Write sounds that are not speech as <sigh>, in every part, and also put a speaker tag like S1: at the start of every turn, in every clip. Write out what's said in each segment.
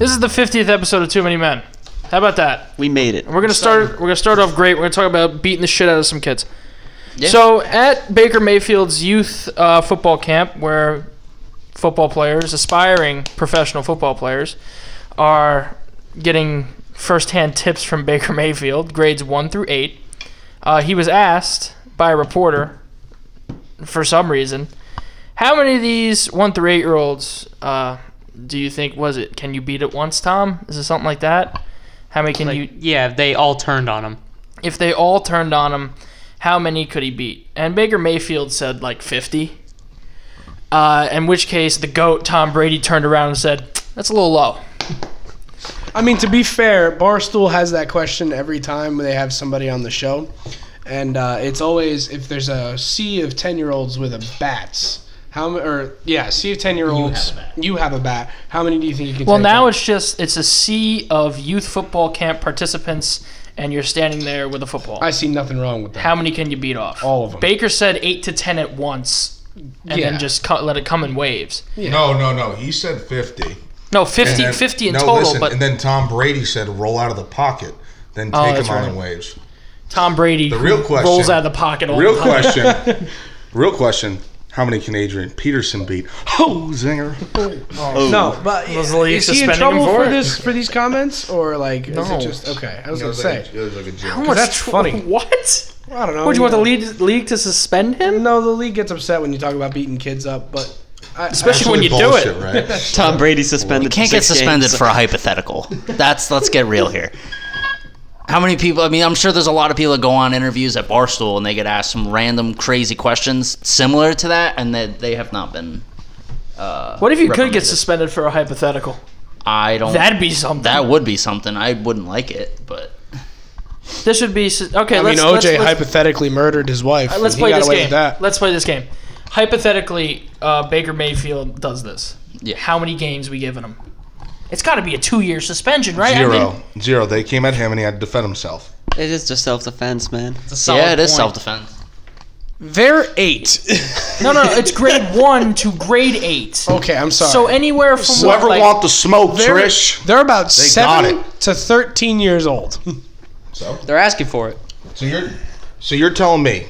S1: is the 50th episode of Too Many Men. How about that?
S2: We made it.
S1: We're gonna start. We're gonna start off great. We're gonna talk about beating the shit out of some kids.
S2: Yeah.
S1: So at Baker Mayfield's youth uh, football camp, where football players, aspiring professional football players, are getting firsthand tips from <laughs> Baker Mayfield, grades one through eight. Uh, he was asked by a reporter, for some reason, how many of these one through eight year olds uh, do you think was it? Can you beat it once, Tom? Is it something like that? How many can
S3: Like,
S1: you?
S3: yeah, they all turned on him.
S1: if they all turned on him, how many could he beat? And Baker Mayfield said like 50. Uh, in which case, the GOAT, Tom Brady, turned around and said, That's a little low.
S4: I mean, to be fair, Barstool has that question every time they have somebody on the show, and uh, it's always if there's a sea of ten-year-olds with a bats. How m- or yeah, sea of ten-year-olds.
S5: You have a
S4: You have a bat. How many do you think you can?
S1: Well,
S4: take
S1: now
S4: on?
S1: it's just, it's a sea of youth football camp participants, and you're standing there with a football.
S4: I see nothing wrong with that.
S1: how many can you beat off?
S4: All of 'em.
S1: Baker said 8 to 10 at once, and
S4: Yeah.
S1: then just cut, let it come in waves.
S5: No, no, no. He said 50.
S1: No, 50,
S5: And then-
S1: 50 in
S5: no,
S1: total,
S5: listen,
S1: but
S5: and then Tom Brady said, "Roll out of the pocket, then
S1: Oh,
S5: take
S1: that's
S5: him out
S1: right.
S5: in waves."
S1: Tom Brady
S5: The real question-
S1: rolls out of the pocket all
S5: Real
S1: the time.
S5: question. real question. How many can Adrian Peterson beat? Oh, zinger!
S2: Oh,
S4: No, but
S1: Was the league
S4: is he in
S1: suspending him
S4: trouble
S1: for it?
S4: for this for these comments or like is
S1: No.
S4: it just okay? I was
S5: It
S4: gonna
S5: was
S4: say
S5: like a- it was like a joke.
S1: How much
S4: that's
S1: tr-
S4: <laughs> funny.
S1: What?
S4: I don't know.
S1: Would you want the league, league to suspend him?
S4: No, the league gets upset when you talk about beating kids up, but I,
S1: Especially when you do
S5: Bullshit,
S1: it. <laughs>
S5: right?
S2: Tom Brady suspended.
S6: Can't
S2: for
S6: get
S2: six
S6: suspended
S2: games.
S6: for a hypothetical. That's let's get real here. How many people? I mean, I'm sure there's a lot of people that go on interviews at Barstool and they get asked some random crazy questions similar to that, and that they have not been. Uh,
S1: What if you could get
S6: reprimanded.
S1: suspended for a hypothetical?
S6: I don't.
S1: That'd be something.
S6: that would be something. I wouldn't like it, but
S1: this would be su- okay.
S4: I mean,
S1: let's,
S4: OJ
S1: let's, let's,
S4: hypothetically murdered his wife. and
S1: let's
S4: he
S1: play
S4: got
S1: this
S4: away
S1: game.
S4: with that.
S1: Let's play this game. Hypothetically, uh, Baker Mayfield does this.
S6: Yeah.
S1: How many games we giving him? It's got to be a two-year suspension, right? I mean,
S5: Zero, zero. They came at him and he had to defend himself.
S2: It is just self-defense, man.
S6: yeah, it is self-defense.
S4: They're eight.
S1: no, no, it's grade one to grade eight.
S4: okay, I'm Oh, sorry.
S1: So anywhere from what,
S5: Whoever
S1: like,
S5: want the smoke,
S4: they're,
S5: Trish?
S4: they're about
S5: got
S4: seven to thirteen years old. <laughs>
S5: So,
S2: They're asking for it.
S5: so you're, so you're telling me,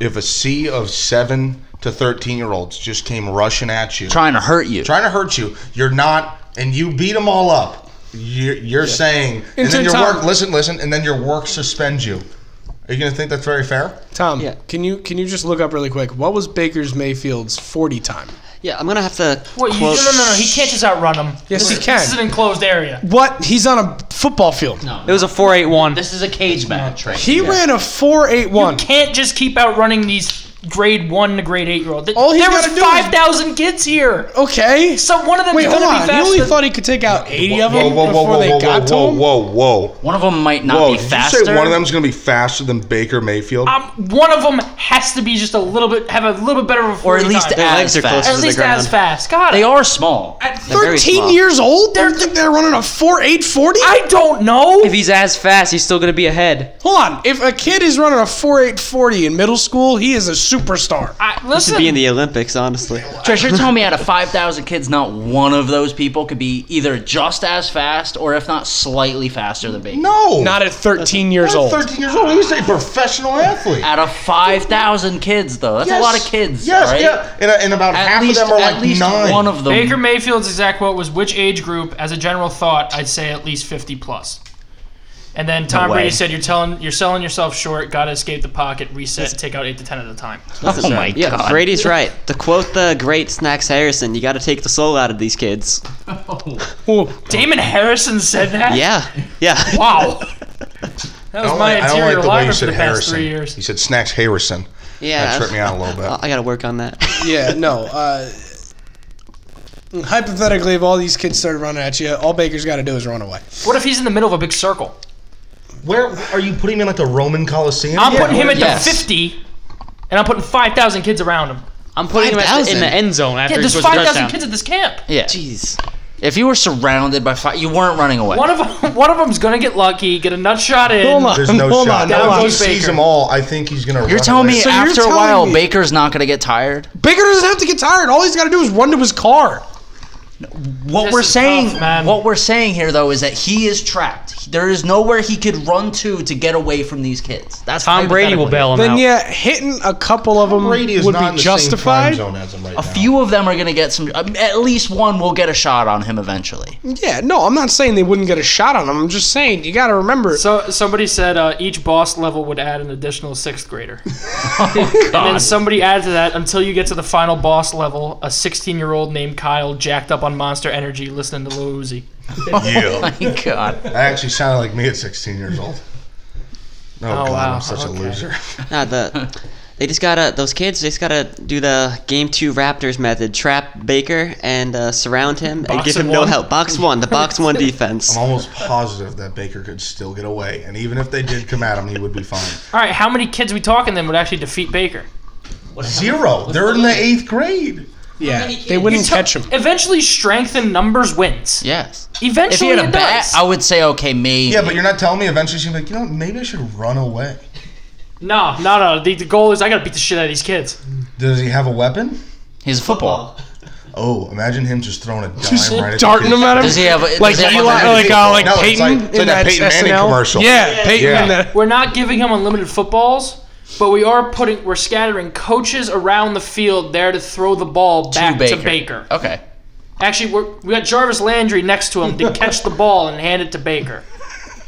S5: if a sea of seven to thirteen year olds just came rushing at you,
S6: Trying to hurt you.
S5: trying to hurt you, you're not, and you beat them all up. You're, you're saying, and
S4: Into
S5: then your
S4: time.
S5: work, listen, listen, and then your work suspends you. Are you gonna think that's very fair?
S4: Tom,
S2: Yeah.
S4: can you can you just look up really quick? What was Baker's Mayfield's forty time?
S2: Yeah, I'm gonna have to.
S1: What, you, no,
S2: quote-
S1: no, no, no. He can't just outrun him.
S4: Yes,
S1: this
S4: he
S1: is,
S4: can.
S1: This is an enclosed area.
S4: What? He's on a football field.
S2: It was a four-eight-one.
S6: This is a cage match. Right?
S4: He ran a four eight one.
S1: can't just keep outrunning these grade one to grade eight year old.
S4: All he's
S1: there was
S4: gotta do is-
S1: five thousand kids here.
S4: Okay.
S1: So one of them
S4: Wait,
S1: is
S4: hold
S1: gonna
S4: on.
S1: be
S4: He only
S1: faster.
S4: thought he could take out eighty of them before they
S5: whoa,
S4: got
S5: whoa,
S4: to him.
S5: whoa, whoa,
S6: One of them might not
S5: whoa!
S6: be
S5: Did
S6: faster.
S5: you say one of them's gonna be faster than Baker Mayfield?
S1: um, one of them has to be just a little bit have a little bit better of a
S6: or at
S1: 40
S6: least
S1: time.
S6: as
S2: legs are
S6: fast.
S2: closer to
S1: at
S2: the
S1: least
S2: ground.
S1: as fast. God,
S6: They are small.
S1: At
S2: They're very
S4: Thirteen
S2: small.
S4: years old? They're they're running a four eight forty.
S1: I don't know.
S3: If he's as fast, he's still gonna be ahead.
S4: Hold on. If a kid is running a four eight forty in middle school, he is a superstar.
S1: I,
S2: He
S1: listen,
S2: should be in the Olympics, honestly.
S6: Trish, you're telling me out of 5,000 kids, not one of those people could be either just as fast or, if not, slightly faster than Baker.
S5: no,
S4: Not at thirteen years
S5: Not
S4: old.
S5: Thirteen years old. He's a professional athlete.
S6: Out of 5,000 kids, though, that's a lot of kids.
S5: Yes,
S6: right?
S5: yeah, and, and about
S6: At
S5: Um, half
S6: least,
S5: of them are
S6: at
S5: like
S6: least
S5: nine.
S6: one of them.
S1: Baker Mayfield's exact quote was, "Which age group?" As a general thought, I'd say at least fifty plus. And then Tom
S6: way.
S1: Brady said, "You're telling, you're selling yourself short. Got to escape the pocket, reset, take out eight to ten at a time."
S6: oh my
S2: Yeah,
S6: god.
S2: Brady's right. To quote the great Snacks Harrison, you got to take the soul out of these kids.
S4: Ooh.
S1: Damon Harrison said that.
S2: Yeah, yeah.
S1: Wow. That
S5: I
S1: was
S5: don't
S1: my
S5: like, I don't
S1: interior
S5: like the way
S1: locker
S5: you
S1: for
S5: said
S1: the past
S5: Harrison.
S1: three years.
S5: You said Snacks Harrison.
S2: Yeah,
S5: That tripped me out a little bit.
S2: I, got to work on that.
S4: Yeah, no. Uh, hypothetically, if all these kids started running at you, all Baker's got to do is run away.
S1: What if he's in the middle of a big circle?
S5: Where are you putting him in like a Roman Coliseum?
S1: I'm putting him at
S6: yes.
S1: the 50, and I'm putting 5,000 kids around him.
S3: I'm putting him at the, in
S2: 5,000?
S3: the end zone after
S1: Yeah,
S3: he
S1: there's
S3: scores a
S1: 5,000
S3: touchdown.
S1: kids at this camp.
S6: Yeah.
S2: Jeez.
S6: If you were surrounded by five, you weren't running away.
S1: One of them, <laughs> one of them's gonna get lucky, get a nut shot in.
S4: Hold on.
S5: There's no
S4: hold
S5: shot.
S4: on, hold
S5: if
S4: on.
S5: he
S1: Baker.
S5: sees them all, I think he's gonna.
S6: you're
S5: run
S6: telling
S5: away.
S6: me
S4: So you're
S6: after a
S4: telling
S6: while,
S4: me-
S6: Baker's not going to get tired?
S4: Baker doesn't have to get tired. All he's got to do is run to his car.
S6: What
S1: This
S6: we're
S1: is
S6: saying,
S1: tough, man.
S6: what we're saying here though, is that he is trapped. There is nowhere he could run to to get away from these kids. That's
S3: Tom Brady will
S6: hypothetically.
S3: bail him
S4: Then
S3: out.
S4: yeah, hitting a couple of them
S5: Brady is
S4: would
S5: not in
S4: be
S5: the
S4: justified.
S5: same time zone as him right
S6: A
S5: now.
S6: few of them are gonna get some. um, At least one will get a shot on him eventually. <laughs>
S4: Yeah, no, I'm not saying they wouldn't get a shot on them. I'm just saying you got to remember.
S1: So somebody said uh, each boss level would add an additional sixth grader, and then somebody added to that until you get to the final boss level. A 16-year-old named Kyle, jacked up on Monster Energy, listening to Lil Uzi.
S5: Yeah.
S6: My God,
S5: That actually sounded like me at 16 years old. Oh, God,
S1: wow.
S5: I'm such
S1: Okay.
S5: a loser.
S2: Nah, the <laughs> they just gotta those kids. They just gotta do the game two Raptors method: trap Baker and uh, surround him and
S1: Box
S2: give
S1: and
S2: him no
S1: one.
S2: help. Box one, the
S1: <laughs>
S2: box one defense.
S5: I'm almost positive that Baker could still get away, and even if they did come at him, he would be fine.
S1: All right, how many kids we talking then would actually defeat Baker?
S5: Zero. They're in the eighth grade.
S4: yeah, they wouldn't catch him.
S1: Eventually, strength in numbers wins.
S6: yes. If he
S1: Eventually,
S6: had a
S1: it
S6: bat,
S1: does.
S6: I would say okay, maybe.
S5: Yeah, but you're not telling me. Eventually, she's like, you know, what, maybe I should run away.
S1: no, no, no. The, the goal is I gotta beat the shit out of these kids.
S5: Does he have a weapon?
S6: he's a football.
S5: Oh, imagine him just throwing a dime
S4: Just
S5: right at
S4: darting
S5: the
S4: them at him.
S6: Does he have a-
S4: like
S6: does he have
S4: Eli,
S6: a
S5: lot-
S4: like uh, like
S5: No, it's
S4: Peyton
S5: like- it's like
S4: in
S5: that
S4: that,
S5: Peyton Manning
S4: SNL
S5: commercial.
S4: Yeah, Peyton
S5: Yeah.
S4: in that.
S1: We're not giving him unlimited footballs, but we are putting we're scattering coaches around the field there to throw the ball back to Baker.
S6: Okay.
S1: Actually, we're, we got Jarvis Landry next to him to catch the ball and hand it to Baker.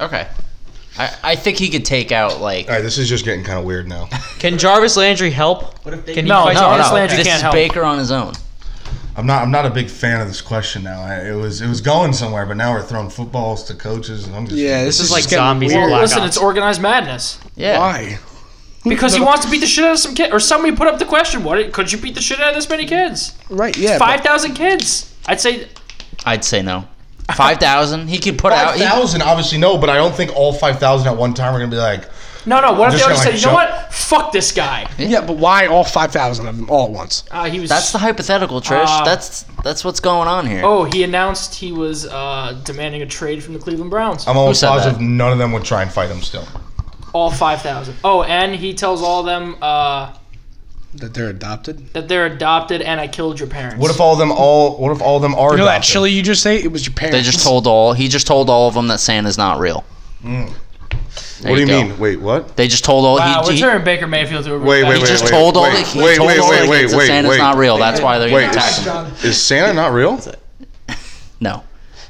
S6: Okay. I, I think he could take out like
S5: All right, this is just getting kind of weird now.
S3: Can Jarvis Landry help? Can
S1: No,
S3: he
S1: no,
S3: fight Jarvis
S1: no.
S3: Landry?
S1: Landry
S6: this
S1: can't
S6: is
S1: help.
S6: Baker on his own.
S5: I'm not. I'm not a big fan of this question now. I, it was. It was going somewhere, but now we're throwing footballs to coaches, and I'm just.
S4: Yeah, this,
S3: This
S4: is
S3: is like
S4: just getting
S3: zombies in
S4: weird.
S3: Black
S1: Listen,
S3: Ops.
S1: it's organized madness
S6: Yeah.
S4: Why?
S1: because he wants to beat the shit out of some kid. Or somebody put up the question: What could you beat the shit out of this many kids?
S4: Right? Yeah.
S1: Five thousand kids. I'd say
S6: I'd say no. Five thousand. He could put out.
S5: Five
S6: he-
S5: thousand, obviously no, but I don't think all five thousand at one time are gonna be like.
S1: no, no. What if
S5: Just
S1: they already
S5: gonna,
S1: said,
S5: like,
S1: you know
S5: jump.
S1: what? Fuck this guy.
S4: but, yeah, but why all five thousand of them all at once?
S1: Uh, he was.
S6: that's the hypothetical, Trish.
S1: Uh,
S6: that's that's what's going on here.
S1: oh, he announced he was uh, demanding a trade from the Cleveland Browns.
S5: I'm almost
S6: said
S5: positive
S6: that?
S5: none of them would try and fight him still.
S1: all 5,000. Oh, and he tells all them uh,
S4: That they're adopted.
S1: that they're adopted and I killed your parents.
S5: What if all of them all? What if all of them are?
S4: You know that
S5: adopted?
S4: chili you just ate? It was your parents.
S6: They just told all. He just told all of them that Santa's not real. There
S5: Hmm. What do you
S6: go.
S5: mean? Wait, what?
S6: They just told all.
S1: Wow,
S6: he,
S1: we're
S6: he,
S1: turning Baker Mayfield to a
S5: Wait, wait,
S6: he
S5: wait,
S6: just
S5: wait,
S6: told all.
S5: wait,
S6: the he
S5: wait,
S6: told
S5: wait,
S6: all the
S5: wait,
S6: kids
S5: wait,
S6: that Santa's
S5: wait.
S6: not real. That's why they're
S5: Wait,
S6: gonna attack him.
S5: is, is Santa not real?
S6: No,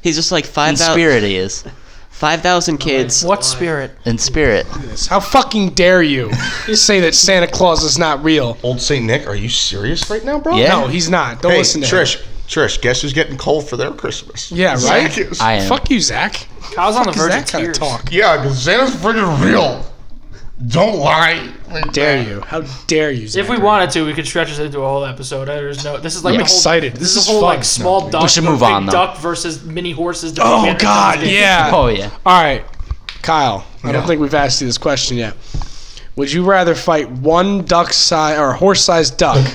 S2: He's just like
S6: in
S2: five thousand.
S6: spirit he is.
S2: Five thousand kids.
S1: What spirit?
S6: In spirit.
S4: How fucking dare
S6: <laughs>
S4: you say that Santa Claus is not real?
S5: Old Saint Nick, are you serious right now, bro?
S6: Yeah.
S4: No, he's not. Don't
S5: Hey,
S4: listen to him.
S5: Trish, Trish, guess who's getting cold for their Christmas?
S4: Yeah, right?
S5: Zach is.
S6: I am.
S4: Fuck you, Zach.
S1: I was on the
S4: What is
S1: verge of
S4: that kind of
S1: tears.
S4: talk?
S5: Yeah, because Santa's freaking real. Don't lie.
S4: Dare you? How dare you? Zach?
S1: If we wanted to, we could stretch this into a whole episode. There's no. This is like
S4: I'm
S1: the whole-
S4: excited. This
S1: This
S4: is
S1: is a whole
S4: fun.
S1: like small duck.
S6: should
S1: or
S6: move
S1: big
S6: on, though.
S1: Duck versus mini horses. that <laughs>
S4: Oh
S1: Baker
S4: God,
S1: comes in.
S4: yeah.
S6: <laughs> Oh yeah.
S4: All right, Kyle. I
S5: Yeah.
S4: don't think we've asked you this question yet. Would you rather fight one duck size or horse sized duck,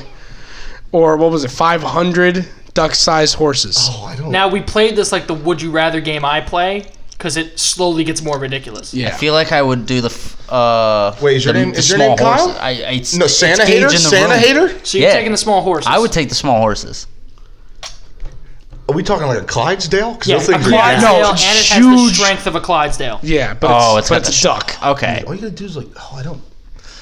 S4: or what was it, five hundred duck sized horses?
S5: Oh, I don't.
S1: Now we played this like the Would You Rather game I play because it slowly gets more ridiculous.
S6: I feel like I would do the. f- Uh,
S5: Wait, is your
S6: the-
S5: name-
S6: the
S5: is your
S6: small
S5: name Kyle?
S6: horses. I, I, it's,
S5: no,
S6: it's
S5: Santa
S6: Gage
S5: hater.
S6: in the
S5: Santa
S6: room.
S5: hater.
S1: So you're
S6: Yeah.
S1: taking the small horses.
S6: I would take the small horses.
S5: Are we talking like a Clydesdale? 'Cause
S1: Yeah, a
S5: those things are-
S1: Clydesdale,
S4: No,
S1: and
S4: it's
S1: it has the
S4: huge.
S1: strength of a Clydesdale.
S4: Yeah, but
S6: Oh,
S4: it's,
S6: it's
S4: but
S6: got
S4: it's a
S6: the
S4: duck.
S6: Okay.
S5: All you gotta do is like, oh, I don't.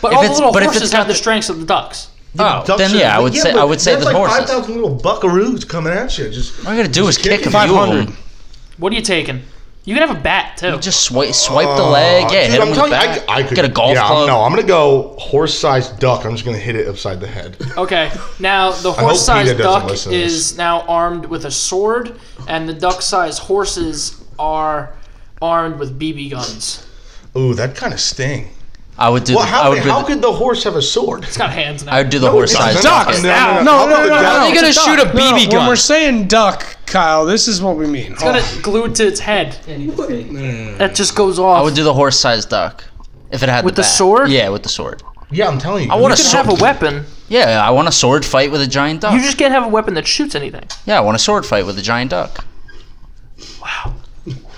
S1: But all the
S6: it's-
S1: little
S6: but if
S1: horses
S6: it's not
S1: have the
S6: the-
S1: strengths of the ducks.
S6: Oh,
S5: Ducks
S6: then
S5: are-
S6: yeah, I would say
S5: but
S6: I would say
S5: that's
S6: the
S5: like
S6: horses.
S5: Five thousand little buckaroos coming at you. Just
S6: All I'm gonna do is kick him.
S5: Five
S6: hundred.
S1: What are you taking? You can have a bat too.
S6: Just swipe, swipe the leg. Yeah,
S5: Uh, Dude,
S6: hit him
S5: I'm
S6: with the
S5: telling you,
S6: bat.
S5: I, I could
S6: Get a golf
S5: yeah, I'm-
S6: club.
S5: No, I'm gonna go horse-sized duck. I'm just gonna hit it upside the head.
S1: Okay. Now the
S5: hope
S1: horse-sized
S5: PETA doesn't
S1: duck
S5: listen to this.
S1: is now armed with a sword, and the duck-sized horses are armed with BB guns.
S5: Ooh, that kind of sting.
S6: I would do.
S5: Well,
S6: the,
S5: how,
S6: I would.
S5: could-
S6: do
S5: how
S6: the-
S5: could the horse have a sword?
S1: It's got hands now.
S6: I would do the horse size.
S5: Duck.
S6: duck.
S5: No, no, no.
S4: No, no,
S5: How about
S4: no,
S5: the
S4: no,
S5: duck?
S4: no,
S3: How are they
S4: it's
S3: gonna shoot a
S4: duck.
S3: BB
S4: No, When
S3: gun?
S4: we're saying duck, Kyle, this is what we mean.
S1: Got it glued to its head. That just goes off.
S6: I would do the horse size duck. If it had
S1: With the
S6: bat.
S1: sword?
S6: Yeah, with the sword.
S5: Yeah, I'm telling you.
S6: I want
S5: you
S6: a
S1: you
S5: can
S1: can have a weapon.
S6: Yeah, I want a sword fight with a giant duck.
S1: You just can't have a weapon that shoots anything.
S6: yeah, I want a sword fight with a giant duck.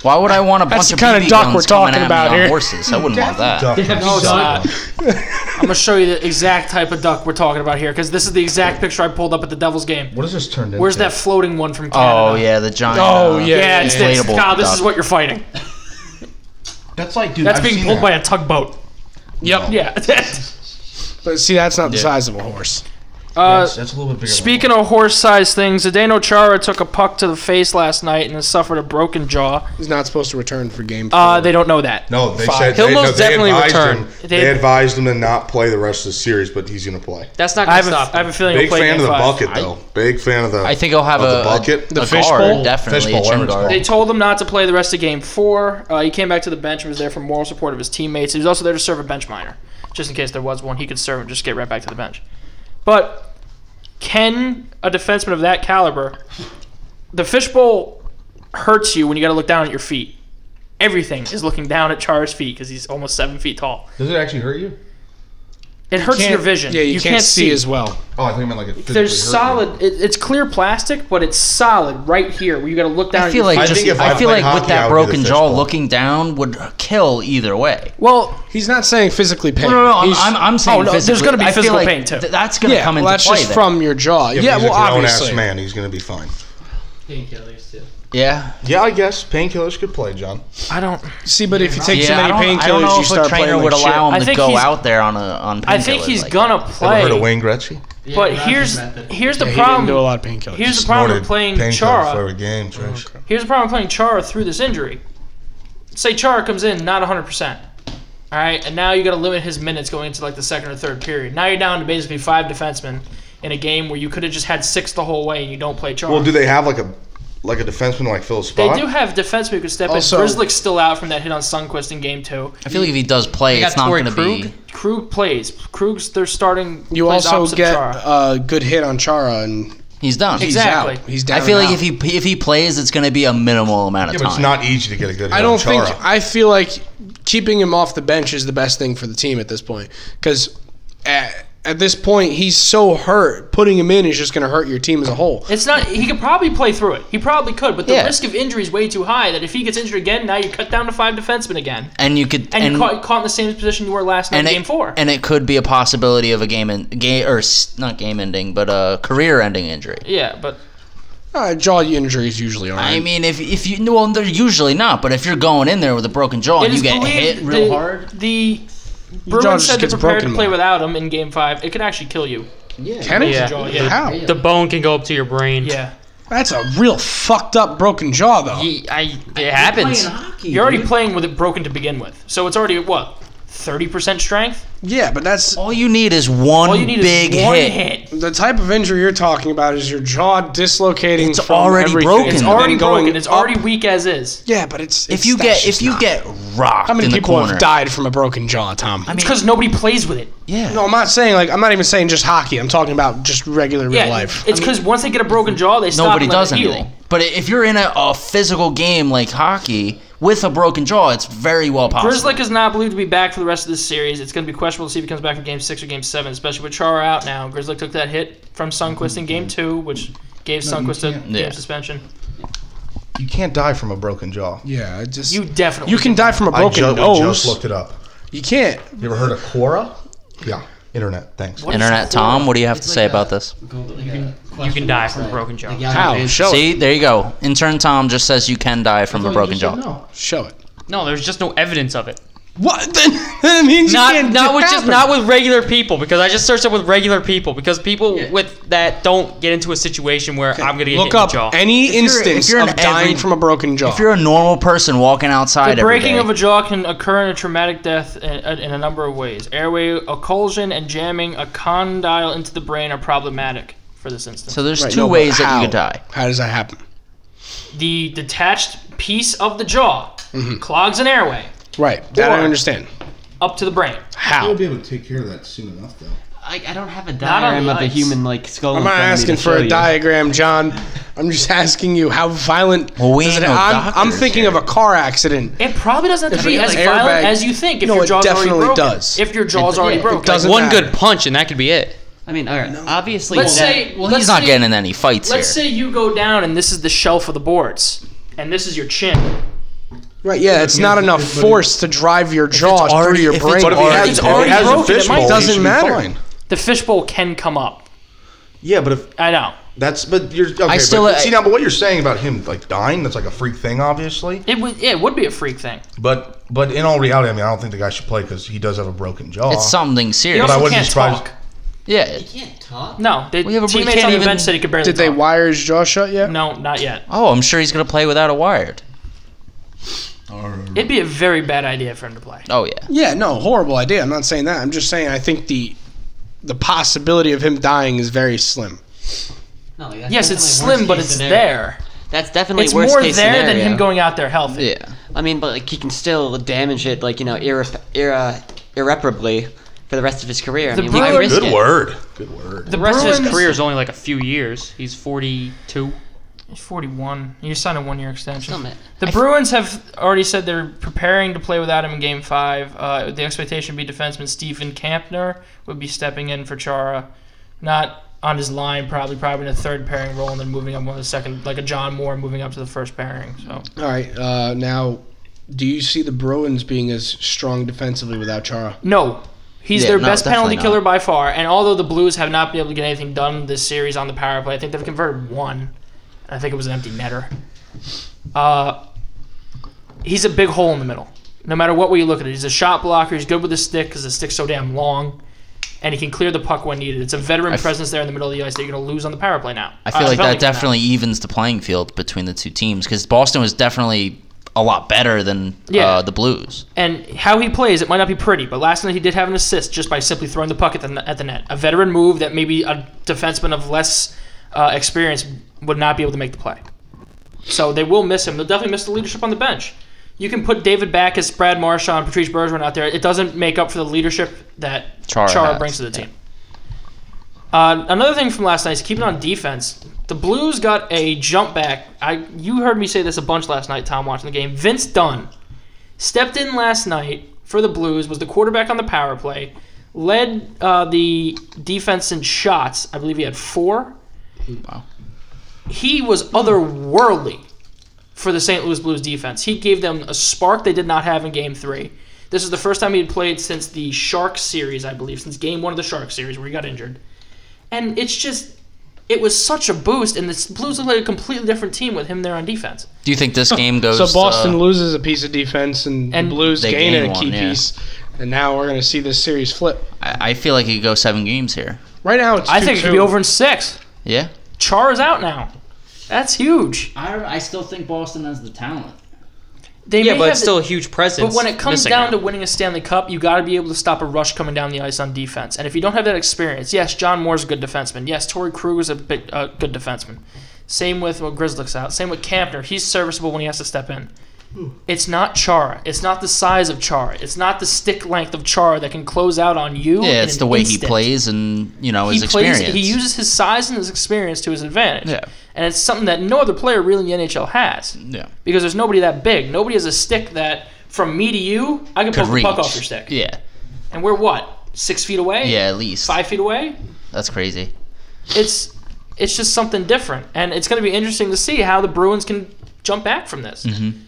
S6: Why would I want a
S4: That's
S6: bunch
S4: the
S6: of
S4: kinda
S6: BB
S4: doc
S6: guns
S4: we're
S6: coming
S4: talking
S6: at
S4: about
S6: me
S4: here.
S6: on horses? I wouldn't want that.
S1: No, it's not. I'm gonna show you the exact type of duck we're talking about here, because this is the exact picture I pulled up at the Devil's game.
S5: <laughs> What is this turned into?
S1: Where's that floating one from Canada?
S6: Oh yeah, the giant.
S4: Oh,
S6: uh,
S4: yeah.
S1: Yeah, it's this.
S6: Inflatable
S1: Kyle, this
S6: duck.
S1: is what you're fighting.
S5: That's like, dude.
S1: That's
S5: I've
S1: being
S5: seen
S1: pulled by
S5: that.
S1: a tugboat.
S4: Yep.
S1: Yeah. <laughs>
S4: But see, that's not the size of a horse.
S1: uh,
S5: That's, that's a little bit bigger. than-
S1: Speaking of horse-sized things, Zdeno Chara took a puck to the face last night and has suffered a broken jaw.
S4: He's not supposed to return for game.
S1: Uh,
S4: four.
S1: they don't know that.
S5: No, they
S4: Five.
S5: said
S3: He'll
S5: they,
S3: most
S5: no, they
S3: definitely
S5: advised
S3: return.
S5: Him,
S1: They-
S5: they, advised him to not play the rest of the series, but he's going to play.
S3: That's not
S1: I
S3: gonna
S1: have, a,
S3: stop.
S1: I have a feeling
S5: Big
S1: he'll play
S5: fan
S1: game
S5: of the
S1: five.
S5: bucket, though. Big fan of the.
S6: I think I'll have
S5: of
S6: a,
S5: the bucket.
S6: a, a
S4: fish
S6: guard,
S4: bowl?
S6: definitely
S5: Fish bowl,
S6: a
S5: whatever
S6: chin
S5: it's
S6: guard.
S1: They
S5: called.
S1: told him not to play the rest of game four. Uh, he came back to the bench and was there for moral support of his teammates. He was also there to serve a bench minor, just in case there was one. He could serve and just get right back to the bench. But can a defenseman of that caliber, the fishbowl hurts you when you got to look down at your feet. Everything is looking down at Chara's feet because he's almost seven feet tall.
S5: Does it actually hurt you?
S1: It hurts
S4: Can't-
S1: your vision.
S4: Yeah, you, can't, see, as well.
S5: Oh, I think I meant like it. physically
S1: There's
S5: hurt you.
S1: solid. It, it's clear plastic, but it's solid right here where you got to look down.
S6: I
S1: at
S6: feel
S1: your
S6: like
S1: feet.
S5: I
S6: just
S5: think if
S6: I
S5: I
S6: feel
S5: played
S6: like with
S5: hockey, I
S6: that
S5: would do the
S6: broken
S5: fish
S6: jaw,
S5: bowl.
S6: looking down would kill either way.
S1: well,
S4: He's not saying physically pain.
S6: No, no, Oh, no. I'm,
S4: He's-
S6: I'm, I'm saying
S1: no, there's
S6: physically.
S1: gonna be
S6: I feel
S1: physical
S6: like
S1: pain, too.
S6: th- that's going to
S4: yeah,
S6: come
S4: well,
S6: into
S4: that's
S6: play.
S4: just
S6: then.
S4: from your jaw. Yeah,
S5: Yeah, but he's
S4: well,
S5: a grown ass
S4: obviously.
S5: man. He's going to be fine.
S6: yeah,
S5: Yeah, I guess painkillers could play, John.
S1: I don't.
S4: See, but if you take
S6: yeah. I
S4: too many
S6: don't, I
S4: painkillers,
S6: don't know
S4: you
S6: if a
S4: start
S6: trainer
S4: playing
S6: would
S4: like shit.
S6: allow
S1: I
S6: him to
S1: think
S6: go
S1: he's-
S6: out there on a on painkillers.
S1: I think he's
S6: like
S1: gonna
S5: Ever
S1: play.
S5: heard of Wayne Gretzky?
S1: But here's here's the
S4: He didn't do a
S1: problem.
S4: lot of painkillers.
S1: Here's the problem with
S5: Snorted
S1: playing
S5: painkillers for
S1: Chara.
S5: every game, Trish.
S1: Here's the problem with playing Chara through this injury. Say Chara comes in not 100. percent All right, and now you got to limit his minutes going into like the second or third period. Now you're down to basically five defensemen in a game where you could have just had six the whole way, and you don't play Chara.
S5: Well, do they have like a like a defenseman like Phil
S1: they
S5: Spot?
S1: do have defensemen who could step
S4: Also-
S1: in. Grizzlick's still out from that hit on Sunquist in game two.
S6: I feel like if he does play,
S3: got
S6: it's not
S3: Torrey
S6: going to
S3: Krug.
S6: be.
S1: Krug plays. Krug's their starting.
S4: You
S1: plays
S4: also
S1: opposite
S4: get
S6: uh,
S1: Chara.
S4: a good hit on Chara, and he's
S6: He's done.
S1: Exactly.
S4: out. He's down.
S6: I feel
S4: and
S6: like
S4: out.
S6: if he if he plays, it's going to be a minimal amount of
S5: Yeah,
S6: time.
S5: but it's not easy to get a good.
S4: I
S5: hit
S4: don't
S5: on
S4: think.
S5: Chara.
S4: I feel like keeping him off the bench is the best thing for the team at this point. Because at, at this point, he's so hurt. Putting him in is just going to hurt your team as a whole.
S1: It's not. He could probably play through it. He probably could, but the
S6: Yeah.
S1: risk of injury is way too high. That if he gets injured again, now you cut down to five defensemen again,
S6: and you could
S1: and, you caught, caught in the same position you were last night in
S6: and
S1: game
S6: it,
S1: four.
S6: and it could be a possibility of a game in game or s- not game ending, but a career ending injury.
S1: yeah, but
S4: Uh, jaw injuries usually aren't.
S6: I mean, if if you well, they're usually not. But if you're going in there with a broken jaw
S1: it
S6: and
S1: is
S6: you get
S1: believed
S6: hit real
S1: the,
S6: hard,
S1: The
S4: jaw
S1: Bruins
S4: just
S1: said they're
S4: gets
S1: prepared to
S4: broken
S1: play
S4: more.
S1: without him in game five. It could actually kill you.
S4: can it?
S3: Yeah.
S1: Jaw, yeah.
S4: How?
S3: The bone can go up to your brain.
S1: Yeah,
S4: That's a real fucked up broken jaw, though.
S3: He- I, it happens.
S1: you're already playing with it broken to begin with, so it's already at what thirty percent strength.
S4: yeah, but that's
S6: all you need is one
S1: All you need
S6: big
S1: is one
S6: hit.
S1: hit.
S4: the type of injury you're talking about. Is your jaw dislocating?
S6: It's
S4: from
S6: already
S4: everything
S6: broken.
S4: and
S1: It's
S6: And
S4: then
S1: already
S4: going
S1: broken. It's
S4: up?
S1: already weak as is.
S4: Yeah, but it's,
S6: If
S4: it's-
S6: you
S4: that's
S6: get
S4: just
S6: if you
S4: not-
S6: get rocked
S4: how many
S6: in the
S4: people
S6: corner,
S4: have died from a broken jaw, Tom?
S1: It's because nobody plays with it.
S6: yeah,
S4: No, I'm not saying like I'm not even saying just hockey. I'm talking about just regular real
S1: Yeah,
S4: life.
S1: it's because once they get a broken jaw, they stop.
S6: nobody
S1: and let
S6: does
S1: it heal.
S6: anything. But i- if you're in a, a physical game like hockey with a broken jaw, it's very well possible.
S1: Grizzlick is not believed to be back for the rest of this series. It's going to be questionable to see if he comes back for Game Six or Game Seven, especially with Chara out now. Grizzlick took that hit from Sunquist in Game Two, which gave Sunquist a game
S6: Yeah.
S1: suspension.
S5: you can't die from a broken jaw.
S4: yeah, I just
S1: You definitely
S4: you can die from a
S5: I
S4: broken
S5: ju- we just
S4: nose.
S5: looked it up.
S4: You can't.
S5: You ever heard of Quora? Yeah, internet. Thanks.
S6: Internet Tom, what do you have to say about this?
S3: You can die from a broken jaw.
S4: How? Show it.
S6: See, there you go. Intern Tom just says you can die from a broken jaw.
S4: Show it.
S3: No, there's just no evidence of it.
S4: What? <laughs> Then that means you
S3: Not
S4: can't
S3: not
S4: it
S3: with just
S4: happen.
S3: not with regular people because I just searched up with regular people because people with that don't get into a situation where I'm gonna get
S4: Look
S3: hit in
S4: up
S3: the jaw.
S4: any
S6: you're- if
S4: instance
S6: you're an
S4: of dying
S6: every-
S4: from a broken jaw.
S6: If you're a normal person walking outside
S1: The
S6: every
S1: breaking
S6: day-
S1: of a jaw can occur in a traumatic death in, in a number of ways. Airway occlusion and jamming a condyle into the brain are problematic for this instance.
S6: so there's
S4: Right,
S6: two
S4: no, but
S6: ways that
S4: how?
S6: you could die.
S4: How does that happen?
S1: the detached piece of the jaw
S4: Mm-hmm.
S1: clogs an airway
S4: Right. That I
S1: Or-
S4: understand.
S1: up to the brain.
S4: How?
S5: be able to take care of that soon enough, though.
S2: I, I don't have a
S1: on
S2: diagram
S1: the
S2: of the
S1: ice.
S2: human like skull.
S4: I'm
S2: in
S4: not
S2: front of me
S4: asking
S2: to
S4: for
S2: show
S4: a
S2: you.
S4: diagram, John. I'm just asking you how violent.
S6: Well, we
S4: does
S6: ain't
S4: it-
S6: no
S4: I'm, I'm
S6: doctors
S4: thinking of a car accident.
S1: It probably doesn't have to be
S4: it-
S1: as
S4: like
S1: violent
S4: airbag-
S1: as you think if
S4: No,
S1: your
S4: it
S1: jaw's already
S4: definitely
S1: broken.
S4: does.
S1: If your jaw's already
S6: it
S1: broken.
S4: doesn't
S3: one
S4: matter.
S3: good punch and that could be it.
S2: I mean, all right. Obviously,
S1: Let's
S2: that-
S1: say
S6: Well,
S1: let's
S6: he's not
S1: say-
S6: getting in any fights
S1: Let's
S6: here.
S1: say you go down and this is the shelf of the boards, and this is your chin,
S4: Right, yeah, it's not enough force to drive your jaw through
S6: already-
S4: your
S6: if it's
S4: brain.
S5: But if he
S6: Alright,
S5: has,
S6: it's
S5: if
S1: already
S5: he has a
S1: broken, it might-
S5: fishbowl,
S4: Doesn't
S5: doesn't matter.
S4: matter.
S5: Fine.
S1: The fishbowl can come up.
S5: Yeah, but if
S1: I know.
S5: that's but you're okay,
S6: I still-
S5: but, see now, but what you're saying about him like dying, that's like a freak thing, obviously.
S1: It would. Yeah, it would be a freak thing.
S5: But but in all reality, I mean, I don't think the guy should play because he does have a broken jaw.
S6: It's something serious.
S5: But I
S1: also
S5: wouldn't be
S1: can't
S5: surprised.
S1: talk.
S6: Yeah.
S2: can't talk.
S1: No, they,
S6: Well, yeah, but we
S1: teammates
S6: can't
S1: on the
S6: even-
S1: bench said he could barely
S4: Did they
S1: talk.
S4: wire his jaw shut yet?
S1: No, not yet.
S6: Oh, I'm sure he's gonna play without a wired.
S1: It'd be a very bad idea for him to play.
S6: Oh yeah.
S4: Yeah, no, horrible idea. I'm not saying that. I'm just saying I think the the possibility of him dying is very slim.
S2: No, that's
S1: Yes, it's
S2: definitely
S1: slim, but
S2: worst-case
S1: it's
S2: scenario.
S1: there.
S2: That's definitely
S1: It's
S2: worst
S1: more there
S2: case scenario.
S1: than him going out there healthy.
S6: Yeah.
S2: I mean, but like he can still damage it, like you know, irre- irre- irreparably for the rest of his career. I
S1: The
S2: mean, why
S1: Brewers-
S2: risk
S5: Good
S2: it?
S5: word. Good word.
S1: The
S3: The rest of his
S1: Bruins-
S3: career is only like a few years. He's 42.
S1: He's 41. You signed a one-year extension.
S2: Still, man,
S1: The Bruins have already said they're preparing to play without him in Game Five. Uh, the expectation would be defenseman Stephen Kampner would be stepping in for Chara, not on his line, probably probably in a third pairing role, and then moving up on the second, like a John Moore moving up to the first pairing. So
S4: All right, uh, now, do you see the Bruins being as strong defensively without Chara?
S1: no. He's
S6: Yeah,
S1: their
S6: no,
S1: best penalty
S6: definitely
S1: killer
S6: not.
S1: by far, and although the Blues have not been able to get anything done this series on the power play, I think they've converted one. I think it was an empty netter. Uh, he's a big hole in the middle. No matter what way you look at it, he's a shot blocker. He's good with the stick because the stick's so damn long, and he can clear the puck when needed. It's a veteran
S6: I f-
S1: presence there in the middle of the ice that you're going to lose on the power play now.
S6: I feel
S1: Uh, penalty
S6: like that
S1: kill now.
S6: definitely evens the playing field between the two teams because Boston was definitely a lot better than
S1: Yeah.
S6: uh, the Blues.
S1: And how he plays, it might not be pretty, but last night he did have an assist just by simply throwing the puck at the, at the net. A veteran move that maybe a defenseman of less uh, experience would not be able to make the play. So they will miss him. They'll definitely miss the leadership on the bench. You can put David back as Brad Marchand, Patrice Bergeron out there. It doesn't make up for the leadership that Chara,
S6: Chara has,
S1: brings to the team. Uh, another thing from last night is keeping on defense. The Blues got a jump back. I you heard me say this a bunch last night, Tom, watching the game. Vince Dunn stepped in last night for the Blues, was the quarterback on the power play, led uh, the defense in shots. I believe he had four.
S6: Wow.
S1: He was otherworldly for the St. Louis Blues defense. He gave them a spark they did not have in game three. This is the first time he had played since the Sharks series, I believe, since game one of the Sharks series where he got injured. And it's just, it was such a boost, and the Blues look like a completely different team with him there on defense.
S6: Do you think this game goes?
S4: So Boston
S6: uh,
S4: loses a piece of defense, and,
S1: And
S4: the Blues
S6: They
S4: gain,
S6: gain
S4: a key
S6: one, yeah.
S4: piece, and now we're going to see this series flip.
S6: I, I feel like it could go seven games here.
S4: Right now, it's
S1: I think it could be
S4: 2-2.
S1: over in six.
S6: Yeah.
S1: Char is out now. That's huge.
S7: I, I still think Boston has the talent.
S1: They
S3: Yeah,
S1: may
S3: but
S1: have
S3: it's still a huge presence.
S1: But when it comes
S3: missing
S1: down
S3: out.
S1: to winning a Stanley Cup, you got to be able to stop a rush coming down the ice on defense. And if you don't have that experience, yes, John Moore's a good defenseman. Yes, Torrey Kruger's a big, uh, good defenseman. Same with well, Grizzlick's out. Same with Kampner. He's serviceable when he has to step in. It's not Chara. It's not the size of Chara. It's not the stick length of Chara that can close out on you. in
S6: Yeah, it's
S1: an
S6: the way he
S1: instant.
S6: plays and you know
S1: He
S6: his
S1: plays.
S6: experience.
S1: He uses his size and his experience to his advantage.
S6: Yeah.
S1: And it's something that no other player really in the NHL has
S6: Yeah.
S1: because there's nobody that big. Nobody has a stick that from me to you, I can
S6: Could
S1: poke the
S6: reach.
S1: puck off your stick.
S6: Yeah.
S1: And we're what six feet away?
S6: Yeah. At least
S1: five feet away.
S6: That's crazy.
S1: It's it's just something different, and it's going to be interesting to see how the Bruins can jump back from this.
S6: Mm-hmm.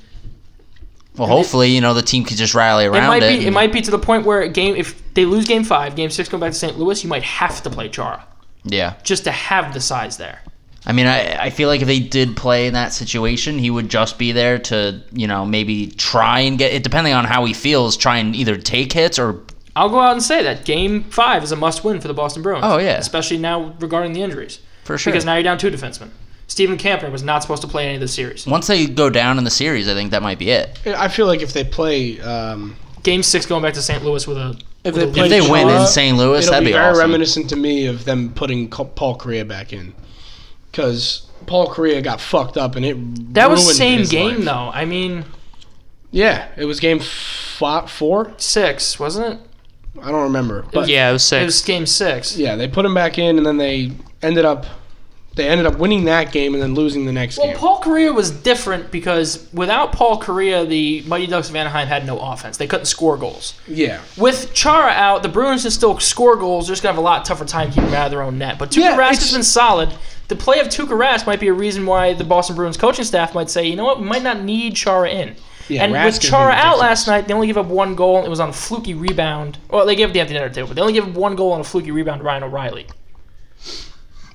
S6: Well, hopefully you know the team could just rally
S1: It
S6: around
S1: might
S6: it.
S1: be it
S6: and-
S1: might be to the point where game if they lose game five, game six, going back to St. Louis, you might have to play Chara
S6: yeah.
S1: just to have the size there.
S6: I mean, I, I feel like if they did play in that situation, he would just be there to, you know, maybe try and get it, depending on how he feels, try and either take hits or.
S1: I'll go out and say that game five is a must-win for the Boston Bruins.
S6: Oh, yeah.
S1: especially now regarding the injuries.
S6: For sure.
S1: because now you're down two defensemen. Stephen Kampner was not supposed to play any of the series.
S6: Once they go down in the series, I think that might be it.
S4: I feel like if they play, um,
S1: Game six going back to St. Louis with a
S4: if they,
S6: If they win in St. Louis,
S4: it'll
S6: that'd
S4: be,
S6: be,
S4: very
S6: awesome.
S4: reminiscent to me of them putting Co- Paul Korea back in, because Paul Korea got fucked up, and it
S1: that was
S4: ruined
S1: same
S4: his
S1: game
S4: life.
S1: though. I mean
S4: Yeah, it was game f- four.
S1: six, wasn't it?
S4: I don't remember, but
S3: yeah, it was six.
S1: It was game six.
S4: yeah, they put him back in, and then they ended up they ended up winning that game and then losing the next
S1: Well,
S4: game.
S1: Paul Correa was different because without Paul Correa, the Mighty Ducks of Anaheim had no offense. They couldn't score goals.
S4: yeah,
S1: With Chara out, the Bruins can still score goals. They're just gonna have a lot tougher time keeping him out of their own net. But Tuukka
S4: Yeah,
S1: Rask
S4: it's-
S1: has been solid. The play of Tuukka Rask might be a reason why the Boston Bruins coaching staff might say, you know what, we might not need Chara in.
S4: Yeah,
S1: and
S4: Rask
S1: with
S4: has been
S1: Chara out
S4: ridiculous.
S1: last night, they only gave up one goal. It was on a fluky rebound. Well, they gave up the empty netter too, but they only gave up one goal on a fluky rebound. to Ryan O'Reilly.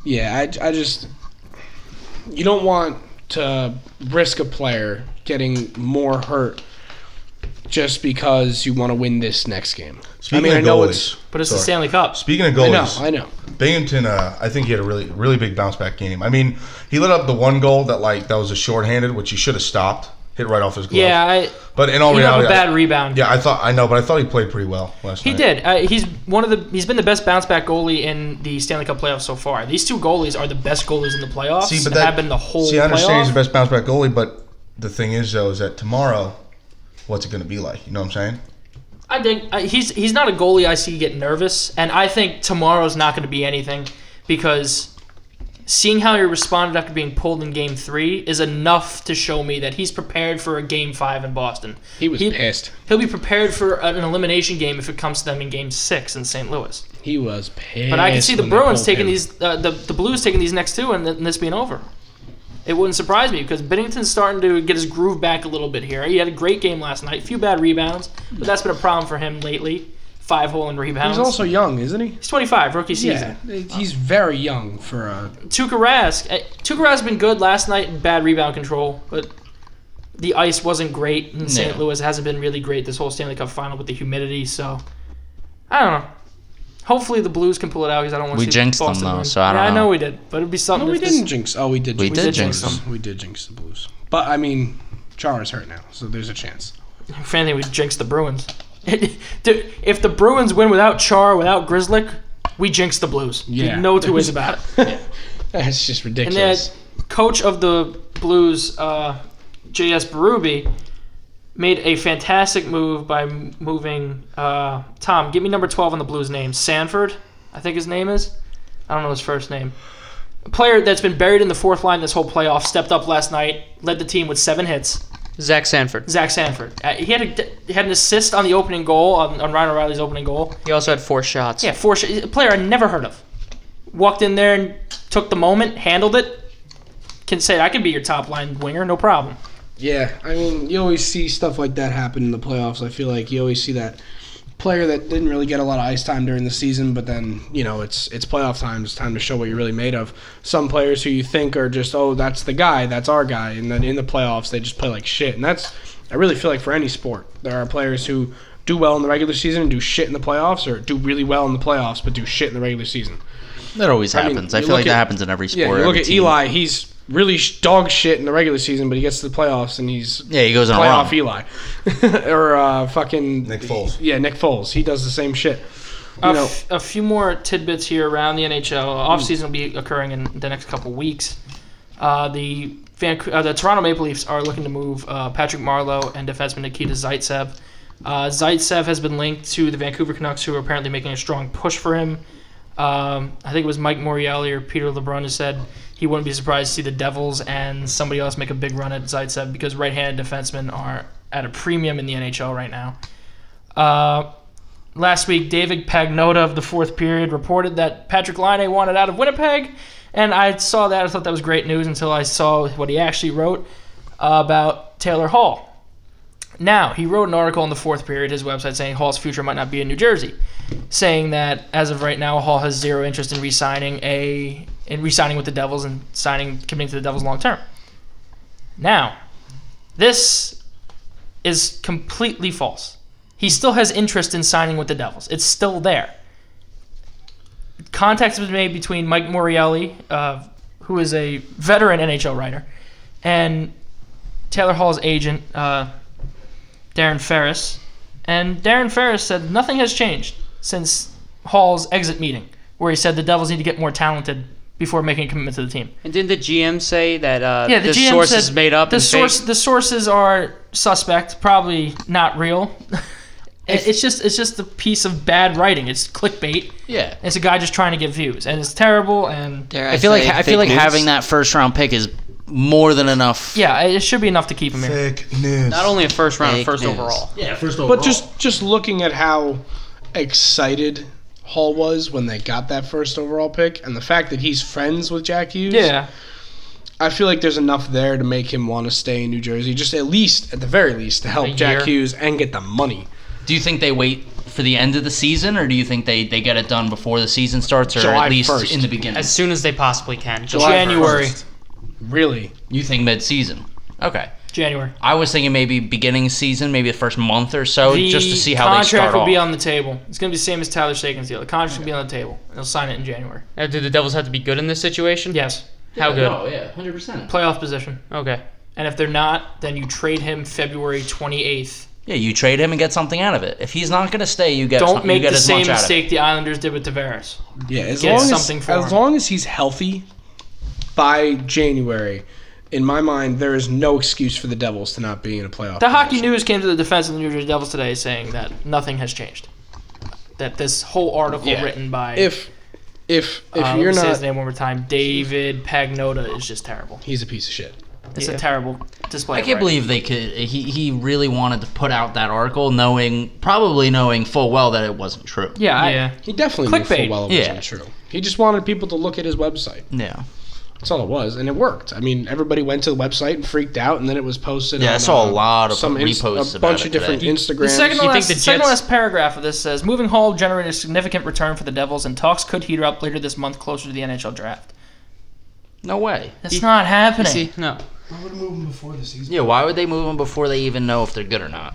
S4: Yeah, I, I just you don't want to risk a player getting more hurt just because you want to win this next game.
S5: Speaking
S4: I mean,
S5: of
S4: I know
S5: goalies,
S4: it's
S1: But it's the
S5: Sorry.
S1: Stanley Cup.
S5: speaking of
S4: I know,
S5: goalies,
S4: I know.
S5: Binghamton, uh, I think he had a really, really big bounce back game. I mean, he let up the one goal that like that was a shorthanded, which he should have stopped, hit right off his glove.
S1: Yeah, I,
S5: but in all
S1: he got a
S5: reality, I-
S1: bad rebound.
S5: Oh, yeah, I thought I know, but I thought he played pretty well last
S1: He
S5: night.
S1: did. Uh, he's one of the. He's been the best bounce back goalie in the Stanley Cup playoffs so far. These two goalies are the best goalies in the playoffs.
S5: See, but
S1: and
S5: that
S1: have been the whole.
S5: See, I understand
S1: playoff.
S5: he's the best bounce back goalie, but the thing is though, is that tomorrow, what's it going to be like? You know what I'm saying?
S1: I think I, he's he's not a goalie I see get nervous, and I think tomorrow's not going to be anything because seeing how he responded after being pulled in Game Three is enough to show me that he's prepared for a Game Five in Boston.
S4: He was
S1: He-
S4: pissed.
S1: He'll be prepared for an elimination game if it comes to them in Game Six in St. Louis.
S4: He was pissed.
S1: But I can see the
S4: when they
S1: Bruins
S4: pulled
S1: taking
S4: him.
S1: these, uh, the the Blues taking these next two, and, th- and this being over. It wouldn't surprise me because Bennington's starting to get his groove back a little bit here. He had a great game last night, few bad rebounds, but that's been a problem for him lately. Five hole and rebounds.
S4: He's also young, isn't he?
S1: He's 25, rookie
S4: Yeah,
S1: season.
S4: he's very young for uh, a.
S1: Tuukka Rask, eh, Tuukka Rask been good last night in bad rebound control, but the ice wasn't great in St. Louis. It hasn't been really great this whole Stanley Cup final with the humidity. So I don't know. Hopefully the Blues can pull it out because I don't want to
S6: We
S1: see
S6: jinxed them,
S1: Boston
S6: though,
S1: win.
S6: so I don't
S1: yeah, I know
S6: know.
S1: we did, but it'd be something.
S4: No, we
S1: if this-
S4: didn't jinx. Oh, we did.
S6: We
S4: jinx
S6: did
S4: the
S6: jinx
S4: Blues. We did jinx the Blues. But I mean, Chara's hurt now, so there's a chance.
S1: If anything, we jinxed the Bruins. <laughs> Dude, if the Bruins win without Char, without Grizzlick, we jinx the Blues.
S4: Yeah.
S1: No two ways about it.
S4: <laughs> That's just
S1: And then
S4: ridiculous.
S1: coach of the Blues, uh, J.S. Berube, made a fantastic move by m- moving uh, Tom. Give me number twelve on the Blues name. Sanford, I think his name is. I don't know his first name. A player that's been buried in the fourth line this whole playoff stepped up last night, led the team with seven hits.
S3: Zach Sanford.
S1: Zach Sanford. Uh, he had a, he had an assist on the opening goal on, on Ryan O'Reilly's opening goal.
S3: He also had four shots.
S1: Yeah, four sh- a player I never heard of. Walked in there and took the moment, handled it. Can say I can be your top line winger, no problem.
S4: Yeah, I mean, you always see stuff like that happen in the playoffs. I feel like you always see that player that didn't really get a lot of ice time during the season, but then you know it's it's playoff time. It's time to show what you're really made of. Some players who you think are just oh that's the guy, that's our guy, and then in the playoffs they just play like shit. And that's I really feel like for any sport there are players who do well in the regular season and do shit in the playoffs, or do really well in the playoffs but do shit in the regular season.
S6: That always
S4: mean,
S6: happens. I,
S4: you
S6: feel like
S4: look
S6: that
S4: at-
S6: happens in every sport.
S4: Yeah, you look
S6: every
S4: at
S6: team.
S4: Eli, he's really sh- dog shit in the regular season, but he gets to the playoffs and he's
S6: Yeah, he goes on a run.
S4: playoff Eli, <laughs> or uh, fucking
S5: Nick Foles.
S4: Yeah, Nick Foles. He does the same shit. Uh, You
S1: A,
S4: know, Hmm.
S1: f- a few more tidbits here around the NHL. Offseason will be occurring in the next couple weeks. Uh, the Vancouver, uh, the Toronto Maple Leafs are looking to move uh, Patrick Marlowe and defenseman Nikita Zaitsev. Uh, Zaitsev has been linked to the Vancouver Canucks, who are apparently making a strong push for him. Um, I think it was Mike Morreale or Peter LeBrun who said he wouldn't be surprised to see the Devils and somebody else make a big run at Zaitsev because right-handed defensemen are at a premium in the NHL right now. Uh, last week, David Pagnota of the fourth period reported that Patrick Line wanted out of Winnipeg, and I saw that. I thought that was great news until I saw what he actually wrote about Taylor Hall. Now, he wrote an article in the fourth period, his website, saying Hall's future might not be in New Jersey, saying that as of right now, Hall has zero interest in re-signing a in re-signing with the Devils and signing committing to the Devils long term. Now, this is completely false he still has interest in signing with the Devils. It's still there. Contact was made between Mike Morreale, uh, who is a veteran NHL writer, and Taylor Hall's agent, uh, Darren Ferris. And Darren Ferris said nothing has changed since Hall's exit meeting, where he said the Devils need to get more talented before making a commitment to the team.
S3: And didn't the GM say that uh,
S1: Yeah, the,
S3: this
S1: GM
S3: source
S1: said
S3: is made up?
S1: The
S3: and fake?
S1: source, the sources are suspect, probably not
S3: <laughs>
S1: real. It- it's just, it's just a piece of bad writing. It's clickbait.
S6: Yeah.
S1: It's a guy just trying to get views, and it's terrible. And
S2: Dare
S6: I feel like
S2: say
S6: I
S2: fake
S6: feel like
S2: news?
S6: having that first round pick is more than enough.
S1: yeah, it should be enough to keep him here.
S5: Fake news.
S3: Not only a first round,
S2: Fake
S3: first
S2: news.
S3: overall.
S7: Yeah, first of all.
S4: but just just looking at how excited Hall was when they got that first overall pick, and the fact that he's friends with Jack Hughes.
S1: Yeah,
S4: I feel like there's enough there to make him want to stay in New Jersey, just at least, at the very least, to help Jack
S3: year.
S4: Hughes and get the money.
S6: Do you think they wait for the end of the season, or do you think they, they get it done before the season starts, or
S4: July
S6: at least
S4: 1st.
S6: in the beginning?
S3: as soon as they possibly can. Just
S4: July
S1: January.
S4: 1st. Really?
S6: you think mid season? Okay.
S1: January.
S6: I was thinking maybe beginning season, maybe the first month or so,
S1: The
S6: just to see how they
S1: contract
S6: start
S1: will
S6: off.
S1: be on the table. It's going to be the same as Tyler Sagan's deal. The contract will be on the table. They'll sign it in January.
S3: Uh, do the Devils have to be good in this situation?
S1: Yes.
S3: How good?
S7: Oh yeah, hundred percent.
S1: Playoff position.
S3: Okay.
S1: And if they're not, then you trade him February 28th.
S6: yeah, you trade him and get something out of it. If he's not going to stay, you get
S1: Don't
S6: some- you
S1: make
S6: get
S1: the
S6: as
S1: same
S6: much out of it.
S1: mistake the Islanders did with Tavares.
S4: Yeah, as
S1: Get
S4: long as,
S1: something for
S4: as
S1: him.
S4: long as he's healthy by January, in my mind, there is no excuse for the Devils to not be in a playoff.
S1: The hockey
S4: position.
S1: news came to the defense of the New Jersey Devils today saying that nothing has changed. That this whole article
S4: Yeah.
S1: written by
S4: If if if
S1: uh, let me
S4: you're
S1: say his
S4: not,
S1: name one more time, David Pagnota is just terrible.
S4: he's a piece of shit.
S1: It's
S3: Yeah.
S1: a terrible display.
S6: I
S1: of
S6: can't
S1: writing.
S6: believe they could. He, he really wanted to put out that article, knowing probably knowing full well that it wasn't true.
S1: Yeah, I,
S3: yeah.
S4: He definitely knew full
S1: Clickbait.
S4: well it
S6: Yeah.
S4: wasn't true. He just wanted people to look at his website.
S6: Yeah,
S4: That's all it was, and it worked. I mean, everybody went to the website and freaked out, and then it was posted.
S6: Yeah, I
S4: on,
S6: saw a
S4: uh,
S6: lot of
S4: some inst-
S6: reposts
S4: a
S6: about
S4: bunch
S6: it
S4: of different
S6: today.
S4: Instagrams.
S1: The second, to
S3: You think
S1: last,
S3: the
S1: second to
S3: Jets-
S1: last paragraph of this says Moving Hall generated a significant return for the Devils, and talks could heat up later this month closer to the NHL draft.
S6: no way.
S1: That's not happening.
S3: See, no.
S8: I would move him before the season.
S6: Yeah, why would they move him before they even know if they're good or not?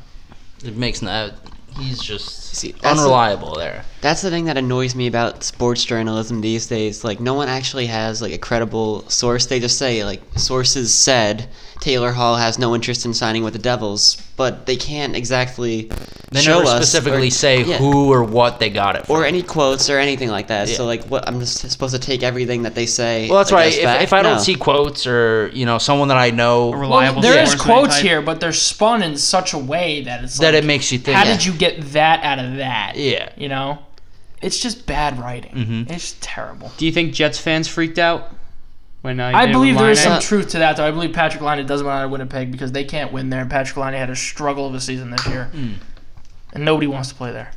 S6: It makes no. He's just
S2: See, that's the-
S6: unreliable there.
S2: That's the thing that annoys me about sports journalism these days. Like, no one actually has like a credible source. They just say like sources said Taylor Hall has no interest in signing with the Devils, but they can't exactly
S6: They
S2: show
S6: never
S2: us
S6: specifically
S2: or,
S6: say
S2: yeah,
S6: who or what they got it for.
S2: or any quotes or anything like that. So like, what I'm just supposed to take everything that they say.
S6: well, that's
S2: like,
S6: right.
S2: as
S6: If,
S2: fact?
S6: if I don't
S2: No.
S6: see quotes or you know someone that I know,
S3: A
S1: Well,
S3: reliable
S1: there is
S3: source of any
S1: quotes
S3: type.
S1: here, but they're spun in such a way that it's
S6: that
S1: like,
S6: it makes you think.
S1: how did you get that out of that?
S6: Yeah.
S1: You know? It's just bad writing. It's just terrible.
S3: Do you think Jets fans freaked out when uh, you
S1: I
S3: did it
S1: believe
S3: with
S1: there is some
S3: Laine?
S1: truth to that, though. I believe Patrick Line doesn't want out of Winnipeg because they can't win there. Patrick Line had a struggle of a season this year, and nobody wants to play there.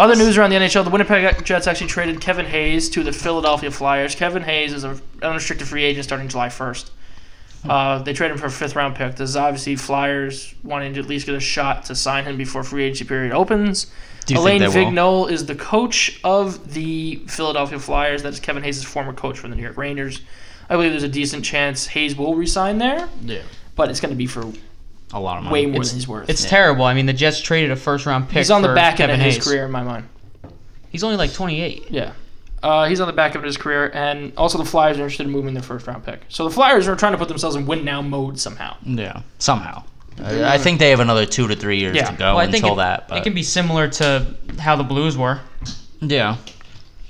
S1: Other news around the NHL: the Winnipeg Jets actually traded Kevin Hayes to the Philadelphia Flyers. Kevin Hayes is an unrestricted free agent starting July first. Uh, they traded him for a fifth round pick. This is obviously Flyers wanting to at least get a shot to sign him before free agency period opens.
S6: Do you
S1: Elaine
S6: think they will?
S1: Vigneault is the coach of the Philadelphia Flyers. That is Kevin Hayes' former coach from the New York Rangers. I believe there's a decent chance Hayes will resign there,
S6: Yeah,
S1: but it's going to be for
S6: a lot of money.
S1: way more
S3: It's-
S1: than he's worth.
S3: It's terrible. I mean, the Jets traded a first round pick.
S1: he's on the
S3: for
S1: back end
S3: Kevin
S1: of his
S3: Hayes.
S1: career, in my mind.
S3: He's only like 28.
S1: Yeah. Uh, he's on the back end of his career, and also the Flyers are interested in moving their first round pick. So the Flyers are trying to put themselves in win now mode somehow.
S6: Yeah, somehow. I, I think they have another two to three years
S1: Yeah.
S6: to go
S3: Well, I think
S6: until
S3: it,
S6: that. But
S3: it can be similar to how the Blues were
S6: yeah,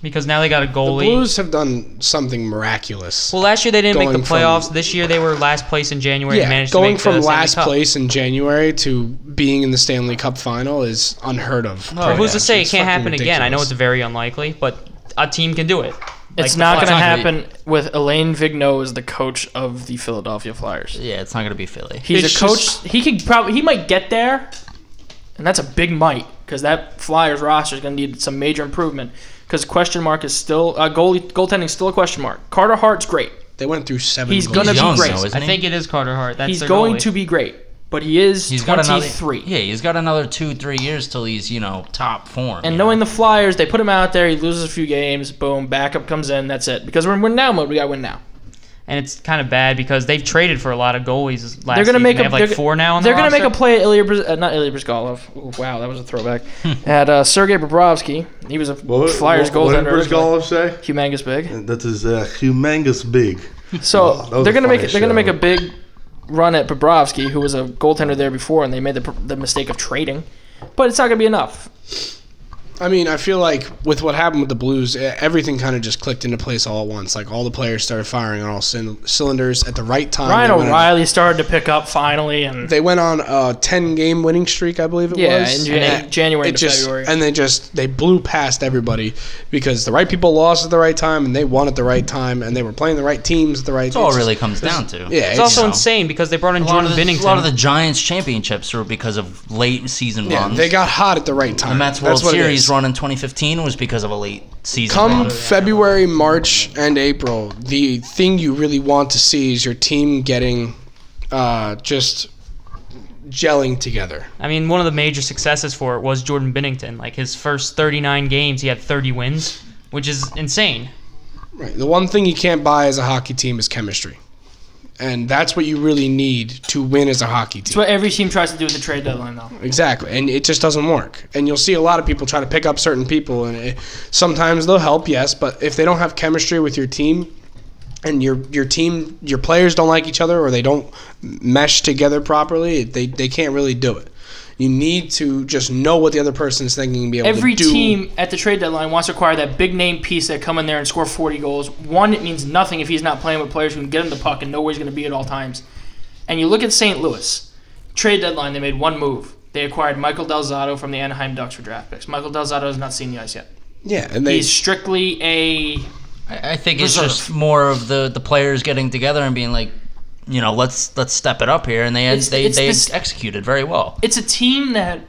S3: because now they got a goalie.
S4: Blues have done something miraculous.
S3: well, last year they didn't make the
S4: Going from-
S3: playoffs. this year they were last place in January and
S4: yeah,
S3: managed to
S4: going
S3: make
S4: from
S3: the Stanley
S4: last
S3: Cup.
S4: place in January to being in the Stanley Cup final is unheard of.
S6: Oh,
S3: Who's to
S6: yeah.
S3: say it
S4: It's
S3: can't
S4: fucking
S3: happen again? I know
S4: ridiculous.
S3: it's very unlikely, but a team can do it.
S1: It's
S3: the
S1: not going to
S6: Flyers.
S1: happen with Elaine Vigneault as the coach of the Philadelphia Flyers.
S6: yeah, it's not gonna be Philly.
S1: He's
S3: It's
S1: a coach.
S3: just-
S1: he could probably he might get there, and that's a big might because that Flyers roster is going to need some major improvement because question mark is still uh, goalie goaltending's still a question mark. Carter Hart's great.
S4: They went through seven.
S1: He's
S4: goals.
S1: gonna be
S6: young,
S1: great.
S6: though, isn't
S3: I
S6: he?
S3: think it is Carter Hart. That's
S1: He's
S3: their
S1: going
S3: goalie.
S1: to be great, but he is
S6: He's got another
S1: 23.
S6: Yeah, he's got another two, three years till he's you know top form.
S1: And
S6: you know?
S1: knowing the Flyers, they put him out there. He loses a few games. Boom, backup comes in. That's it. Because we're in win now mode. We got to win now.
S3: and it's kind of bad because they've traded for a lot of goalies last
S1: They're
S3: season.
S1: gonna make
S3: they
S1: a
S3: have like
S1: they're-
S3: four now. On
S1: they're
S3: the
S1: gonna make a
S3: roster.
S1: play at Ilya, Briz- uh, not Ilya Brizgalov. Ooh, wow, that was a throwback. at uh, Sergei Bobrovsky, he was a Flyers
S8: what,
S1: goaltender.
S8: What did Brizgalov say?
S1: Humongous big.
S8: That is uh, humongous big.
S1: So
S8: Wow, that was
S1: they're
S8: the
S1: gonna make
S8: funniest
S1: they're gonna
S8: shit
S1: make a
S8: ever.
S1: big run at Bobrovsky, who was a goaltender there before, and they made the, pr- the mistake of trading, but it's not gonna be enough.
S4: I mean, I feel like with what happened with the Blues, e- everything kind of just clicked into place all at once. Like all the players started firing on all cyn- cylinders at the right time.
S1: Ryan
S4: They went on-
S1: O'Reilly started to pick up finally, and
S4: They went on a ten-game winning streak, I believe it
S1: yeah, in
S4: was.
S1: Jan-
S4: And
S1: January
S4: it
S1: to
S4: just
S1: February.
S4: and they just they blew past everybody because the right people lost at the right time and they won at the right time and they were playing the right teams at the right.
S6: that's all it really comes down to.
S4: Yeah,
S3: It's also
S6: know.
S3: insane because they brought in
S6: Oh. A lot,
S3: Jordan
S6: of the,
S3: Binnington.
S6: a lot of the Giants championships were because of late season
S4: Yeah,
S6: runs.
S4: they got hot at the right time.
S6: the Mets World
S4: That's what it
S6: Series
S4: is.
S6: Phillies' run in 2015 was because of a late season.
S4: Come
S6: run.
S4: February, March, and April, the thing you really want to see is your team getting uh, just gelling together.
S3: I mean, one of the major successes for it was Jordan Bennington. Like his first 39 games, he had 30 wins, which is insane.
S4: Right. The one thing you can't buy as a hockey team is chemistry. And that's what you really need to win as a hockey
S1: It's
S4: team.
S1: what every team tries to do with the trade deadline, though.
S4: Exactly. And it just doesn't work. And you'll see a lot of people try to pick up certain people and it, sometimes they'll help, yes, but if they don't have chemistry with your team and your your team your players don't like each other or they don't mesh together properly, they they can't really do it. You need to just know what the other person is thinking and be able
S1: Every
S4: to do
S1: team at the trade deadline wants to acquire that big name piece that come in there and score 40 goals. One, it means nothing if he's not playing with players who can get him the puck and know where he's going to be at all times. And you look at St. Louis. Trade deadline, they made one move. They acquired Michael Delzato from the Anaheim Ducks for draft picks. Michael Delzato has not seen the ice yet.
S4: Yeah, and they
S1: He's strictly a
S6: I I think it's
S1: Reserve.
S6: just more of the the players getting together and being like, you know, let's let's step it up here, and they had,
S1: It's-
S6: they
S1: it's
S6: they
S1: this-
S6: executed very well.
S1: it's a team that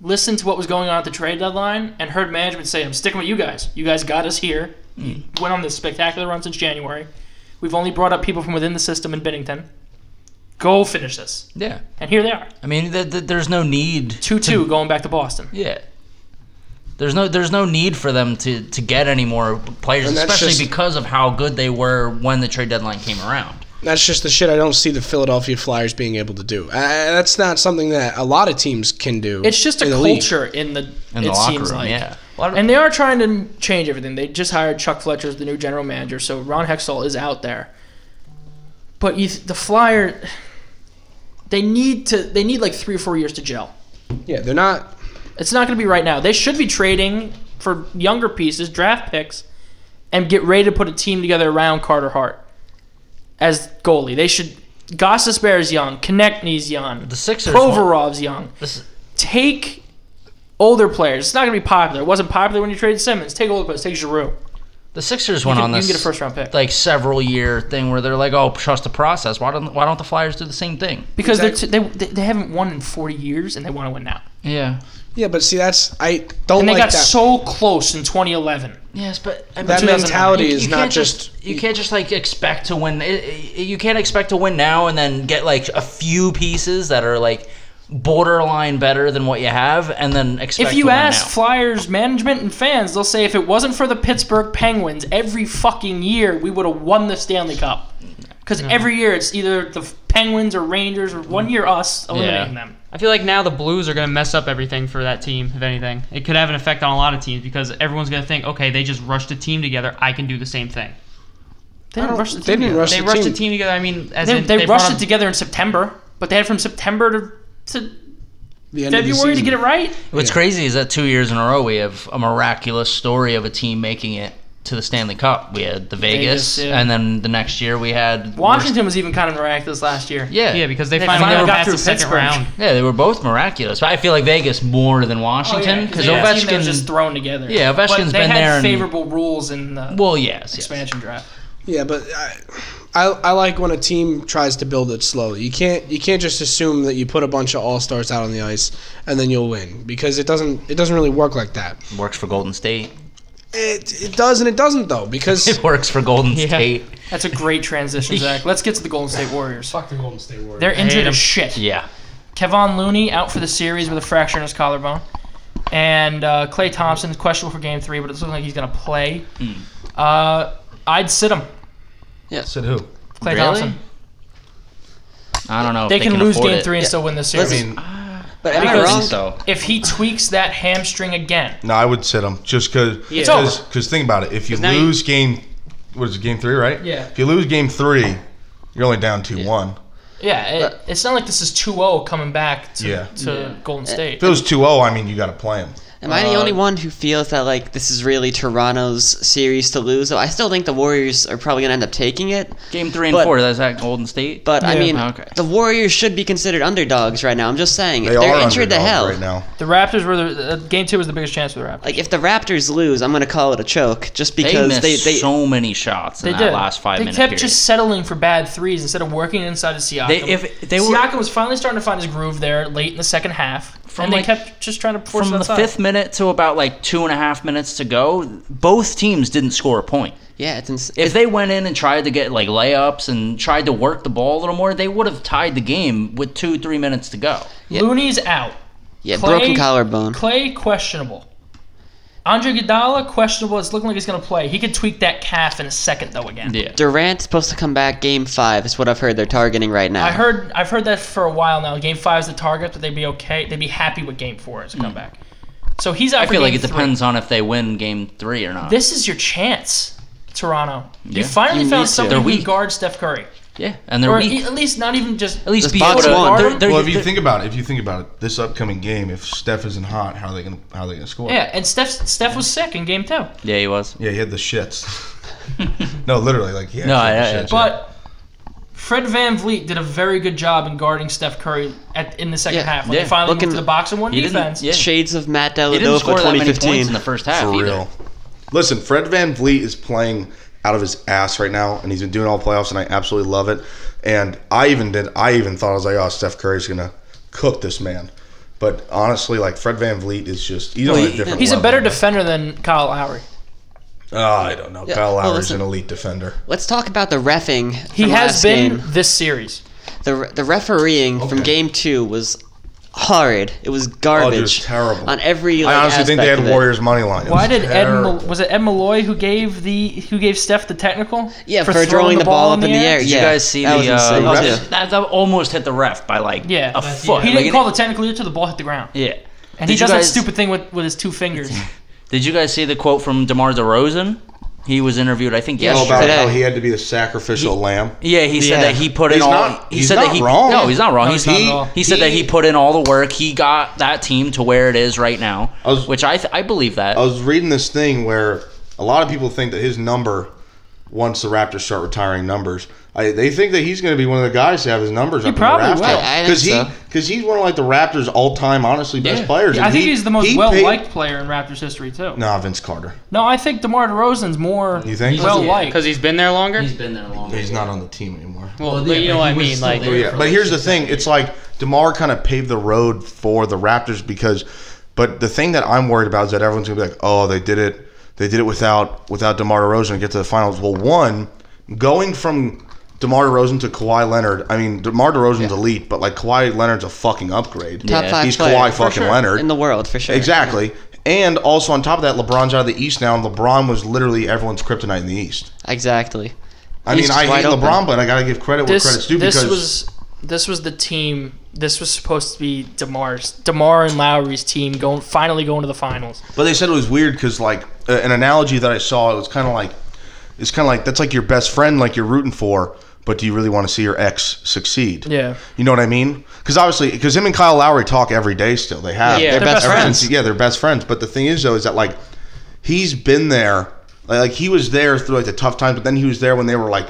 S1: listened to what was going on at the trade deadline and heard management say, "I'm sticking with you guys. You guys got us here.
S6: Mm.
S1: Went on this spectacular run since January. We've only brought up people from within the system in Bennington. Go finish this."
S6: Yeah,
S1: And here they are,
S6: I mean, th- th- there's no need. <laughs>
S1: two-two, going back to Boston.
S6: Yeah. There's no there's no need for them to, to get any more players,
S4: And that's
S6: especially
S4: just-
S6: because of how good they were when the trade deadline came around.
S4: That's just the shit I don't see the Philadelphia Flyers being able to do. Uh, that's not something that a lot of teams can do.
S1: It's just a
S4: in the league.
S1: culture in the it
S6: In the locker
S1: seems
S6: room,
S1: like.
S6: yeah.
S1: And they are trying to change everything. They just hired Chuck Fletcher as the new general manager, so Ron Hextall is out there. But you th- the Flyer, they need to. They need like three or four years to gel.
S4: Yeah, they're not.
S1: It's not going to be right now. They should be trading for younger pieces, draft picks, and get ready to put a team together around Carter Hart as goalie. They should. Gosses is young. Konechny's young.
S6: The Sixers want-
S1: Provorov's young.
S6: This-
S1: Take older players. It's not going to be popular. It wasn't popular when you traded Simmons. Take older players. Take Giroux.
S6: the Sixers
S1: You
S6: went
S1: can,
S6: on
S1: you
S6: this
S1: can get a first round pick
S6: like several year thing where they're like, "Oh, trust the process. Why don't why don't the Flyers do the same thing?"
S1: because they're t- they they haven't won in 40 years and they want to win now.
S6: Yeah.
S4: Yeah, but see, that's I don't
S1: And they
S4: like
S1: got
S4: that.
S1: so close in 2011.
S6: Yes, but I mean,
S4: That
S6: 2009
S4: mentality
S6: you- you
S4: is
S6: can't
S4: not
S6: you can't just like expect to win. it- it- You can't expect to win now and then get like a few pieces that are like borderline better than what you have, and then expect.
S1: If you
S6: to win
S1: ask
S6: now.
S1: Flyers management and fans, they'll say if it wasn't for the Pittsburgh Penguins every fucking year, we would have won the Stanley Cup. Because every year it's either the Penguins or Rangers or one year us eliminating them.
S3: I feel like now the Blues are going to mess up everything for that team, if anything. It could have an effect on a lot of teams because everyone's going to think, okay, they just rushed a team together. I can do the same thing.
S1: They didn't rush the
S4: they
S1: team.
S4: didn't
S1: together.
S4: rush
S3: They
S4: the
S3: rushed
S4: team.
S3: a team together. I mean, as
S1: They,
S3: in,
S1: they
S3: they
S1: rushed
S3: brought
S1: it
S3: up-
S1: together in September, but they had from September to, to
S4: The end of the
S1: February to
S4: season.
S1: get it right.
S6: What's crazy is that two years in a row we have a miraculous story of a team making it to the Stanley Cup. We had the Vegas,
S1: Vegas, yeah.
S6: and then the next year we had
S1: Washington was even kind of miraculous last year.
S6: Yeah,
S3: Yeah, because they,
S1: They
S3: finally,
S1: finally
S3: got
S1: got
S3: past
S1: through
S3: the second
S1: Pittsburgh.
S3: round.
S6: yeah, they were both miraculous. But I feel like Vegas more
S1: Oh,
S6: than Washington because Ovechkin
S1: was just thrown together.
S6: Yeah,
S1: But
S6: Ovechkin's
S1: they
S6: been
S1: had
S6: there and-
S1: favorable rules in the
S6: Well, yes, yes.
S1: expansion draft.
S4: Yeah, but I, I I like when a team tries to build it slowly. You can't you can't just assume that you put a bunch of all stars out on the ice and then you'll win because it doesn't it doesn't really work like that.
S6: works for Golden State.
S4: It it does and it doesn't though <laughs> because
S6: <laughs> It works for Golden State.
S1: That's a great transition,
S6: <laughs>
S1: Zach. Let's get to the Golden State Warriors.
S4: fuck the Golden State Warriors.
S1: They're injured
S3: him.
S1: as shit.
S6: Yeah.
S1: Kevon Looney out for the series with a fracture in his collarbone. And uh, Clay Thompson is questionable for game three, but it's looking like he's going to play.
S6: Hmm.
S1: Uh, I'd sit him,
S5: Said who?
S1: Clay
S6: Really?
S1: Thompson.
S6: I don't know.
S1: They,
S6: if
S1: can, lose
S6: afford
S1: game
S6: it.
S1: three and still win the series.
S5: I mean,
S2: But am I
S1: Because-
S2: wrong?
S6: So
S1: if he tweaks that hamstring again,
S5: no, I would sit him just because.
S1: It's over.
S5: Because think about it. If you
S3: 'Cause now you-
S5: lose game, what is it? Game three, right?
S1: Yeah.
S5: If you lose game three, you're only down two one.
S1: yeah, it, it's not like this is 2 0 coming back to,
S5: Yeah.
S1: to Golden State.
S5: If it was 2-0, I mean, you got to play him.
S2: Am I the
S6: Uh,
S2: only one who feels that like this is really Toronto's series to lose? Though I still think the Warriors are probably gonna end up taking it.
S6: game three and
S2: But-
S6: four. That's at Golden State.
S2: But I
S1: Yeah.
S2: mean,
S6: Okay.
S2: the Warriors should be considered underdogs right now. I'm just saying
S5: They
S2: if they're
S5: are
S2: injured to
S5: underdogs
S2: hell.
S5: right now.
S1: The Raptors were the uh, game two was the biggest chance for the Raptors.
S2: Like if the Raptors lose, I'm gonna call it a choke just
S6: They
S2: because
S6: missed
S2: they they,
S6: so many shots in that last five
S1: they
S6: minute
S1: kept
S6: period.
S1: just settling for bad threes instead of working inside of Siakam.
S6: They- if- they were-
S1: Siakam was finally starting to find his groove there late in the second half.
S6: from
S1: and
S6: like
S1: they kept just trying to force
S6: from
S1: it
S6: the
S1: outside.
S6: fifth minute to about like two and a half minutes to go, both teams didn't score a point.
S2: Yeah, it's ins-
S6: If they went in and tried to get like layups and tried to work the ball a little more, they would have tied the game with two, three minutes to go.
S2: Yeah.
S1: Looney's out.
S2: yeah
S1: Clay-
S2: broken collarbone.
S1: Clay questionable. Andre Iguodala questionable. It's looking like he's going to play. He could tweak that calf in a second though again.
S6: Yeah.
S2: Durant's supposed to come back game five. Is what I've heard they're targeting right now.
S1: I heard I've heard that for a while now. Game five is the target, but they'd be okay. They'd be happy with game four as a comeback. So he's out.
S6: Hmm. I
S1: for
S6: feel like
S1: game
S6: it
S1: three.
S6: depends on if they win game three or not.
S1: This is your chance, Toronto. You
S6: Yeah.
S1: finally
S2: You need
S1: found
S2: to.
S1: somebody
S6: They're
S1: who can
S6: weak.
S1: guard Steph Curry,
S6: yeah. And they're
S1: or
S6: weak.
S1: e- at least not even just.
S6: At least
S2: Just
S6: be
S2: box
S6: able to-
S2: one.
S6: they're- they're-
S9: Well, if you
S6: they're-
S9: think about it, if you think about it, this upcoming game, if Steph isn't hot, how are they gonna how are they gonna score?
S1: Yeah, and Steph Steph was sick in game two,
S6: yeah, he was.
S9: Yeah, he had the
S5: <laughs>
S9: shits. no, literally, like yeah.
S6: No, yeah, yeah.
S1: but Fred Van Vliet did a very good job in guarding Steph Curry at, in the second
S2: Yeah,
S1: half when
S6: yeah.
S1: they finally
S2: Looking-
S1: went to the box and won
S6: he didn't-
S1: defense.
S6: yeah.
S2: Shades of Matt
S6: He didn't
S2: Dellavedova
S6: score that many
S2: 2015.
S6: points in the first half
S5: For
S6: either.
S5: real. Listen, Fred Van Vliet is playing out of his ass right now, and he's been doing all playoffs, and I absolutely love it. And I even did, I even thought I was like, oh, Steph Curry's gonna cook this man. But honestly, like Fred Van Vliet is just he's on a
S2: he-
S5: different.
S1: He's a
S5: level. Ah,
S1: better defender than Kyle Lowry.
S9: Oh, I don't know. Kyle
S2: well,
S9: Lowry's
S2: listen.
S9: an elite defender.
S2: Let's talk about the refing.
S1: He
S2: from
S1: has
S2: last
S1: been
S2: game.
S1: this series.
S2: the the refereeing from
S9: Okay.
S2: game two was horrid. It was
S9: Oh,
S2: garbage.
S9: dude, it's terrible.
S2: on every. Like,
S9: I honestly think they
S2: aspect
S9: had
S2: of it.
S9: Warriors money line. It
S1: Why
S9: was
S1: did Ed Mal-
S9: terrible.
S1: was it Ed Malloy who gave the who gave Steph the technical?
S2: Yeah, for, throwing the ball up in the air.
S6: Did
S2: yeah,
S6: you guys see
S2: that
S6: the?
S2: was insane,
S6: Uh,
S2: too.
S6: that, that almost hit the ref by like
S1: Yeah,
S6: a foot.
S1: he
S6: Like,
S1: didn't call the technical either till the ball hit the ground,
S6: Yeah.
S1: and
S6: Did
S1: he
S6: you
S1: does that
S6: guys-
S1: stupid thing with, with his two
S2: <laughs>
S1: fingers.
S6: Did you guys see the quote from DeMar DeRozan? He was interviewed, I think,
S2: Yeah,
S9: All
S6: yesterday.
S9: about
S2: Today.
S9: how he had to be the sacrificial lamb.
S6: Yeah, he
S2: Yeah.
S6: said that he put
S9: He's
S6: in all.
S9: not-
S6: he
S9: he's
S6: said
S9: not
S6: that he,
S9: wrong.
S6: No, he's not wrong. he's
S1: he's
S6: he,
S1: not wrong.
S6: he said that he put in all the work. He got that team to where it is right now,
S5: I was-
S6: which I th- I believe that.
S5: I was reading this thing where a lot of people think that his number, once the Raptors start retiring numbers, I, they think that he's going to be one of the guys to have his numbers up
S1: probably
S5: in the
S1: will.
S2: I- I think
S5: Raptors he
S2: so.
S5: because he's one of like the Raptors all time honestly best
S6: Yeah.
S5: players.
S1: I
S5: and
S1: think
S5: he-
S1: he's the most
S5: he
S1: well liked
S5: paid-
S1: player in Raptors history too. No,
S5: Nah, Vince Carter.
S1: I think DeMar DeRozan's more
S9: You think?
S1: well liked.
S3: because he's been there longer.
S10: He's been there longer.
S5: He's not on the team anymore.
S3: well,
S10: Well,
S3: but
S10: yeah,
S3: you know
S10: but
S3: what I
S10: he was
S3: mean.
S10: still
S3: Like,
S10: there.
S5: But Oh, yeah, but here's the thing. It's like Demar kind of paved the road for the Raptors because, but the thing that I'm worried about is that everyone's gonna be like, oh, they did it, they did it without without Demar Derozan to get to the finals. Well, one, going from Demar Derozan to Kawhi Leonard. I mean, Demar Derozan's elite, but like Kawhi Leonard's a fucking upgrade.
S2: Top five
S5: he's
S2: player,
S5: Kawhi
S2: for
S5: fucking
S2: sure,
S5: Leonard
S2: in the world for sure.
S5: Exactly. And also on top of that, LeBron's out of the East now, and LeBron was literally everyone's kryptonite in the East.
S2: Exactly.
S5: I
S2: East
S5: mean,
S2: is
S5: I
S2: wide
S5: hate
S2: open.
S5: LeBron, but I gotta give credit where credit's
S1: this
S5: due
S1: this
S5: because
S1: was this was the team. This was supposed to be DeMar's DeMar and Lowry's team going finally going to the finals.
S5: But they said it was weird because like uh, an analogy that I saw, it was kind of like it's kind of like that's like your best friend, like you're rooting for. But do you really want to see your ex succeed?
S1: Yeah.
S5: You know what I mean? Because obviously, because him and Kyle Lowry talk every day still. They have.
S1: Yeah, they're best
S5: ever
S1: friends.
S5: since- yeah, they're best friends. But the thing is, though, is that like he's been there. Like, like, he was there through like the tough times, but then he was there when they were like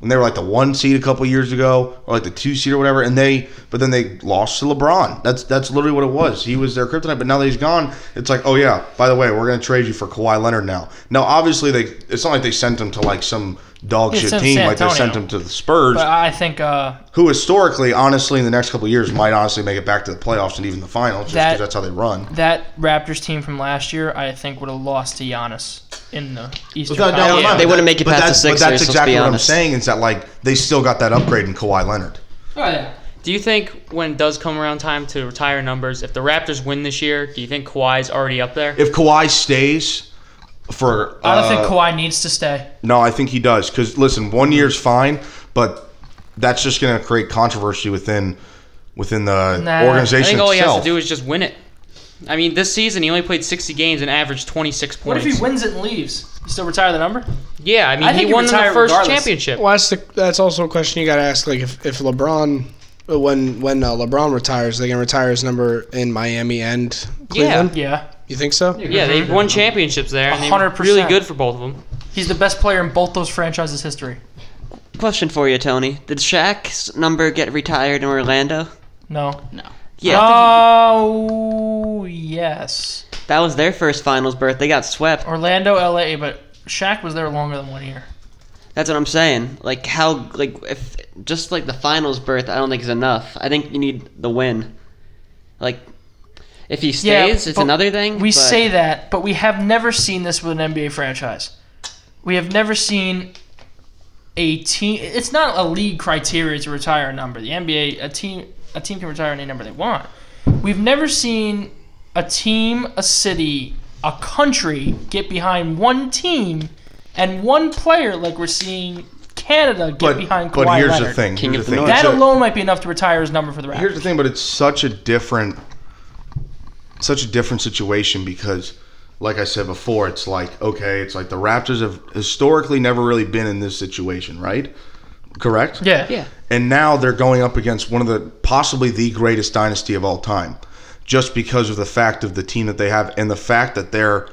S5: when they were like the one seed a couple years ago, or like the two seed or whatever. And they, but then they lost to LeBron. That's that's literally what it was. He was their kryptonite, but now that he's gone, it's like, oh yeah, by the way, we're gonna trade you for Kawhi Leonard now. Now, obviously, they it's not like they sent him to like some dog
S1: Yeah,
S5: shit
S1: sent
S5: team
S1: San
S5: like they
S1: Antonio.
S5: sent him to the Spurs
S1: But I think uh,
S5: who historically, honestly, in the next couple of years might honestly make it back to the playoffs and even the finals, just
S1: That-
S5: because that's how they run.
S1: that Raptors team from last year, I think would have lost to Giannis in the Eastern
S5: Without a doubt in
S1: Conference.
S5: my mind.
S2: they
S5: But
S2: wouldn't
S5: that-
S2: make it
S5: but
S2: past the
S5: that's-
S2: Sixers,
S5: But that's
S2: let's be
S5: exactly what I'm
S2: honest.
S5: saying. Is that like they still got that upgrade in Kawhi Leonard?
S1: Oh, yeah.
S3: do you think when it does come around time to retire numbers, if the Raptors win this year, do you think Kawhi's already up there?
S5: If Kawhi stays for,
S1: I don't
S5: uh,
S1: think Kawhi needs to stay.
S5: No, I think he does. Because listen, one year's fine, but that's just going to create controversy within within the
S1: Nah.
S3: I
S5: organization
S3: think all he
S5: itself.
S3: has to do is just win it. I mean, this season he only played 60 games and averaged 26
S1: What
S3: points.
S1: if he wins it and leaves? You still retire the number?
S3: yeah, I mean,
S1: I
S3: he
S1: think he
S3: won them the
S1: retired
S3: first
S1: regardless.
S3: championship.
S4: Well, that's the, that's also a question you got to ask. Like if, if LeBron, when when uh, LeBron retires, they can retire his number in Miami and Cleveland.
S1: Yeah.
S4: You think so?
S3: Yeah,
S1: Mhm.
S3: they won championships there. and they were
S1: 100%.
S3: Really good for both of them.
S1: He's the best player in both those franchises' history.
S2: Question for you, Tony. Did Shaq's number get retired in Orlando?
S1: No.
S2: Yeah,
S1: Oh, yes.
S2: that was their first finals berth. They got swept.
S1: Orlando, LA, but Shaq was there longer than one year.
S2: That's what I'm saying. Like how, like if just like the finals berth, I don't think is enough. I think you need the win. Like If he stays, it's
S1: but
S2: another thing.
S1: We
S2: but-
S1: say that, but we have never seen this with an NBA franchise. We have never seen a team. It's not a league criteria to retire a number. The NBA, a team, a team can retire any number they want. We've never seen a team, a city, a country get behind one team and one player like we're seeing Canada get
S5: But,
S1: behind Kawhi
S5: but here's
S1: Leonard.
S5: the thing.
S2: King of
S5: here's the
S2: the
S5: thing.
S1: That
S2: North.
S5: So-
S1: alone might be enough to retire his number for the Raptors.
S5: Here's the thing, but it's such a different, such a different situation because, like I said before, it's like okay, it's like the Raptors have historically never really been in this situation, right? Correct.
S1: yeah.
S2: Yeah.
S5: And now they're going up against one of the possibly the greatest dynasty of all time, just because of the fact of the team that they have and the fact that they're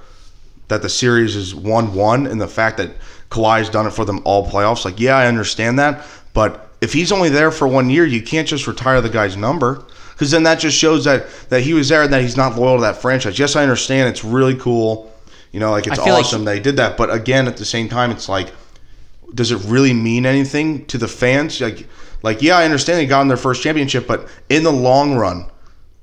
S5: that the series is one one and the fact that Kawhi's done it for them all playoffs. Like, yeah, I understand that, but if he's only there for one year, you can't just retire the guy's number. Because then that just shows that that he was there and that he's not loyal to that franchise. Yes, I understand it's really cool. You know, like it's
S2: I feel like-
S5: awesome they did that. But again, at the same time, it's like does it really mean anything to the fans? Like, like yeah, I understand they got in their first championship, but in the long run,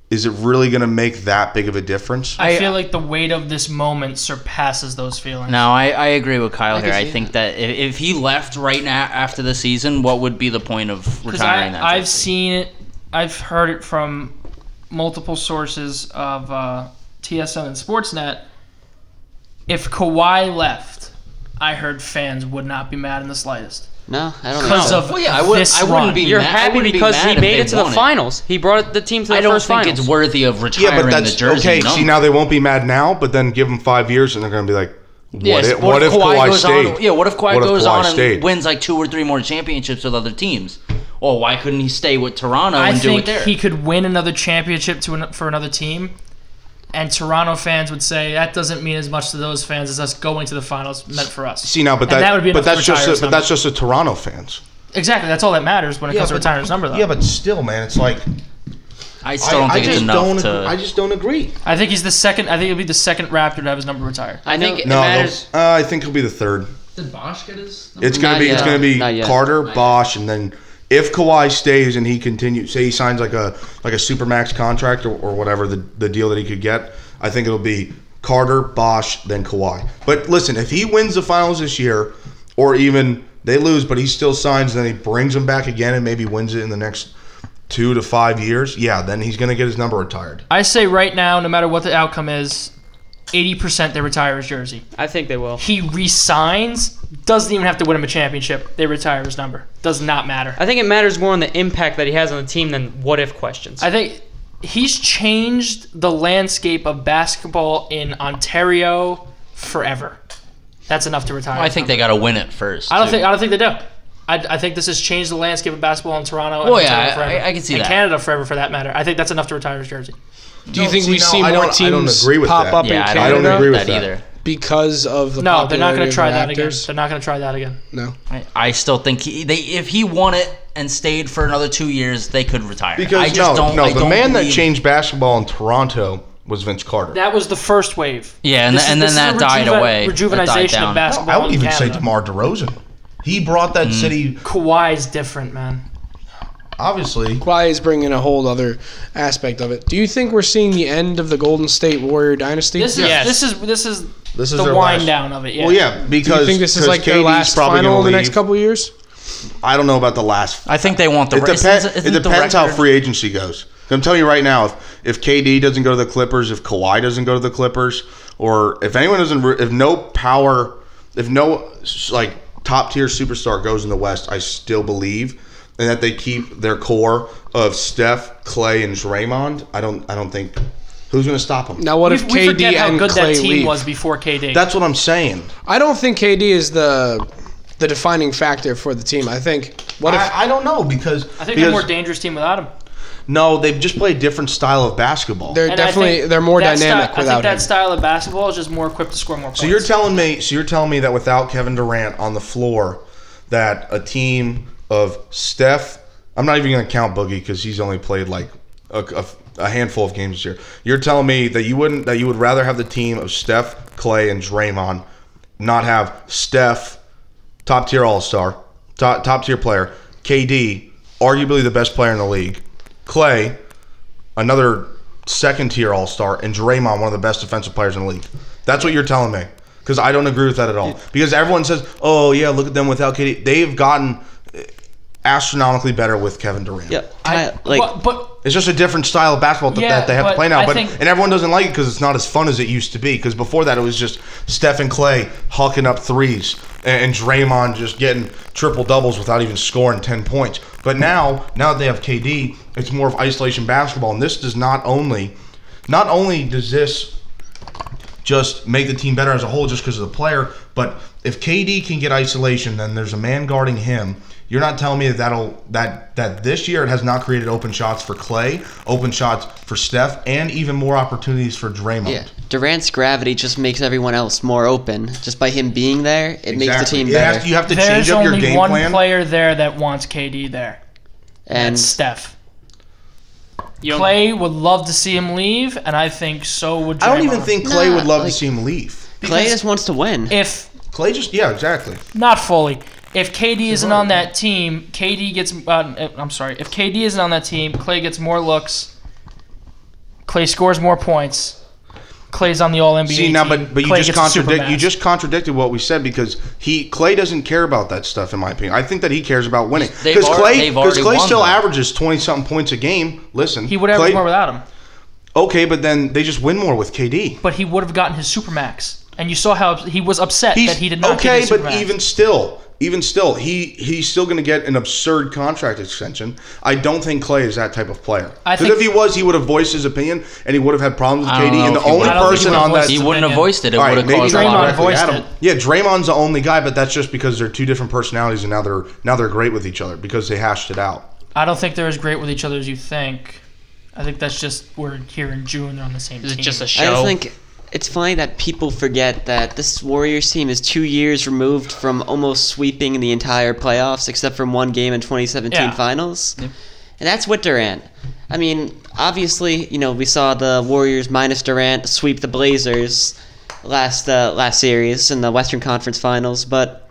S5: is it really going to make that big of a difference?
S1: I,
S6: I-
S1: feel like the weight of this moment surpasses those feelings.
S6: No, I, I agree with Kyle here. I
S2: see
S6: think that if, if he left right now after the season, what would be the point of
S1: because I,
S6: retiring that?
S1: I've
S6: trophy?
S1: seen it, I've heard it from multiple sources of uh, TSN and Sportsnet. If Kawhi left, I heard fans would not be mad in the slightest.
S2: No, I don't
S1: Because
S2: know.
S1: of
S3: Well, yeah, I would.
S1: this
S3: I wouldn't
S1: run.
S3: be.
S1: You're
S3: You're
S2: mad- I
S3: happy
S2: wouldn't be
S3: because
S2: mad
S3: he
S2: if
S3: made
S6: they
S3: it to the
S6: won it.
S3: finals. He brought the team to the
S6: I don't
S3: first
S6: think
S3: finals.
S6: it's worthy of retiring
S5: yeah, but that's
S6: the jersey.
S5: okay.
S6: number.
S5: See, now they won't be mad now, but then give them five years, and they're going to be like, "What
S6: Yes,
S5: if? What, if Kawhi,
S6: goes
S5: stayed?
S6: On, yeah, what if Kawhi
S5: What if
S6: goes
S5: Kawhi
S6: on and
S5: stayed?
S6: wins like two or three more championships with other teams? Oh, why couldn't he stay with Toronto
S1: I
S6: and do it
S1: think
S6: there?
S1: he could win another championship to an, for another team, and Toronto fans would say that doesn't mean as much to those fans as us going to the finals meant for us.
S5: See now, but
S1: And
S5: that,
S1: that would be
S5: but
S1: enough to
S5: that's
S1: retire
S5: just a, but
S1: somebody.
S5: that's just the Toronto fans.
S1: Exactly, that's all that matters when it
S5: Yeah,
S1: comes to
S5: but-
S1: retiring his number, though.
S5: Yeah, but still, man, it's like
S6: I still don't
S5: I, I
S6: think it's
S5: just
S6: enough
S5: don't.
S6: to.
S5: agree- I just don't agree.
S1: I think he's the second. I think he'll be the second Raptor to have his number retired.
S2: I think it
S5: No,
S2: matters.
S5: they'll- uh, I think he'll be the third.
S7: Did Bosch get his?
S5: It's gonna
S2: Not
S5: be
S2: yet.
S5: it's gonna be
S2: Not yet.
S5: Carter, Bosch, and then if Kawhi stays and he continues, say he signs like a like a supermax contract or, or whatever the the deal that he could get, I think it'll be Carter, Bosch, then Kawhi. But listen, if he wins the finals this year, or even they lose, but he still signs, then he brings them back again and maybe wins it in the next two to five years. Yeah, then he's gonna get his number retired.
S1: I say right now, no matter what the outcome is, 80% they retire his jersey.
S3: I think they will.
S1: He resigns, doesn't even have to win him a championship. They retire his number. Does not matter.
S3: I think it matters more on the impact that he has on the team than what if questions.
S1: I think he's changed the landscape of basketball in Ontario forever. That's enough to retire.
S6: I
S1: his
S6: think
S1: number.
S6: they got to win it first.
S1: I don't
S6: too.
S1: think. I don't think they do. I, I think this has changed the landscape of basketball in Toronto. and
S6: Well, Oh, yeah,
S1: Ontario
S6: I-
S1: forever.
S6: I- I can see
S1: and
S6: that.
S1: Canada forever, for that matter. I think that's enough to retire his jersey.
S4: Do you think
S5: See,
S4: we've
S5: no,
S4: seen
S5: I
S4: more
S5: don't- I don't
S4: teams
S5: agree with
S4: pop
S5: that.
S4: up
S6: Yeah,
S4: in
S6: I
S4: Canada
S6: don't,
S5: I don't agree with that.
S6: either.
S4: because of the
S1: No, they're not going
S4: popularity
S1: to try
S4: of
S1: that again.
S4: Raptors?
S1: They're not going to try that again.
S4: No.
S6: I, I still think he, they if he won it and stayed for another two years, they could retire.
S5: Because
S6: I just
S5: no,
S6: don't.
S5: no,
S6: I
S5: the
S6: don't
S5: man that
S6: believe-
S5: changed basketball in Toronto was Vince Carter.
S1: That was the first wave.
S6: Yeah, and,
S1: This is-
S6: and then
S1: this is
S6: that
S1: a
S6: died
S1: rejuven-
S6: away.
S1: Rejuvenization
S6: That died
S1: of
S6: down.
S1: basketball.
S5: I would
S1: in
S5: even say
S1: Canada.
S5: DeMar DeRozan. He brought that
S4: Mm.
S5: city
S1: Kawhi's different, man.
S5: obviously.
S4: Kawhi is bringing a whole other aspect of it. Do you think we're seeing the end of the Golden State Warrior dynasty?
S1: This is
S3: Yes.
S1: this is this is
S5: This is
S1: the
S5: their
S1: wind
S5: last-
S1: down of it. Yeah.
S5: Well, yeah,
S4: Do
S5: because
S4: you think this is
S5: 'cause
S4: like their
S5: KD's
S4: last
S5: probably
S4: final
S5: gonna
S4: in the next
S5: leave.
S4: couple of years?
S5: I don't know about the last.
S6: I think they want the.
S5: it,
S6: re-
S5: depends.
S6: isn't- isn't
S5: it
S6: the
S5: depends how
S6: record-
S5: free agency goes. I'm telling you right now, if if KD doesn't go to the Clippers, if Kawhi doesn't go to the Clippers, or if anyone doesn't, re- if no power, if no s- like top tier superstar goes in the West, I still believe. And that they keep their core of Steph, Clay, and Draymond. I don't. I don't think who's going to stop them.
S4: Now, what
S1: We,
S4: if
S1: we
S4: KD
S1: forget how
S4: and
S1: good
S4: Clay
S1: that team
S4: leave?
S1: was before KD.
S5: That's what I'm saying.
S4: I don't think KD is the the defining factor for the team. I think what if
S5: I, I don't know because
S1: I think they're
S5: because-
S1: a more dangerous team without him.
S5: no, they've just played a different style of basketball.
S4: they're
S1: And I
S4: definitely
S1: think
S4: they're more
S1: that style,
S4: dynamic
S1: I think
S4: without
S1: that
S4: him?
S1: style of basketball is just more equipped to score more points.
S5: So you're telling me, so you're telling me that without Kevin Durant on the floor, that a team of Steph, I'm not even going to count Boogie because he's only played like a, a- a handful of games this year. You're telling me that you wouldn't, that you would rather have the team of Steph, Clay, and Draymond, not have Steph, top tier All Star, top top tier player, KD, arguably the best player in the league, Clay, another second tier All Star, and Draymond one of the best defensive players in the league. That's what you're telling me. Because I don't agree with that at all. Because everyone says, "Oh yeah, look at them without KD." They've gotten eh, astronomically better with Kevin Durant.
S2: Yeah, I, like
S1: but, but
S5: It's just a different style of basketball th-
S1: Yeah,
S5: that they have
S1: but
S5: to play
S1: I
S5: now. But
S1: think-
S5: and everyone doesn't like it because it's not as fun as it used to be. Because before that, it was just Steph and Clay hawking up threes and, and Draymond just getting triple doubles without even scoring ten points. But now, now that they have KD, it's more of isolation basketball. And this does not only, not only does this just make the team better as a whole just because of the player. But if KD can get isolation, then there's a man guarding him. You're not telling me that that'll that that this year it has not created open shots for Clay, open shots for Steph, and even more opportunities for Draymond.
S2: yeah, Durant's gravity just makes everyone else more open. Just by him being there, it makes the
S5: Exactly.
S2: team
S5: It
S2: better.
S5: has- you have to
S1: there's
S5: change up your
S1: only
S5: game
S1: one
S5: plan.
S1: player there that wants KD there.
S2: and
S1: That's Steph.
S3: You don't-
S1: Clay would love to see him leave, and I think so would. Draymond.
S5: I don't even think Clay
S2: Nah,
S5: would love
S2: like-
S5: to see him leave.
S2: Clay just wants to win.
S1: if
S5: Clay just yeah exactly.
S1: not fully. If KD isn't on that team, KD gets. Uh, I'm sorry. If KD isn't on that team, Clay gets more looks. Clay scores more points. Clay's on the All NBA.
S5: See now, but but you
S1: Clay
S5: just
S1: gets the
S5: contradict you
S1: Supermax.
S5: just contradicted what we said because he Clay doesn't care about that stuff in my opinion. I think that he cares about winning
S6: They've
S5: because
S6: al-
S5: Clay
S6: they've
S5: because
S6: already
S5: Clay
S6: won,
S5: still
S6: though.
S5: averages twenty something points a game. Listen,
S1: he would average
S5: Clay-
S1: more without him,
S5: Okay, but then they just win more with KD.
S1: but he would have gotten his supermax. And you saw how he was upset
S5: He's
S1: that he did not get
S5: okay,
S1: his
S5: but
S1: supermax.
S5: even still, even still, he he's still going to get an absurd contract extension. I don't think Clay is that type of player.
S1: I
S5: Because
S1: think-
S5: if he was, he would have voiced his opinion and he would have had problems with
S6: I don't
S5: KD.
S6: know
S5: And the
S6: if he would.
S5: only
S1: I don't think he
S5: person
S1: would have
S5: on that
S1: voiced
S6: He wouldn't have voiced it. It
S5: All right,
S6: would have
S5: maybe
S6: caused a
S1: Draymond
S6: lot of.
S1: voiced
S5: directly
S1: it.
S5: at him. Yeah, Draymond's the only guy, but that's just because they're two different personalities, and now they're now they're great with each other because they hashed it out.
S1: I don't think they're as great with each other as you think. I think that's just we're here in June. They're on the same
S3: Is it
S1: team.
S3: just a
S2: I
S3: show?
S2: just think it's funny that people forget that this Warriors team is two years removed from almost sweeping the entire playoffs, except from one game in 2017
S1: Yeah.
S2: finals. And that's with Durant. I mean, obviously, you know, we saw the Warriors minus Durant sweep the Blazers last uh, last series in the Western Conference Finals, but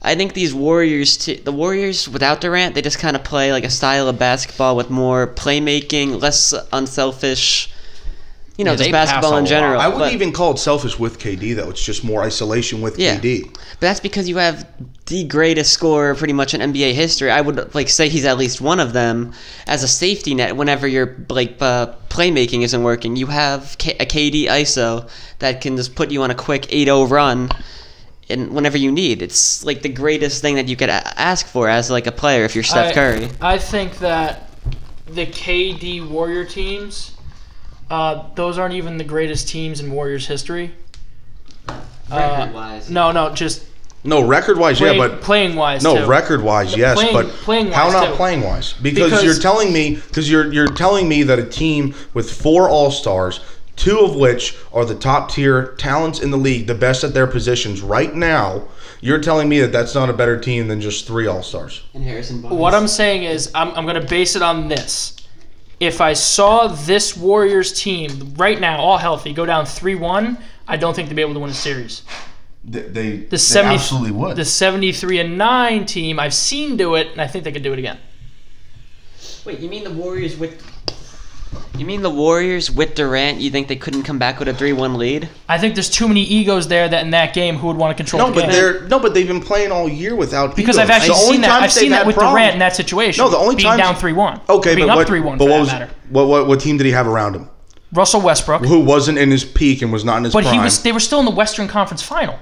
S2: I think these Warriors, t- the Warriors without Durant, they just kind of play like a style of basketball with more playmaking, less unselfish. You know,
S6: Yeah,
S2: just
S6: they pass
S2: basketball
S6: a
S2: in
S6: lot.
S2: general.
S5: I wouldn't
S2: but,
S5: even call it selfish with KD though. It's just more isolation with
S2: Yeah.
S5: KD.
S2: but that's because you have the greatest scorer pretty much in NBA history. I would like say he's at least one of them as a safety net whenever your like uh, playmaking isn't working. You have K- a KD ISO that can just put you on a quick 8-0 run. And whenever you need, it's like the greatest thing that you could a- ask for as like a player if you're Steph
S1: I-
S2: Curry.
S1: I, think that the KD Warrior teams, uh, those aren't even the greatest teams in Warriors history.
S2: Record-wise.
S1: uh, No, no, just
S5: No, record wise, yeah,
S1: play,
S5: but
S1: playing wise.
S5: no,
S1: too.
S5: record wise, yes,
S1: playing-
S5: but
S1: playing
S5: how
S1: wise,
S5: not
S1: too.
S5: playing wise? Because,
S1: Because-
S5: you're telling me because you're you're telling me that a team with four All Stars, two of which are the top tier talents in the league, the best at their positions right now. You're telling me that that's not a better team than just three All Stars.
S2: And Harrison Barnes.
S1: What I'm saying is, I'm, I'm going to base it on this. If I saw this Warriors team right now, all healthy, go down 3 1, I don't think they'd be able to win a series.
S5: They, they,
S1: The 70,
S5: absolutely would.
S1: The 73 and 9 team, I've seen do it, and I think they could do it again.
S2: Wait, you mean the Warriors with? You mean the Warriors with Durant? You think they couldn't come back with a three-one lead?
S1: I think there's too many egos there that in that game who would want to control
S5: no,
S1: the
S5: but
S1: game.
S5: they're no, but they've been playing all year without
S1: because
S5: egos.
S1: I've actually
S5: The only
S1: seen that.
S5: times
S1: I've seen
S5: they've
S1: that
S5: had
S1: with Durant in
S5: problems-
S1: that situation.
S5: No, the only
S1: being
S5: times-
S1: down three one.
S5: Okay,
S1: being
S5: but
S1: up
S5: what,
S1: three one
S5: but
S1: for
S5: what
S1: that
S5: was
S1: matter.
S5: what, what what team did he have around him?
S1: Russell Westbrook,
S5: Who wasn't in his peak and was not in his
S1: but
S5: prime?
S1: he was. They were still in the Western Conference Final.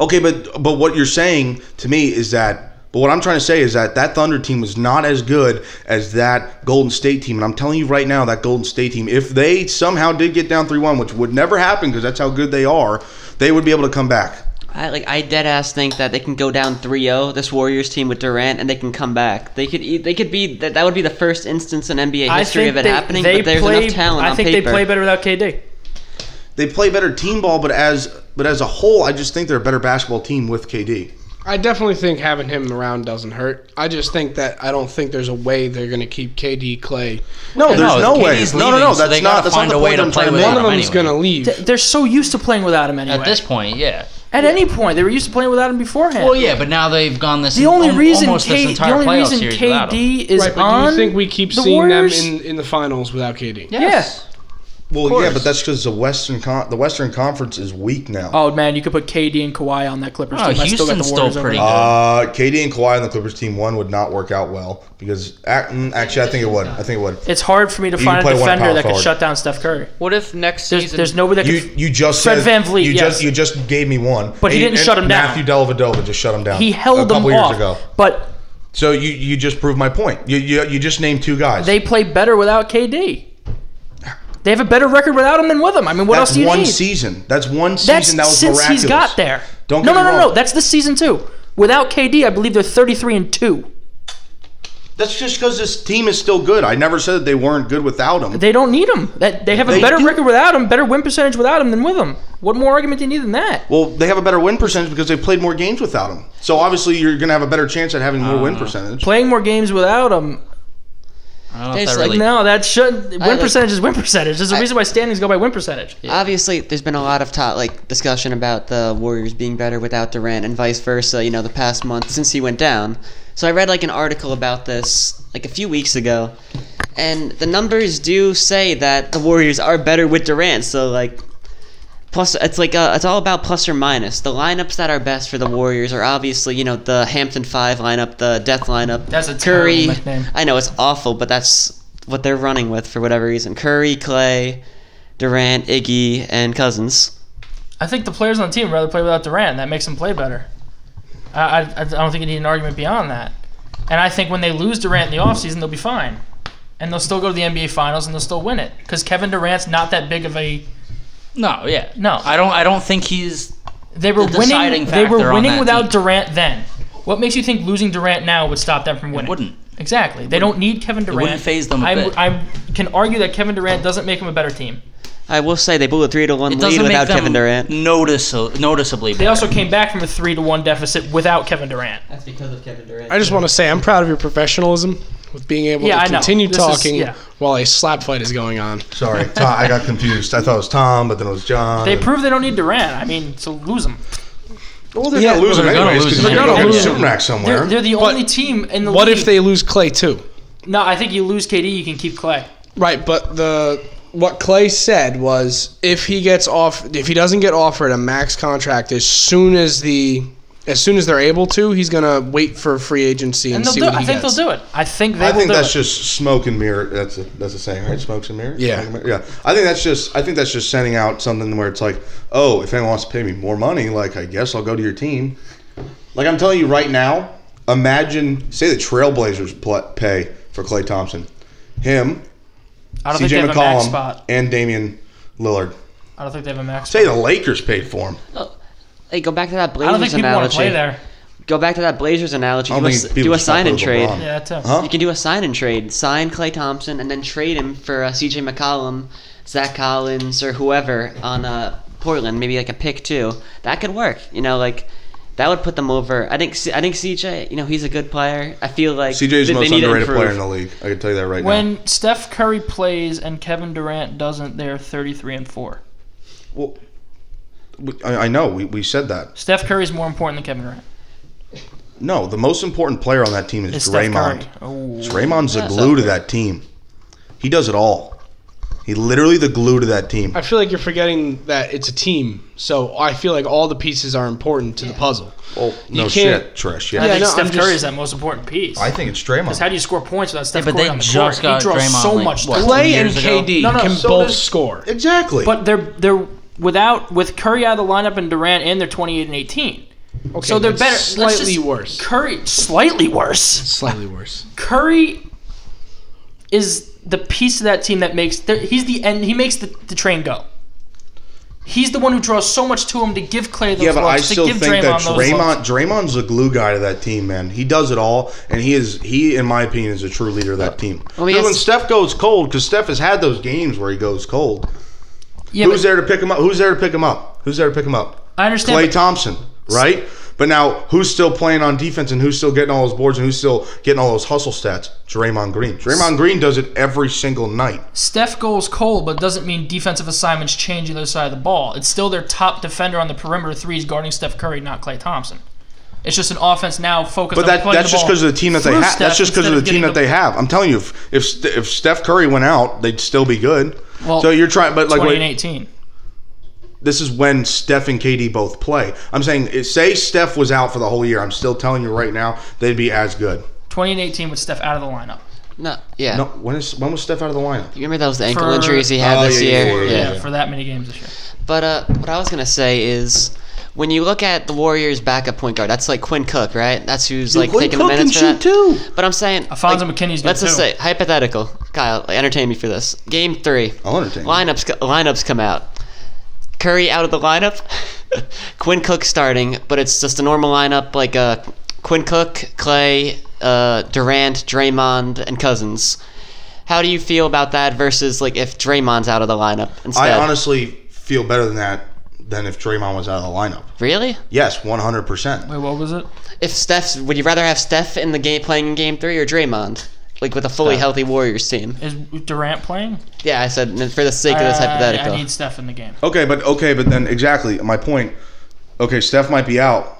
S5: Okay, but but what you're saying to me is that but what I'm trying to say is that that Thunder team was not as good as that Golden State team, and I'm telling you right now that Golden State team, if they somehow did get down three-one, which would never happen because that's how good they are, they would be able to come back.
S2: I like I dead ass think that they can go down 3-0 this Warriors team with Durant and they can come back. They could e- they could be that that would be the first instance in NBA history of it happening. but there's
S1: play,
S2: enough talent
S1: I
S2: on
S1: think
S2: paper.
S1: they play better without KD.
S5: They play better team ball, but as but as a whole, I just think they're a better basketball team with KD.
S4: I definitely think having him around doesn't hurt. I just think that I don't think there's a way they're going to keep KD Clay.
S5: No, there's no,
S6: KD's
S5: way. no, no, no.
S6: leaving, so
S5: That's
S6: they
S5: not.
S6: gotta
S5: That's
S6: find
S5: not the
S6: a way
S5: point
S6: to
S5: I'm
S6: play
S5: trying to
S6: with
S5: make.
S4: One of
S6: him
S4: them's
S6: anyway.
S4: going to leave.
S1: They're so used to playing without him anyway.
S6: At this point, yeah.
S1: At any point, they were used to playing without him beforehand.
S6: Well, yeah, but now they've gone this.
S1: The only
S6: al-
S1: reason
S6: almost this
S1: K, the
S6: entire
S1: only
S6: playoff
S1: reason
S6: series without him.
S1: KD is
S4: right, but
S1: on
S4: do you think we keep
S1: the
S4: seeing
S1: Warriors?
S4: them in, in the finals without KD?
S1: Yes.
S5: Well, yeah,
S1: course.
S5: but that's because the Western Con- the Western Conference is weak now.
S1: Oh man, you could put KD and Kawhi on that Clippers
S6: Oh,
S1: team. I still got the
S6: Houston's still
S1: Warriors over
S6: pretty
S1: them.
S6: good.
S5: Uh, KD and Kawhi on the Clippers team one would not work out well because ac- mm, actually I think it would. I think it would.
S1: It's hard for me to
S5: You
S1: find
S5: play
S1: a
S5: one
S1: defender
S5: power
S1: that could
S5: forward.
S1: shut down Steph Curry.
S11: What if next
S1: There's,
S11: season?
S1: there's nobody that
S5: You
S1: could.
S5: you just
S1: Fred
S5: said,
S1: VanVleet,
S5: You
S1: yes.
S5: just you just gave me one,
S1: But he didn't shut him down.
S5: Matthew Dellavedova just shut him down.
S1: he
S5: a
S1: held them
S5: couple years
S1: off.
S5: ago.
S1: But
S5: So you you just proved my point. You you, you just named two guys.
S1: they play better without KD. They have a better record without him than with him. I mean, what
S5: that's
S1: else do you
S5: one
S1: need?
S5: season. That's one season
S1: That's
S5: that was
S1: since
S5: miraculous.
S1: he's got there.
S5: Don't
S1: no,
S5: get
S1: no,
S5: me
S1: no, no.
S5: wrong.
S1: That's this season too. Without KD, I believe they're 33 and two.
S5: That's just because this team is still good. I never said that they weren't good without him.
S1: They don't need him. That they have a
S5: They
S1: better
S5: do.
S1: record without him, better win percentage without him than with him. What more argument do you need than that?
S5: Well, they have a better win percentage because they played more games without him. So obviously, you're going to have a better chance at having more win percentage.
S1: Playing more games without him.
S6: I don't know if
S2: There's,
S6: that
S2: like,
S6: really.
S1: No, that shouldn't. Win
S2: like-
S1: percentage is win percentage. There's a
S2: I-
S1: reason why standings go by win percentage.
S2: Obviously, there's been a lot of talk, like discussion about the Warriors being better without Durant and vice versa. You know, the past month since he went down. So I read like an article about this like a few weeks ago, and the numbers do say that the Warriors are better with Durant. So like, plus it's like uh, it's all about plus or minus. The lineups that are best for the Warriors are obviously you know the Hampton Five lineup, the Death lineup.
S1: That's a
S2: Curry.
S1: terrible nickname.
S2: I know it's awful, but that's what they're running with for whatever reason. Curry, Clay. Durant, Iggy, and Cousins.
S1: I think the players on the team would rather play without Durant. That makes them play better. I, I, I don't think you need an argument beyond that. And I think when they lose Durant in the offseason, they'll be fine. And they'll still go to the NBA Finals and they'll still win it. Because Kevin Durant's not that big of a.
S6: No, yeah,
S1: No.
S6: I don't. I don't think he's.
S1: They were
S6: The
S1: winning,
S6: deciding
S1: they
S6: factor
S1: were
S6: on
S1: winning
S6: that
S1: without
S6: team.
S1: Durant then. What makes you think losing Durant now would stop them from winning?
S6: Wouldn't.
S1: Exactly. They don't need Kevin Durant.
S6: wouldn't phase them a
S1: I
S6: bit.
S1: I can argue that Kevin Durant doesn't make them a better team.
S2: I will say they blew a three to one
S6: It
S2: lead
S6: doesn't
S2: without
S6: make them
S2: Kevin Durant.
S6: notice noticeably.
S1: They
S6: Better.
S1: also came back from a 3 to 1 deficit without Kevin Durant.
S2: That's because of Kevin Durant.
S4: I just want to say I'm proud of your professionalism with being able
S1: Yeah, I
S4: to
S1: know.
S4: continue
S1: This is-
S4: talking
S1: yeah.
S4: while a slap fight is going on.
S5: Sorry, Tom, I got confused. I thought it was Tom, but then it was John.
S6: Uh,
S1: They prove they don't need Durant. I mean, so lose them.
S5: well, they're
S4: Yeah,
S5: not losing
S6: they're gonna
S5: anyways
S6: lose
S5: because they're
S4: them.
S5: going to
S4: They're
S5: get
S4: gonna
S5: Supnack
S1: They're,
S5: somewhere.
S1: they're the
S4: But
S1: only team in the
S4: What
S1: league.
S4: if they lose Clay too?
S1: No, I think you lose KD, you can keep Clay.
S4: Right, but the what Clay said was if he gets off if he doesn't get offered a max contract as soon as the as soon as they're able to, he's gonna wait for free agency and,
S1: And they'll
S4: see
S1: do.
S4: what
S1: I
S4: he
S1: think
S4: gets.
S1: they'll do it. I think they
S5: I
S1: will
S5: think
S1: do
S5: that's
S1: it.
S5: just smoke and mirror. That's a, that's a saying, right? Smokes and mirrors.
S4: Yeah.
S5: Smoke and mirror- yeah. I think that's just I think that's just sending out something where it's like, oh, if anyone wants to pay me more money, like I guess I'll go to your team. Like I'm telling you right now, imagine say the Trailblazers pl- pay for Clay Thompson, him,
S1: I don't think they
S5: C.J.
S1: have a max
S5: McCollum,
S1: spot.
S5: and Damian Lillard.
S1: I don't think they have a max
S5: Say
S1: spot.
S5: the Lakers paid for him.
S2: Hey, go back to that
S1: I don't think
S2: Blazers
S1: people want
S2: analogy.
S1: to play there.
S2: Go back to that Blazers analogy.
S5: I don't
S2: Do a,
S5: think
S2: s-
S5: people
S2: do a
S5: should talk
S2: sign and
S5: about
S2: trade.
S5: LeBron.
S1: Yeah, that's it.
S5: Huh?
S2: You can do a sign and trade. Sign Clay Thompson and then trade him for uh, C.J. McCollum, Zach Collins, or whoever on uh, Portland. Maybe like a pick too. That could work. You know, like that would put them over. I think. C- I think C.J. You know, he's a good player. I feel like
S5: CJ's the
S2: they- they
S5: most
S2: need to
S5: underrated
S2: improve.
S5: player in the league. I can tell you that right now.
S1: When Steph Curry plays and Kevin Durant doesn't, they're 33 and 4.
S5: Well, we- I, I know we, we said that.
S1: Steph Curry's more important than Kevin Durant.
S5: No, the most important player on that team is
S1: It's Steph
S5: Draymond.
S1: Curry. Oh.
S5: It's Raymond's the
S2: That's
S5: glue
S2: up
S5: to that team. He does it all. He literally the glue to that team.
S4: I feel like you're forgetting that it's a team, so I feel like all the pieces are important to the puzzle.
S5: Well, Oh, no
S4: can't-
S5: shit, Trish.
S1: I
S5: Yeah,
S4: Yeah,
S1: think
S4: no, I'm
S1: Steph
S4: just-
S1: Curry is that most important piece.
S5: I think it's Draymond.
S1: 'Cause how do you score points without Steph
S6: but
S1: Curry
S6: they
S1: on the
S6: just
S1: court?
S6: got
S1: he draws
S6: Draymond,
S1: so
S6: like,
S1: much.
S6: what,
S1: threes.
S4: Clay and
S6: years ago.
S4: KD
S1: No, no,
S4: can
S5: so
S4: both
S5: does-
S4: score.
S5: exactly.
S1: But they're they're without with Curry out of the lineup and Durant in, they're 28 and 18.
S4: Okay,
S1: so they're
S4: that's
S1: better. Let's
S4: Slightly
S1: just-
S4: worse.
S1: Curry slightly worse.
S4: Slightly worse.
S1: Curry is the piece of that team that makes the, he's the end. He makes the, the train go. He's the one who draws so much to him to give Clay those
S5: yeah, but I
S1: looks,
S5: still
S1: to give
S5: think
S1: Draymond
S5: that
S1: those looks.
S5: Draymond Draymond's the glue guy to that team, man. He does it all, and he is he, in my opinion, is a true leader of that team.
S2: me
S5: 'Cause when
S2: ask-
S5: Steph goes cold, because Steph has had those games where he goes cold.
S1: Yeah,
S5: Who's
S1: but
S5: there to pick him up? Who's there to pick him up? Who's there to pick him up?
S1: I understand.
S5: Clay
S1: but
S5: Thompson, right? But now, who's still playing on defense and who's still getting all those boards and who's still getting all those hustle stats? Draymond Green. Draymond Green does it every single night.
S1: Steph goes cold, but doesn't mean defensive assignments change either side of the ball. It's still their top defender on the perimeter threes guarding Steph Curry, not Clay Thompson. It's just an offense now focused.
S5: But
S1: on
S5: that,
S1: playing
S5: that's
S1: the
S5: just
S1: ball
S5: because of the team that they
S1: through
S5: have.
S1: Steph
S5: That's just because
S1: instead
S5: of the team
S1: getting
S5: that they have. I'm telling you, if if, Ste- if Steph Curry went out, they'd still be good.
S1: Well,
S5: so you're trying, but like,
S1: Twenty
S5: wait,
S1: and eighteen.
S5: this is when Steph and KD both play. I'm saying, say Steph was out for the whole year. I'm still telling you right now, they'd be as good.
S1: Twenty and eighteen with Steph out of the lineup.
S2: No, yeah.
S5: No, when is when was Steph out of the lineup?
S2: You remember that was the ankle
S1: For-
S2: injuries he had
S5: Oh,
S2: this
S5: yeah, yeah,
S2: year?
S5: yeah,
S1: Yeah, for that many games this year.
S2: But uh, what I was gonna say is, when you look at the Warriors' backup point guard, that's like Quinn Cook, right? That's who's like
S5: Quinn
S2: taking
S5: Cook
S2: the
S5: can
S2: minutes for
S5: shoot
S2: that.
S5: too.
S2: But I'm saying,
S1: Alfonso
S2: like,
S1: McKinney's good
S2: Let's just
S1: too.
S2: say hypothetical, Kyle. Entertain me for this. Game three.
S5: I'll entertain you.
S2: Lineups co- lineups come out. Curry out of the lineup. <laughs> Quinn Cook starting, but it's just a normal lineup like uh, Quinn Cook, Clay, uh, Durant, Draymond, and Cousins. How do you feel about that versus like if Draymond's out of the lineup instead?
S5: I honestly feel better than that than if Draymond was out of the lineup.
S2: really?
S5: Yes, 100. percent
S1: Wait, what was it?
S2: If Steph's, would you rather have Steph in the game playing in game three or Draymond? Like with a fully healthy Warriors team.
S1: Is Durant playing?
S2: Yeah, I said for the sake of
S1: Uh,
S2: this hypothetical.
S1: I need Steph in the game.
S5: Okay, but okay, but then exactly my point. Okay, Steph might be out,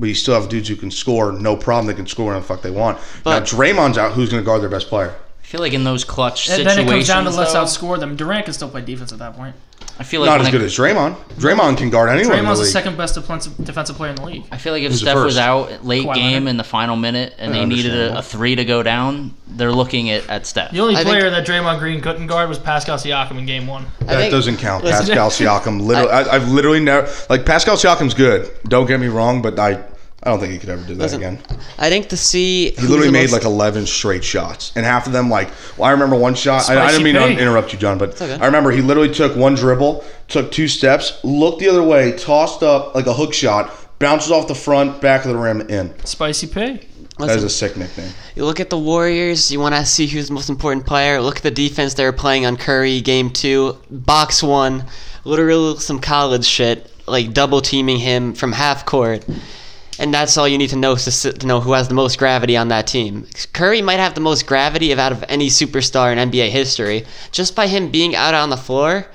S5: but you still have dudes who can score. No problem, they can score whenever the fuck they want.
S2: But-
S5: now Draymond's out. Who's going to guard their best player?
S6: I feel like in those clutch
S1: And
S6: situations,
S1: then it comes down to let's
S6: though,
S1: outscore them. Durant can still play defense at that point.
S6: I feel like
S5: Not
S6: when
S5: as
S6: it-
S5: good as Draymond. Draymond can guard anyone. in the
S1: Draymond's the
S5: league.
S1: second best defensive defensive player in the league.
S6: I feel like if
S5: Who's the
S6: Steph was
S5: first?
S6: out late
S1: Kawhi
S6: game
S1: Leonard.
S6: in the final minute and
S5: Yeah,
S6: they needed a,
S5: understandable.
S6: a three to go down, they're looking at, at Steph.
S1: The only
S2: I think-
S1: player that Draymond Green couldn't guard was Pascal Siakam in Game One.
S2: I
S5: That
S2: think-
S5: doesn't count.
S2: Listen- <laughs>
S5: Pascal Siakam. Literally, I, I've literally never like Pascal Siakam's good. Don't get me wrong, but I, I don't think he could ever do that
S2: Listen,
S5: again.
S2: I think to see
S5: He literally made like 11 straight shots, and half of them like. Well, I remember one shot. I, I didn't
S1: Spicy
S5: mean to
S1: pig.
S5: interrupt you, John, but
S2: okay.
S5: I remember he literally took one dribble, took two steps, looked the other way, tossed up like a hook shot, bounces off the front, back of the rim, in.
S1: Spicy P.
S5: That is a sick nickname.
S2: You look at the Warriors, you want to see who's the most important player. Look at the defense they were playing on Curry game two, box one, literally some college shit, like double teaming him from half court. And that's all you need to know is to, s- to know who has the most gravity on that team. Curry might have the most gravity of out of any superstar in NBA history. Just by him being out on the floor,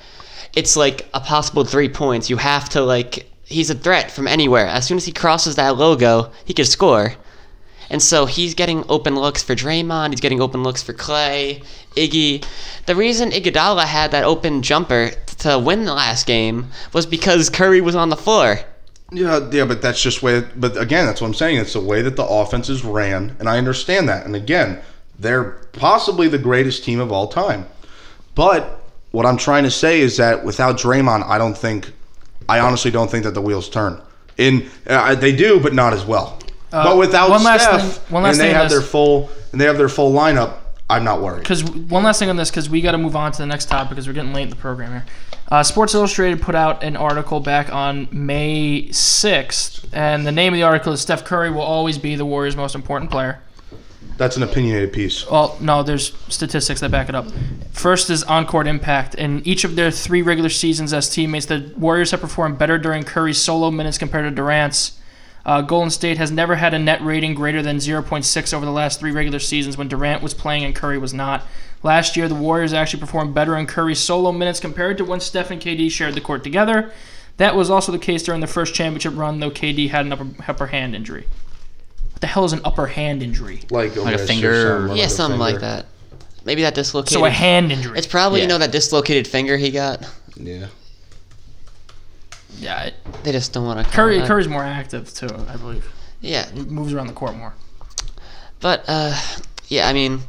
S2: it's like a possible three points. You have to like he's a threat from anywhere. As soon as he crosses that logo, he could score. And so he's getting open looks for Draymond. He's getting open looks for Clay, Iggy. The reason Iguodala had that open jumper t- to win the last game was because Curry was on the floor.
S5: Yeah, yeah, but that's just way. But again, that's what I'm saying. It's the way that the offenses ran, and I understand that. And again, they're possibly the greatest team of all time. But what I'm trying to say is that without Draymond, I don't think, I honestly don't think that the wheels turn. In uh, they do, but not as well. but without
S1: Uh, one last
S5: Steph,
S1: thing- one last
S5: and they
S1: thing on
S5: have their
S1: this.
S5: full and they have their full lineup. I'm not worried.
S1: Because one last thing on this, because we got to move on to the next topic because we're getting late in the program here. Uh, Sports Illustrated put out an article back on May 6th, and the name of the article is Steph Curry will always be the Warriors' most important player.
S5: That's an opinionated piece.
S1: Well, no, there's statistics that back it up. First is on-court impact. In each of their three regular seasons as teammates, the Warriors have performed better during Curry's solo minutes compared to Durant's. Uh, Golden State has never had a net rating greater than 0.6 over the last three regular seasons when Durant was playing and Curry was not. Last year, the Warriors actually performed better in Curry's solo minutes compared to when Steph and KD shared the court together. That was also the case during the first championship run, though KD had an upper, upper hand injury. What the hell is an upper hand injury?
S5: Like,
S6: a finger-
S2: yeah, something like that. Maybe that dislocated.
S1: So a hand injury.
S2: it's probably you
S6: Yeah.
S2: know that dislocated finger he got.
S5: Yeah.
S1: yeah, it-
S2: They just don't want to.
S1: Curry Curry's more active too, I believe.
S2: Yeah,
S1: Moves around the court more.
S2: But uh, yeah, I mean,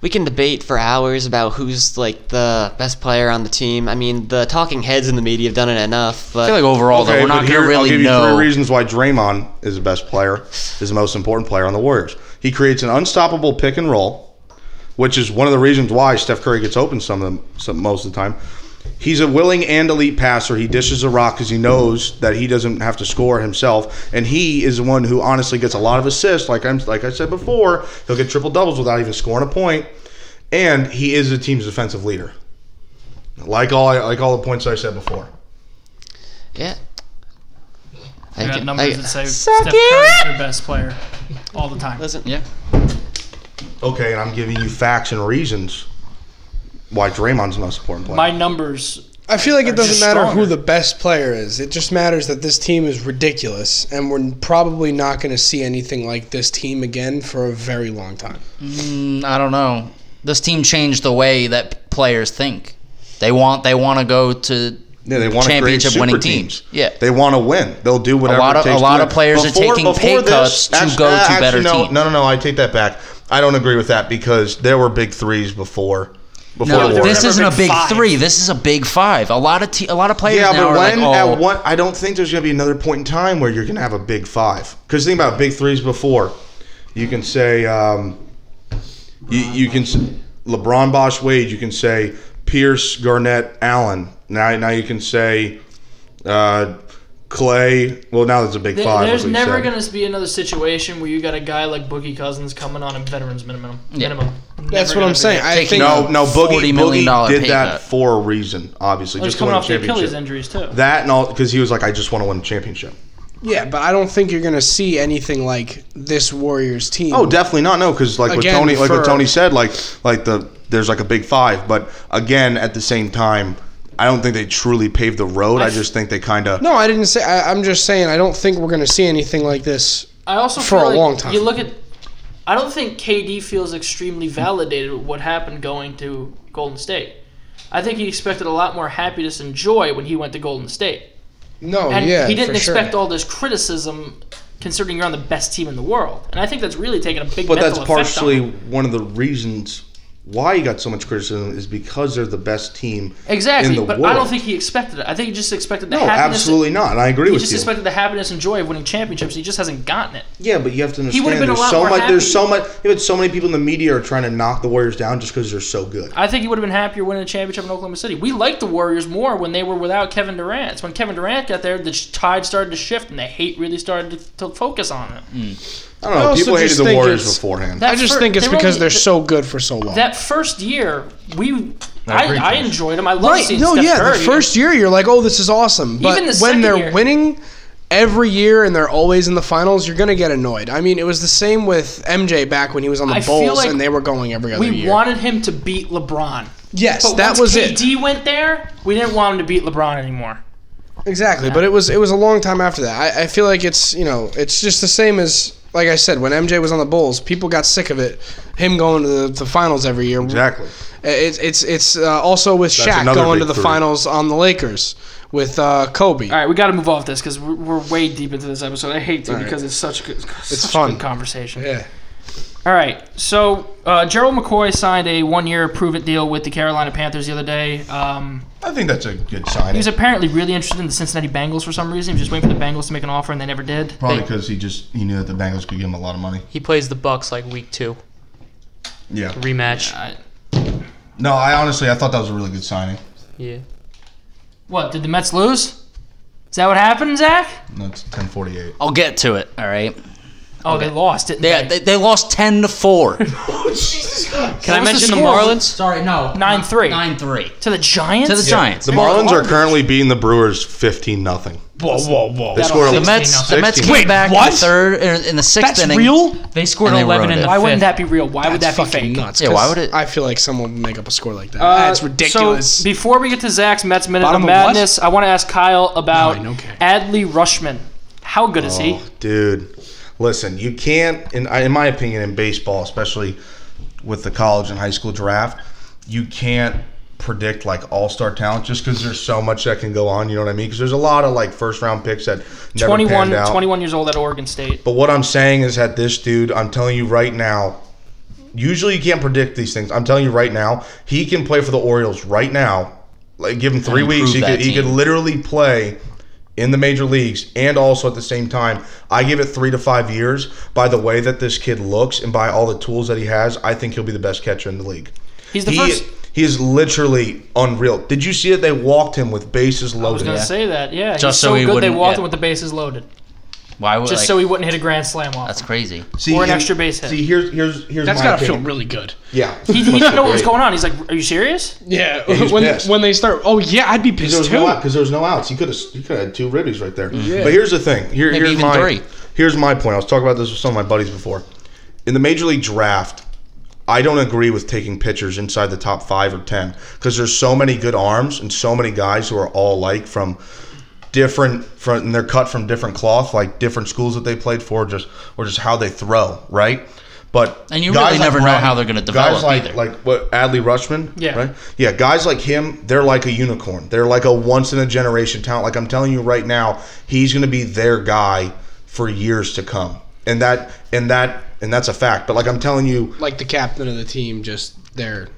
S2: we can debate for hours about who's like the best player on the team. I mean, the talking heads in the media have done it enough.
S6: I feel
S2: But
S6: like overall, though, we're
S5: but
S6: not
S5: here-
S6: going to
S5: I'll
S6: really
S5: give you
S6: know.
S5: three reasons why Draymond is the best player, is the most important player on the Warriors. He creates an unstoppable pick and roll, which is one of the reasons why Steph Curry gets open some of them, some most of the time. He's a willing and elite passer. He dishes a rock because he knows that he doesn't have to score himself, and he is the one who honestly gets a lot of assists. Like I'm, like I said before, he'll get triple doubles without even scoring a point, and he is the team's defensive leader. Like all, like all the points I said before.
S2: yeah.
S1: I got
S2: can-
S1: numbers
S2: I-
S1: that say Steph Curry's your best player all the time.
S2: Listen,
S6: yeah.
S5: Okay, and I'm giving you facts and reasons why Draymond's the most important player.
S1: My numbers.
S4: I feel like
S1: Are
S4: it
S1: just
S4: doesn't matter
S1: stronger.
S4: who the best player is. It just matters that this team is ridiculous, and we're probably not going to see anything like this team again for a very long time.
S6: Mm, I don't know. This team changed the way that players think. They want they want to go to
S5: Yeah, they want to create
S6: championship
S5: super
S6: winning
S5: teams.
S6: teams. Yeah.
S5: they want to win. They'll do whatever.
S6: lot of-
S5: it takes
S6: a lot
S5: to
S6: of
S5: win.
S6: players are taking pay cuts to go to better
S5: no,
S6: teams.
S5: No, no, no. I take that back. I don't agree with that because there were big threes before. Before
S6: No,
S5: the war.
S6: this
S4: never
S6: isn't a
S4: big
S6: big
S4: five.
S6: three. This is a big five. A lot of te- a lot of players
S5: Yeah,
S6: now
S5: but
S6: are
S5: when
S6: like, oh,
S5: at what I don't think there's going to be another point in time where you're going to have a big five. Because think about big threes before. You can say um, you, you can s- LeBron, Bosch, Wade. You can say Pierce, Garnett, Allen. Now now you can say uh, Clay. Well, now there's a big
S1: Th-
S5: five.
S1: There's
S5: is what you
S1: never
S5: said.
S1: going to be another situation where you got a guy like Boogie Cousins coming on a veterans minimum. Minimum.
S4: That's
S1: Never
S4: what
S1: gonna
S4: I'm
S1: be.
S4: saying. I think
S6: Taking
S5: No, no. Boogie,
S6: $40 million
S5: Boogie
S6: pay
S5: did that
S6: cut.
S5: for a reason, obviously.
S1: Well, he's
S5: just to
S1: coming
S5: win
S1: off
S5: a
S1: the Achilles
S5: championship.
S1: injuries too.
S5: That and all because he was like, I just want to win a championship.
S4: yeah, but I don't think you're gonna see anything like this Warriors team.
S5: Oh, definitely not. No, because like
S4: Again,
S5: what Tony, like
S4: for-
S5: what Tony said, like like the there's like a big five, but again, at the same time, I don't think they truly paved the road. I, just think they kind of.
S4: No, I didn't say. I, I'm just saying I don't think we're gonna see anything like this.
S1: I also
S4: for
S1: feel
S4: a
S1: like
S4: long time.
S1: You look at. I don't think KD feels extremely validated with what happened going to Golden State. I think he expected a lot more happiness and joy when he went to Golden State,
S4: No,
S1: and
S4: yeah,
S1: he didn't
S4: for sure.
S1: expect all this criticism. Considering you're on the best team in the world, and I think that's really taken a big.
S5: But that's
S1: mental effect on
S5: partially
S1: him.
S5: one of the reasons why he got so much criticism is because they're the best team.
S1: exactly.
S5: in the
S1: But I
S5: world.
S1: don't think he expected it. I think he just expected the
S5: No,
S1: happiness.
S5: absolutely not. And I agree
S1: He
S5: with
S1: just
S5: you.
S1: expected the happiness and joy of winning championships. He just hasn't gotten it.
S5: yeah, but you have to
S1: would've
S5: understand.
S1: been a
S5: There's
S1: lot
S5: so
S1: more
S5: much. There's
S1: happy.
S5: so much. Yeah, but so many people in the media are trying to knock the Warriors down just because they're so good.
S1: I think he would have been happier winning a championship in Oklahoma City. We liked the Warriors more when they were without Kevin Durant. It's when Kevin Durant got there, the tide started to shift, and the hate really started to, to focus on
S5: Hmm.
S1: it.
S5: I don't know.
S4: also
S5: people hated
S4: just
S5: the
S4: think
S5: Warriors
S4: it's-
S5: beforehand.
S1: That
S4: I just
S1: fir-
S4: think it's
S1: they were
S4: because
S1: only-
S4: they're
S1: th-
S4: so good for so long.
S1: That first year, we I, I enjoyed him. I loved
S4: right?
S1: seeing
S4: No,
S1: Steph
S4: yeah.
S1: Curry.
S4: The first year, you're like, oh, this is awesome. But
S1: Even the
S4: when
S1: second
S4: they're
S1: year.
S4: winning every year and they're always in the finals, you're gonna get annoyed. I mean, it was the same with MJ back when he was on the
S1: I feel
S4: Bulls
S1: like
S4: and they were going every other
S1: we
S4: year.
S1: wanted him to beat LeBron.
S4: yes,
S1: But
S4: that
S1: once
S4: was it.
S1: KD went there, we didn't want him to beat LeBron anymore.
S4: Exactly, but it was it was a long time after that. I, I feel like it's you know it's just the same as like I said when MJ was on the Bulls, people got sick of it. Him going to the, the finals every year.
S5: Exactly.
S4: It's it's it's uh, also with
S5: That's
S4: Shaq
S5: another
S4: going to
S5: big
S4: the
S5: three.
S4: finals on the Lakers with uh, Kobe.
S1: All right, we got to move off this because we're, we're way deep into this episode. I hate to because it's such good, it's such
S4: fun.
S1: good conversation.
S4: Yeah.
S1: All right. So uh, Gerald McCoy signed a one-year prove-it deal with the Carolina Panthers the other day. Um,
S5: I think that's a good sign.
S1: he was apparently really interested in the Cincinnati Bengals for some reason. He was just waiting for the Bengals to make an offer, and they never did.
S5: Probably because he just he knew that the Bengals could give him a lot of money.
S3: He plays the Bucks like week two
S5: Yeah.
S3: rematch.
S1: Uh,
S5: No, I honestly I thought that was a really good signing.
S3: Yeah.
S1: what did the Mets lose? Is that what happened, Zach?
S5: That's ten forty eight.
S6: I'll get to it. All right.
S1: Oh, they lost, didn't
S6: They, they, they lost ten to four.
S3: Can I
S1: What was
S3: mention
S1: the
S3: the,
S1: score?
S3: Marlins?
S6: Sorry, no.
S1: 9-3.
S6: Nine three.
S1: To the Giants.
S6: To the Giants.
S5: The Marlins are currently beating the Brewers fifteen nothing.
S4: Whoa, whoa, whoa!
S5: They scored
S6: The
S5: a
S6: Mets. The Mets
S5: 16.
S6: came
S5: Wait,
S6: back in
S4: what?
S6: the third in, in the sixth
S4: That's
S6: inning.
S4: real.
S3: They scored
S6: And they
S3: 11
S6: wrote
S3: in
S6: it.
S3: the
S1: Why
S3: fifth.
S1: wouldn't that be real? Why would
S4: That's
S1: that be
S4: fucking
S1: fake?
S4: nuts.
S6: Yeah, why
S4: 'cause
S6: would it-
S4: I feel like someone would make up a score like that.
S1: Uh,
S4: That's ridiculous.
S1: So before we get to Zach's Mets minute
S4: Bottom
S1: of
S4: of what?
S1: madness, I want to ask Kyle about
S4: No, I know, okay.
S1: Adley Rushman. How good is he?
S5: Oh, dude, listen, you can't. In, in my opinion, in baseball, especially with the college and high school draft, you can't predict like all star talent just because there's so much that can go on. You know what I mean? Because there's a lot of like first round picks that never
S1: 21,
S5: panned out.
S1: 21 years old at Oregon State.
S5: But what I'm saying is that this dude, I'm telling you right now, usually you can't predict these things. I'm telling you right now, he can play for the Orioles right now. Like give him three
S6: improve
S5: weeks, he
S6: that
S5: could he
S6: team.
S5: could literally play in the major leagues and also at the same time. I give it three to five years. By the way that this kid looks and by all the tools that he has, I think he'll be the best catcher in the league.
S1: He's the
S5: he,
S1: first.
S5: he is literally unreal. Did you see that they walked him with bases
S1: I was
S5: loaded?
S1: gonna say that. Yeah, he's
S6: Just so
S1: so,
S6: he
S1: good they
S6: wouldn't-
S1: walked
S6: yeah.
S1: him with the bases loaded,
S6: Why would
S1: just
S6: like,
S1: so he wouldn't hit a grand slam off.
S6: That's crazy.
S5: See,
S1: Or an
S5: and-
S1: extra base hit.
S5: See, here's here's here's
S4: That's
S5: my
S4: gotta feel
S5: opinion.
S4: really good.
S5: Yeah,
S1: he, he didn't know what was going on. He's like, "Are you serious?"
S4: <laughs> Yeah,
S5: he was
S4: when
S5: pissed.
S4: when they start, oh yeah, I'd be
S5: There
S4: pissed
S5: was
S4: too.
S5: no out because there was no outs. He could have he could have had two ribbies right there. But here's the thing. Here,
S6: Maybe
S5: here's
S6: even
S5: my
S6: three.
S5: here's my point. I was talking about this with some of my buddies before. In the major league draft, I don't agree with taking pitchers inside the top five or ten because there's so many good arms and so many guys who are all like from different from and they're cut from different cloth, like different schools that they played for, just or just how they throw, right? But
S6: And you
S5: guys
S6: really never know
S5: Brad-
S6: how they're gonna
S5: Guys
S6: develop
S5: like
S6: either.
S5: like what Adley Rutschman,
S1: Yeah.
S5: right? Yeah, guys like him, they're like a unicorn. They're like a once in a generation talent. Like I'm telling you right now, he's going to be their guy for years to come. And that and that and that's a fact. But like I'm telling you,
S4: Like the captain of the team, just their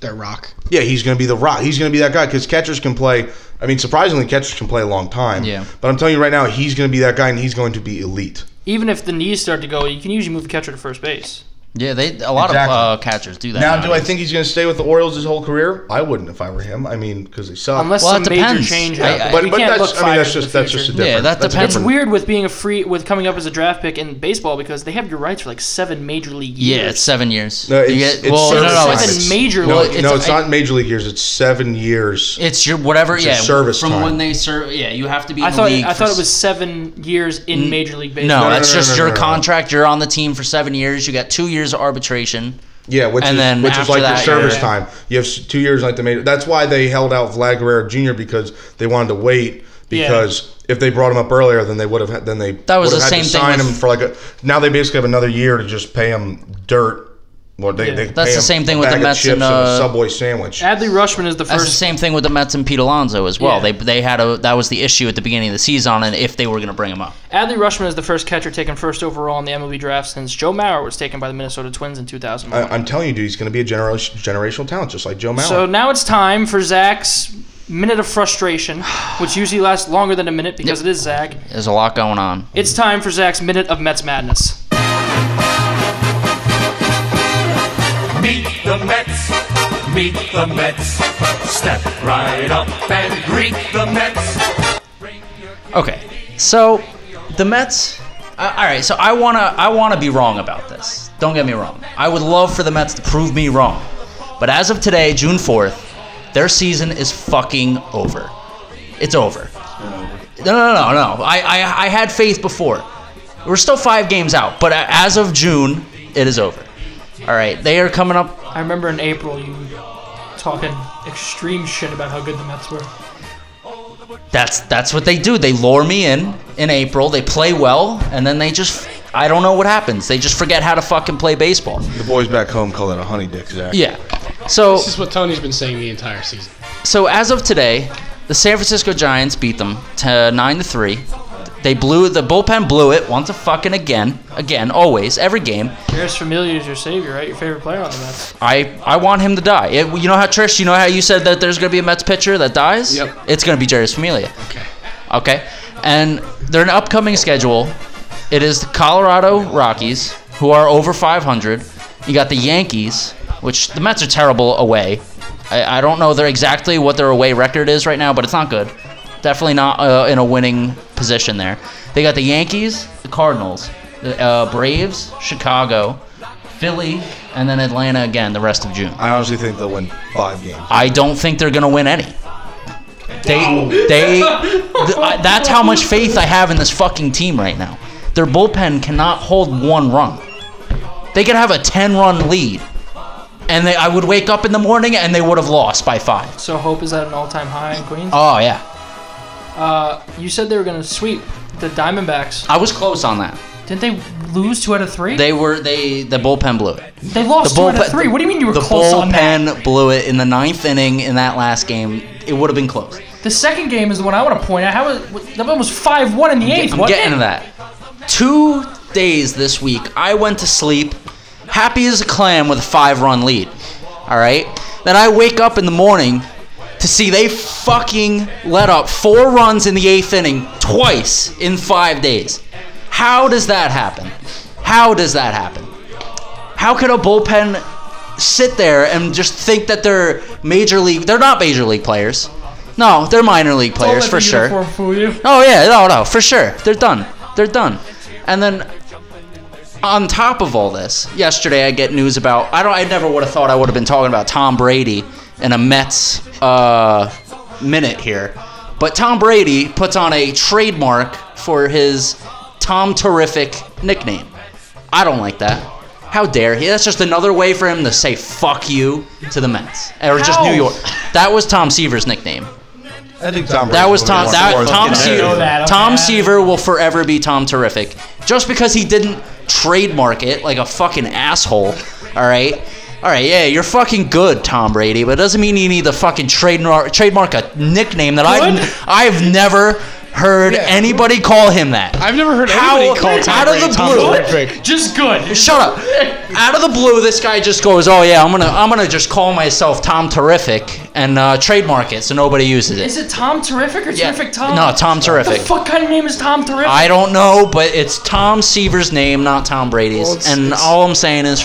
S4: their rock.
S5: yeah, he's going to be the rock. He's going to be that guy because catchers can play. I mean, surprisingly, catchers can play a long time.
S6: Yeah.
S5: But I'm telling you right now, he's going to be that guy, and he's going to be elite.
S1: Even if the knees start to go, you can usually move the catcher to first base.
S6: Yeah, they a lot
S5: Exactly.
S6: of uh, catchers do that.
S5: Now, do I
S6: nowadays.
S5: think he's going to stay with the Orioles his whole career? I wouldn't if I were him. I mean, because they suck.
S1: Unless
S6: Well,
S1: some
S6: it
S1: major
S6: depends.
S1: change
S6: I- I-
S1: happens.
S5: but
S1: you
S5: but
S1: can't
S5: that's
S1: look
S5: I mean
S1: five
S5: that's
S1: into the
S5: just that's just a
S1: future.
S5: different.
S6: Yeah, that
S5: that's a
S6: depends.
S1: It's
S5: different-
S1: weird with being a free with coming up as a draft pick in baseball because they have your rights for like seven major league years.
S6: Yeah, it's seven years.
S5: No, it's-
S6: you get,
S5: it's
S6: well, no,
S5: service
S6: no, no,
S5: time.
S6: it's,
S1: Seven major
S5: No,
S1: league.
S6: it's-
S5: no, it's
S6: I-
S5: not major league years. It's seven years.
S6: it's your whatever.
S5: your
S6: yeah,
S5: service
S6: from
S5: time.
S6: when they serve. Yeah, you have to be. In
S1: I
S6: the
S1: thought
S6: league
S1: I
S6: for
S1: thought it
S6: s-
S1: was seven years in major league
S6: No,
S1: baseball.
S6: that's
S5: no, no,
S6: just
S5: no,
S6: your
S5: no, no.
S6: contract. You're on the team for seven years. You got two years of arbitration.
S5: yeah, which
S6: and
S5: is
S6: then
S5: which is
S6: after
S5: like
S6: that,
S5: your service
S6: yeah.
S5: time. You have s- two years like the major. That's why they held out Vlad Guerrero Jr. because they wanted to wait
S1: Yeah.
S5: because if they brought him up earlier, then they would have had- then they
S6: That was
S5: would have
S6: the
S5: had to
S6: same thing
S5: sign
S6: with-
S5: him for like a. Now they basically have another year to just pay him dirt. Well, they,
S1: Yeah.
S5: they
S6: That's
S5: pay
S6: the
S5: him
S6: same thing
S5: a
S6: with the
S5: bag of
S6: Mets
S5: chips
S6: and,
S5: a
S6: uh,
S5: Subway sandwich.
S1: Adley Rushman is the
S6: That's the
S1: first.
S6: same thing with the Mets and Pete Alonso as well.
S1: Yeah.
S6: They they had a that was the issue at the beginning of the season, and if they were going to bring him up,
S1: Adley Rushman is the first catcher taken first overall in the MLB draft since Joe Mauer was taken by the Minnesota Twins in 2001.
S5: I, I'm telling you, dude, he's going to be a generation, generational talent, just like Joe Uh, Mauer.
S1: So now it's time for Zach's minute of frustration, which usually lasts longer than a minute because it is Zach.
S6: there's a lot going on.
S1: It's time for Zach's minute of Mets madness.
S11: Meet the Mets. Meet the Mets. Step right up and greet the Mets.
S6: Okay, so the Mets. Uh, all right, so I wanna I wanna be wrong about this. Don't get me wrong. I would love for the Mets to prove me wrong, but as of today, June fourth, their season is fucking over. It's over. No, no, no, no. I I, I had faith before. We're still five games out, but a- as of June, it is over. All right, they are coming up
S1: I remember in April you talking extreme shit about how good the Mets were.
S6: that's that's what they do. They lure me in in April. They play well, and then they just I don't know what happens. They just forget how to fucking play baseball.
S5: the boys back home call that a honey dick, Zach.
S6: Yeah. So
S4: This is what Tony's been saying the entire season.
S6: so as of today, the San Francisco Giants beat them to nine to three. They blew the bullpen blew it once a fucking again again always every game.
S1: You're as familiar as your savior, right? Your favorite player on the Mets.
S6: I I want him to die. It- you know how Trish, you know how you said that there's gonna be a Mets pitcher that dies.
S4: Yep.
S6: It's gonna be Jarius Familia.
S4: Okay.
S6: Okay. And their upcoming schedule, it is the Colorado Rockies, who are over 500. You got the Yankees, which the Mets are terrible away. I, I don't know their exactly what their away record is right now, but it's not good. Definitely not uh, in a winning position there. They got the Yankees, the Cardinals, the uh, Braves, Chicago, Philly, and then Atlanta again the rest of June.
S5: I honestly think they'll win five games.
S6: I don't think they're gonna win any. They, they, th- I- that's how much faith I have in this fucking team right now. Their bullpen cannot hold one run. They could have a ten-run lead, and they, I would wake up in the morning and they would have lost by five.
S1: So hope is at an all-time high in Queens.
S6: Oh yeah,
S1: Uh, you said they were gonna sweep the Diamondbacks.
S6: I was close on that.
S1: Didn't they lose two out of three?
S6: They were they the bullpen blew it.
S1: They lost two out of three. What do you mean you were
S6: the
S1: close on that?
S6: bullpen blew it in the ninth inning in that last game. It would have been close.
S1: The second game is the one I want to point out. How was that one was five one in the eighth?
S6: I'm
S1: wasn't
S6: getting
S1: it?
S6: to that. Two days this week, I went to sleep happy as a clam with a five run lead. All right? Then I wake up in the morning to see they fucking let up four runs in the eighth inning twice in five days. How does that happen? How does that happen? How could a bullpen sit there and just think that they're major league? They're not major league players. No, they're minor league players for sure. <laughs> Oh yeah, no, no, for sure. They're done. They're done. And then on top of all this, yesterday I get news about I don't I never would have thought I would have been talking about Tom Brady in a Mets uh, minute here. But Tom Brady puts on a trademark for his Tom Terrific nickname. I don't like that. How dare he? That's just another way for him to say fuck you to the Mets. Or just New York. That was Tom Seaver's nickname.
S5: I think Tom.
S6: That was Tom. That Tom
S1: I didn't
S6: Seaver.
S1: know that, okay.
S6: Tom Seaver will forever be Tom Terrific, just because he didn't trademark it like a fucking asshole. All right. All right, yeah, you're fucking good, Tom Brady, but it doesn't mean you need to fucking trademark trademark a nickname that I've I've never heard anybody call him that.
S4: I've never heard
S6: How-
S4: anybody call Tom
S6: out of
S4: Brady
S6: the
S4: Tom
S6: blue-
S4: Brady.
S1: Just good.
S6: Shut up! Out of the blue, this guy just goes, "Oh yeah, I'm gonna, I'm gonna just call myself Tom Terrific and uh, trademark it so nobody uses it."
S1: Is it Tom Terrific or Terrific Tom?
S6: No, Tom
S1: What
S6: Terrific.
S1: the fuck kind of name is Tom Terrific?
S6: I don't know, but it's Tom Seaver's name, not Tom Brady's.
S4: Well, it's-
S6: and
S4: it's-
S6: all I'm saying is,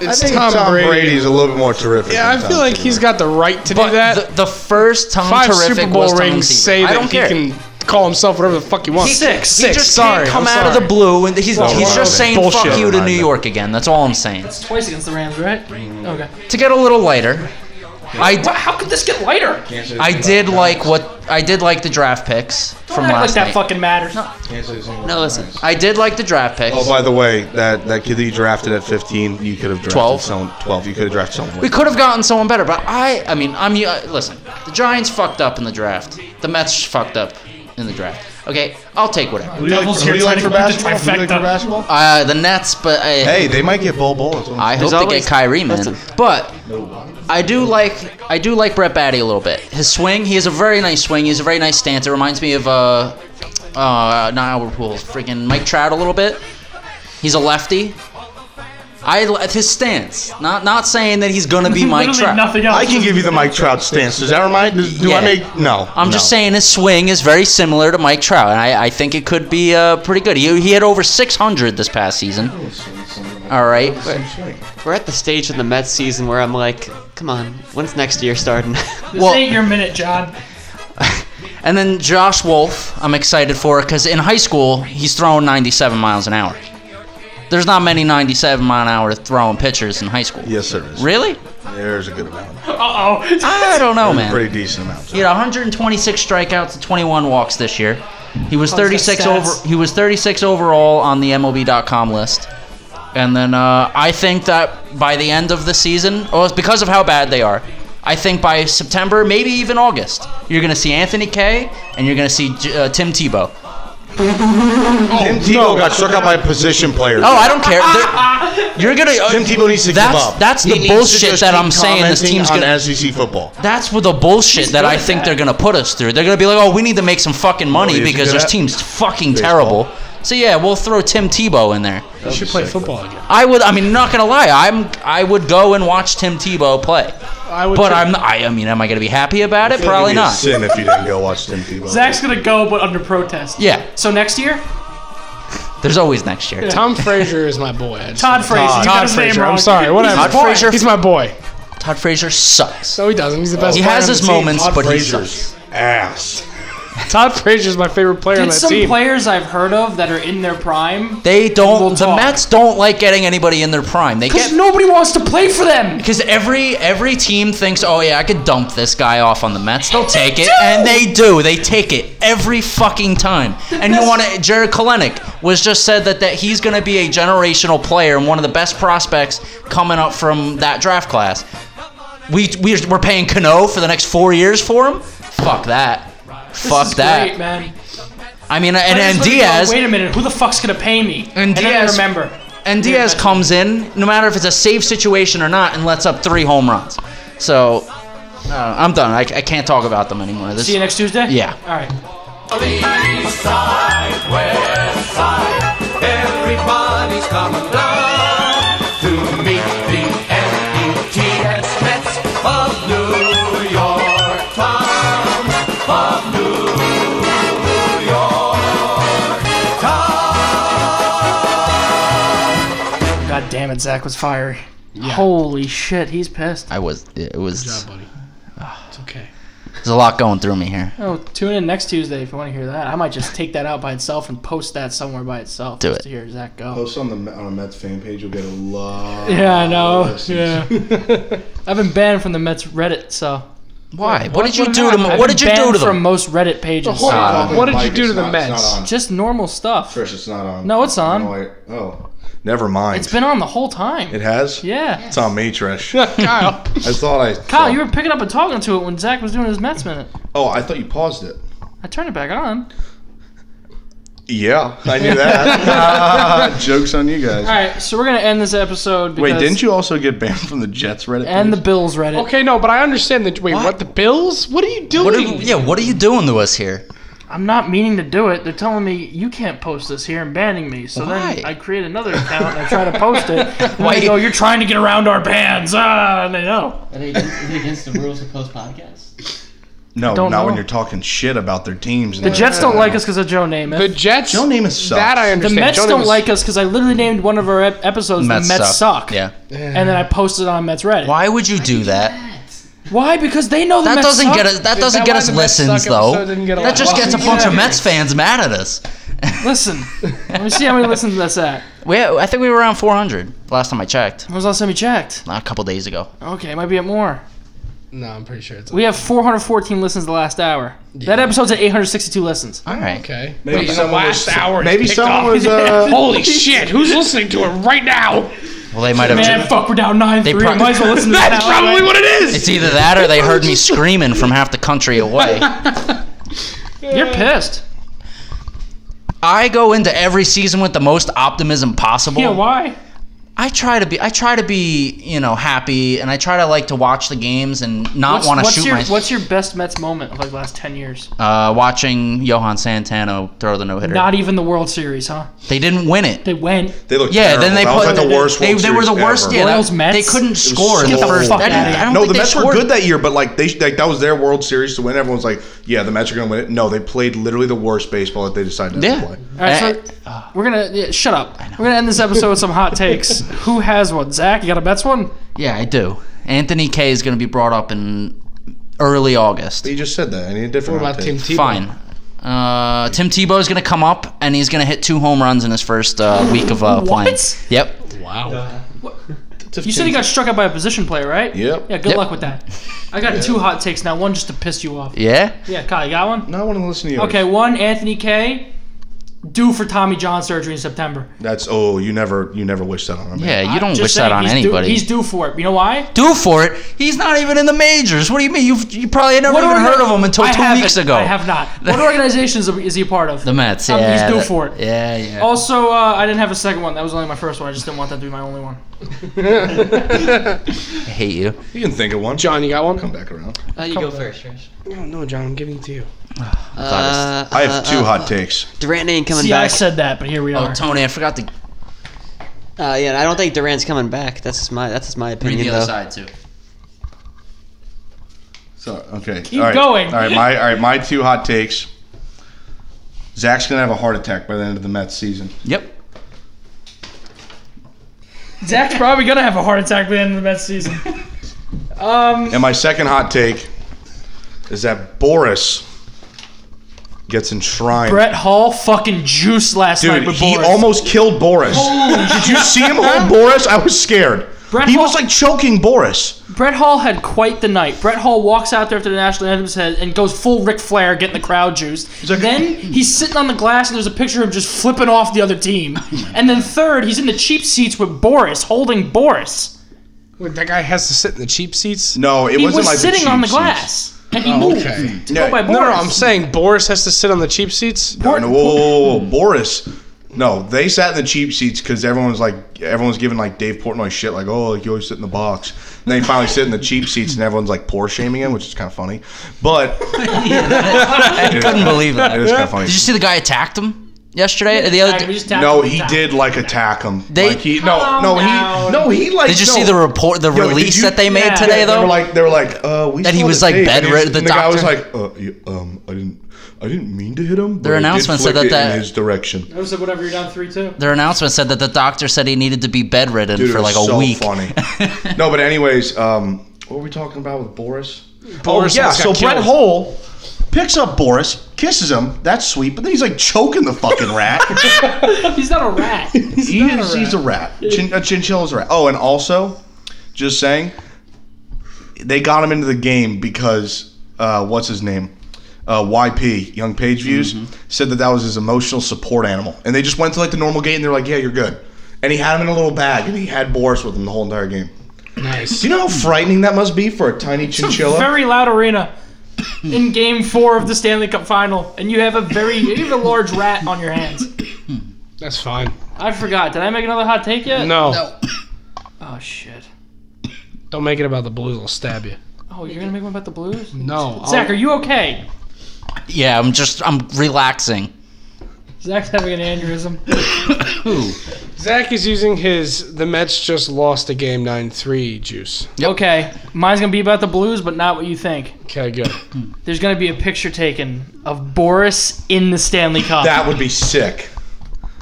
S4: It's
S5: I think
S4: Tom, Brady.
S5: Brady's a little bit more terrific.
S4: Yeah, I
S5: than
S4: feel
S5: Tom
S4: like he's got the right to
S6: but
S4: do that.
S6: the, the first Tom
S4: Five
S6: Terrific
S4: Super Bowl
S6: was Tom
S4: rings
S6: Seaver.
S4: say
S6: I
S4: that
S6: don't
S4: he
S6: care.
S4: can call himself whatever the fuck he wants.
S1: Six.
S4: six.
S6: just
S4: sorry,
S6: can't come
S4: I'm
S6: out of
S4: sorry.
S6: the blue, and he's,
S5: Well,
S6: he's
S5: well,
S6: just
S5: okay.
S6: saying
S4: Bullshit.
S6: "fuck you" to
S5: Never
S6: New
S5: mind.
S6: York again. That's all I'm saying.
S1: It's twice against the Rams, right? Okay.
S6: To get a little lighter, I,
S1: Wha- how could this get lighter? Don't
S6: I did like what I did like the draft picks from
S1: act like
S6: last
S1: that
S6: night.
S1: fucking matters.
S2: No, listen.
S6: I did like the draft picks.
S5: Oh, by the way, that, that kid that you drafted at 15, you could have drafted
S6: 12.
S5: someone. 12. You could have drafted someone.
S6: We could have gotten someone better, but I, I mean, I'm, uh, listen, the Giants fucked up in the draft. The Mets fucked up in the draft. Okay, I'll take whatever.
S1: Devils here trying to do the trifecta.
S6: Uh, the Nets, but I,
S5: Hey, they might get Bull Bull.
S6: I hope
S2: There's
S6: they
S2: always-
S6: get Kyrie, man.
S2: listen.
S6: But I do like, I do like Brett Batty a little bit. His swing, he has a very nice swing. He has a very nice stance. It reminds me of, uh, uh, not Albert Poole, freaking Mike Trout a little bit. He's a lefty. I li- his stance. Not not saying that <laughs> he's gonna be Mike
S1: Literally
S6: Trout.
S1: nothing else.
S5: I can give you the Mike Trout stance. Does that remind? Does, do
S6: Yeah.
S5: I make? No.
S6: I'm just saying his swing is very similar to Mike Trout, and I, I think it could be uh, pretty good. He, he had over 600 this past season. All right.
S2: We're at the stage of the Mets season where I'm like, come on, when's next
S1: <laughs>
S2: year starting?
S1: This
S6: Well-
S1: ain't your minute, John.
S6: And then Josh Wolf, I'm excited for because in high school, he's throwing 97 miles an hour. There's not many 97 mile an hour throwing pitchers in high school.
S5: Yes, there is.
S6: Really?
S5: There's a good amount.
S1: Uh-oh.
S6: I don't know, man.
S5: Pretty decent amount.
S6: He had 126 strikeouts and 21 walks this year. He was
S1: Oh, he's got
S6: 36
S1: stats.
S6: over. He was 36 overall on the MLB.com list. And then uh, I think that by the end of the season, or it's because of how bad they are, I think by September, maybe even August, you're going to see Anthony Kay and you're going to see J- uh, Tim Tebow.
S5: Tim Tebow got struck out by position players.
S6: Oh, I don't care. They're- you're going to.
S5: Tim Tebow needs to
S6: that's,
S5: give up.
S6: That's the
S5: He needs to
S6: bullshit
S5: just
S6: that
S5: keep
S6: I'm saying this
S5: commenting
S6: team's
S5: on
S6: going to.
S5: SEC football.
S6: That's what the bullshit that
S1: good
S6: I
S1: at
S6: think
S1: that.
S6: they're gonna put us through. They're gonna be like, "Oh, we need to make some fucking money
S5: he is
S6: because
S5: good
S6: this
S5: at
S6: team's fucking
S5: baseball.
S6: terrible." So yeah, we'll throw Tim Tebow in there.
S4: You should play football again.
S6: I would. I mean, not gonna lie. I'm. I would go and watch Tim Tebow play.
S4: I would
S6: But
S4: too.
S6: I'm. not- I, I mean, am I gonna be happy about it?
S5: I feel like
S6: Probably
S5: it'd be a
S6: not.
S5: Sin if you didn't go watch Tim Tebow.
S1: Zach's gonna go, but under protest.
S6: Yeah.
S1: So next year,
S6: There's always next year.
S4: Tom Frazier is my boy. I just-
S1: Todd Frazier. you got
S4: Todd
S1: his name
S4: Frazier.
S1: wrong.
S4: I'm sorry. Whatever.
S6: Todd Frazier.
S4: He's my boy.
S6: Todd Frazier sucks.
S4: No, he doesn't. He's the best.
S6: He
S4: player
S6: has
S4: on
S6: his
S4: the team.
S6: moments,
S4: Todd
S6: but he
S4: Frazier.
S6: sucks.
S5: ass.
S4: Todd Frazier's my favorite player on
S1: Did
S4: that
S1: some
S4: team.
S1: players I've heard of that are in their prime?
S6: They don't.
S1: We'll
S6: the
S1: talk.
S6: Mets don't like getting anybody in their prime. They
S1: Because
S6: get
S1: nobody wants to play for them.
S6: Because every every team thinks, oh yeah, I could dump this guy off on the Mets.
S1: <laughs>
S6: They'll take it, and they do. They take it every fucking time. And you want to? Jared Kalenic was just said that that he's going to be a generational player and one of the best prospects coming up from that draft class. We we we're paying Cano for the next four years for him. Fuck that.
S1: this
S6: Fuck
S1: is
S6: that.
S1: Great, man.
S6: I mean, and,
S1: Players
S6: and
S1: literally go,
S6: Diaz.
S1: Wait a minute. Who the fuck's gonna pay me? then
S6: And
S1: they
S6: Diaz-
S1: remember.
S6: And Diaz
S1: Yeah.
S6: comes in, no matter if it's a safe situation or not, and lets up three home runs. So uh, I'm done. I, I can't talk about them anymore. This,
S1: See you next Tuesday.
S6: Yeah.
S1: All right.
S11: East side, west side, everybody's coming down to meet the M.E.T.S. Mets of New York town, of New York town.
S1: God damn it, Zach was fiery. Holy shit, he's pissed.
S6: I was. It was.
S4: buddy. It's okay.
S6: There's a lot going through me here.
S1: Oh, tune in next Tuesday if you want to hear that. I might just take that out by itself and post that somewhere by itself.
S6: Do
S1: just
S6: it.
S1: To hear Zach go.
S5: Post on the on a Mets fan page, you'll get a lot.
S1: Yeah, I know.
S5: listens.
S1: Yeah. <laughs> I've been banned from the Mets Reddit, so.
S6: Why? What did you
S4: what
S6: do to?
S4: happened?
S6: Them?
S1: I've
S6: What
S1: been
S6: did you do
S1: banned
S6: to
S1: from
S6: them? Ah.
S1: most Reddit pages.
S4: whole-
S5: Talk to
S4: What
S5: the
S4: did you
S5: mic,
S4: do to
S5: it's
S4: the
S5: not- it's
S4: Mets?
S5: not on.
S1: Just normal stuff.
S5: Trish, it's not on.
S1: No, it's on.
S5: No, I- oh, never mind.
S1: It's been on the whole time.
S5: It has.
S1: yeah.
S5: It's on
S1: <laughs>
S5: me, Trish. I thought I.
S1: Kyle, you were picking up and talking to it when Zach was doing his Mets minute.
S5: Oh, I thought you paused it.
S1: I turned it back on.
S5: Yeah, I
S1: <laughs>
S5: knew that. <laughs> Jokes on you guys.
S1: All right, so we're gonna end this episode.
S5: Wait,
S1: because-
S5: didn't you also get banned from the Jets Reddit?
S1: And the
S5: page?
S1: Bills Reddit.
S4: Okay, no, but I understand that. Wait, what? The Bills? What are you doing?
S6: What are, yeah, what are you doing to us here?
S1: I'm not meaning to do it. They're telling me you can't post this here and banning me. So
S6: Why?
S1: then I create another account and I try to post
S6: <laughs>
S1: it. And Why they go? You're trying to get around our bans. Ah, and they know.
S2: Are they against, is it against the rules of post podcast?
S5: no,
S1: don't
S5: not
S1: know.
S5: when you're talking shit about their teams.
S1: The Jets don't like us because of Joe Namath.
S4: the Jets?
S5: Joe Namath sucks.
S4: That I
S1: The
S4: understand.
S1: Mets
S4: Joe
S1: don't
S4: Namath-
S1: like us because I literally named one of our ep- episodes
S6: Mets
S1: the Mets suck.
S6: Yeah.
S1: And then I posted it on Mets Reddit. Why?
S6: Why would you do that?
S1: Because they know the
S6: That
S1: Mets
S6: doesn't
S1: suck.
S6: get us. That
S4: Is
S6: doesn't
S4: that
S6: get
S4: why
S6: us
S4: the Mets
S6: listens
S4: suck episode
S6: though.
S4: didn't get a
S6: That
S4: lot?
S6: just gets a
S1: Yeah.
S6: bunch of Mets fans mad at us.
S1: Listen, let me see how many listens that's at.
S6: <laughs> We, I think we were around 400 last time I checked.
S1: When was the last time you checked?
S6: A couple days ago.
S1: Okay, it might be at more.
S4: No, I'm pretty sure it's.
S1: We have 414 listens the last hour. That episode's at 862 listens.
S6: All right.
S4: okay.
S5: Maybe
S4: Wait, the
S5: someone
S4: last
S5: was-
S4: hour. is
S5: Maybe
S4: picked
S5: someone
S4: off.
S5: was. Uh,
S4: <laughs> Holy shit! Who's listening to it right <laughs> now?
S6: Well, they might have.
S1: Man, fuck, we're down 9 3.
S6: prob-
S1: might as well listen to
S6: <laughs>
S1: that.
S4: That's probably what it is.
S6: It's either that or they heard me screaming from half the
S1: <laughs>
S6: country away.
S1: You're pissed.
S6: I go into every season with the most optimism possible.
S1: Yeah, why?
S6: I try to be I try to be, you know, happy and I try to like to watch the games and not
S1: What's,
S6: want to
S1: what's
S6: shoot
S1: your
S6: my
S1: What's your best Mets moment of like the last 10 years?
S6: uh watching Johan Santana throw the no-hitter.
S1: Not even the World Series, huh?
S6: they didn't win it.
S1: They went.
S5: they looked
S6: yeah,
S5: terrible.
S6: then they
S5: that
S6: put
S5: was like the worst.
S6: They,
S5: World
S6: they were the
S5: Series
S6: worst.
S5: ever.
S6: Yeah,
S1: Royals,
S6: that-
S1: Mets?
S6: they couldn't score in
S5: so
S6: the first.
S1: bad.
S6: I didn't- I don't
S5: No,
S6: think
S5: the
S6: they
S5: Mets were
S6: scored.
S5: good that year, but like they like that was their World Series to win. Everyone's like, yeah, the Mets are going to win it. No, they played literally the worst baseball that they decided not to
S6: Yeah.
S1: All
S5: play.
S1: right,
S6: Eh,
S1: so we're gonna yeah, shut up. We're gonna end this episode with some
S6: <laughs>
S1: hot takes. Who has one? Zach, you got a Mets one?
S6: yeah, I do. Anthony K is going to be brought up in early August.
S5: He just said that. I need a different.
S4: What about
S5: hot
S4: Tim
S5: take.
S4: Tebow?
S6: Fine. Uh, Tim Tebow is going to come up and he's going to hit two home runs in his first uh, week of uh, playing.
S1: What?
S6: Yep.
S1: You said he got struck out by a position player, right?
S5: Yep.
S1: Yeah. Good
S6: Yep.
S1: luck with that. I got two hot takes now. One just to piss you off.
S6: Yeah.
S1: Yeah, Kyle, you got one?
S5: No, I want to listen to you.
S1: Okay, one Anthony K. Due for Tommy John surgery in September.
S5: That's oh, you never you never wish that on him.
S6: Yeah. You don't
S1: Just
S6: wish
S1: saying,
S6: that on
S1: he's due-
S6: anybody.
S1: he's due for it. You know why?
S6: due for it. He's not even in the majors. What do you mean? You've, you probably had never
S1: What
S6: even
S1: orga-
S6: heard of him until
S1: I
S6: 2
S1: haven't.
S6: weeks ago.
S1: I have not.
S6: <laughs>
S1: What organization is- is he a part of?
S6: the Mets. Yeah.
S1: Um, he's due
S6: that-
S1: for it.
S6: Yeah. Yeah.
S1: Also, uh, I didn't have a second one. That was only my first one. I just didn't want that to be my only one.
S6: I hate you.
S5: You can think of one.
S4: John, you got one?
S5: come back around.
S2: Uh, you go first, Trish.
S4: No, no, John, I'm giving it to you.
S2: Uh,
S5: I have two
S2: uh,
S5: hot takes.
S2: Durant ain't coming
S1: See, I
S2: back.
S1: said that, but here we
S6: Oh,
S1: are.
S6: Tony, I forgot to
S2: Uh, yeah, I don't think Durant's coming back. That's just my that's just my
S6: read
S2: opinion
S6: the
S2: though.
S6: other side too.
S5: So okay,
S1: Keep going.
S5: All right, my all right, my two hot takes. Zach's gonna have a heart attack by the end of the Mets season.
S6: Yep.
S1: Zach's probably gonna have a heart attack by the end of the Mets
S5: <laughs>
S1: season. Um,
S5: And my second hot take is that Boris gets enshrined.
S1: Brett Hall fucking juiced last night
S5: Dude,
S1: with
S5: he
S1: Boris.
S5: almost killed Boris. <laughs> Did you see him hold Boris? I was scared.
S1: Brett
S5: he
S1: Hall-
S5: was like choking Boris.
S1: Brett Hall had quite the night. Brett Hall walks out there after the national anthem's head and goes full Ric Flair, getting the crowd juiced.
S5: like- <laughs>
S1: then he's sitting on the glass, and there's a picture of him just flipping off the other
S5: <laughs>
S1: team.
S5: Oh
S1: And then third, he's in the cheap seats with Boris, holding Boris.
S4: Wait, that guy has to sit in the cheap seats.
S5: No, it
S1: He
S5: wasn't
S1: was
S5: like
S1: sitting
S5: cheap
S1: on the
S5: seats. Oh,
S1: glass, and he moved
S4: okay.
S1: to go by
S5: No,
S1: Boris.
S4: No, no, I'm saying Boris has to sit on the cheap seats.
S5: No, no, whoa, whoa, whoa, whoa. Boris. No, they sat in the cheap seats because everyone was like, everyone's giving like Dave Portnoy shit, like, oh, like you always sit in the box. And then he finally sit in the cheap seats, and everyone's like poor shaming him, which is kind of funny. But
S6: I couldn't believe
S5: it
S6: that.
S5: is kind of funny.
S6: Did you see the guy attacked him yesterday? the other.
S1: Alright, we just tapped
S5: No,
S1: him
S5: he
S1: down.
S5: did like attack him.
S6: They-
S5: like, he, no,
S1: Calm
S5: no,
S1: down.
S5: he, no, he like.
S6: Did you
S5: no.
S6: see the report, the
S5: Yeah, did
S6: release
S5: you-
S6: that they made
S1: Yeah.
S5: They
S6: today, though?
S5: were like, they were like, uh, we.
S6: That
S5: saw
S6: he was,
S5: the
S6: like,
S5: tape. And he was-
S6: bedridden- the
S5: and The guy was
S6: doctor-
S5: like, uh, yeah, um, I didn't, I didn't mean to hit him. but
S6: Their
S5: I did
S6: announcement said
S5: flick
S6: that
S5: it
S6: that-
S5: in his direction.
S1: I said whatever. You're down three two.
S6: Their announcement said that the doctor said he needed to be bedridden
S5: Dude, it
S6: for
S5: was
S6: like a
S5: so
S6: week.
S5: Funny. no, but anyways, um, what were we talking about with Boris?
S4: Boris
S5: oh yeah,
S4: almost
S5: so
S4: got
S5: Brett
S4: killed.
S5: Hole picks up Boris, kisses him. That's sweet, but then he's like choking the fucking rat.
S1: <laughs> He's not a rat. He's
S5: <laughs> he
S1: not
S5: is.
S1: a rat.
S5: He's a rat. Chin, a chinchilla's a rat. Oh, and also, just saying, they got him into the game because uh, what's his name? Uh, YP Young Page Views
S4: Mm-hmm.
S5: said that that was his emotional support animal, and they just went to like the normal gate and they're like, "Yeah, you're good." And he had him in a little bag, and he had Boris with him the whole entire game.
S4: Nice.
S5: Do you know how frightening that must be for a tiny chinchilla?
S1: Very loud arena. <coughs> in Game Four of the Stanley Cup Final, and you have a very you have a large rat on your hands.
S4: That's fine.
S1: I forgot. Did I make another hot take yet?
S4: No,
S1: Oh shit.
S4: don't make it about the Blues. I'll stab you.
S1: Oh, you're gonna make one about the Blues?
S4: No, I'll-
S1: Zach, are you okay?
S6: Yeah, I'm just I'm relaxing. <coughs>
S1: Zach's having an aneurysm.
S4: Zach is using his the Mets just lost a game nine three juice.
S1: Okay, mine's gonna be about the Blues, but not what you think.
S4: Okay, good.
S1: There's gonna be a picture taken of Boris in the Stanley Cup.
S5: That would be sick.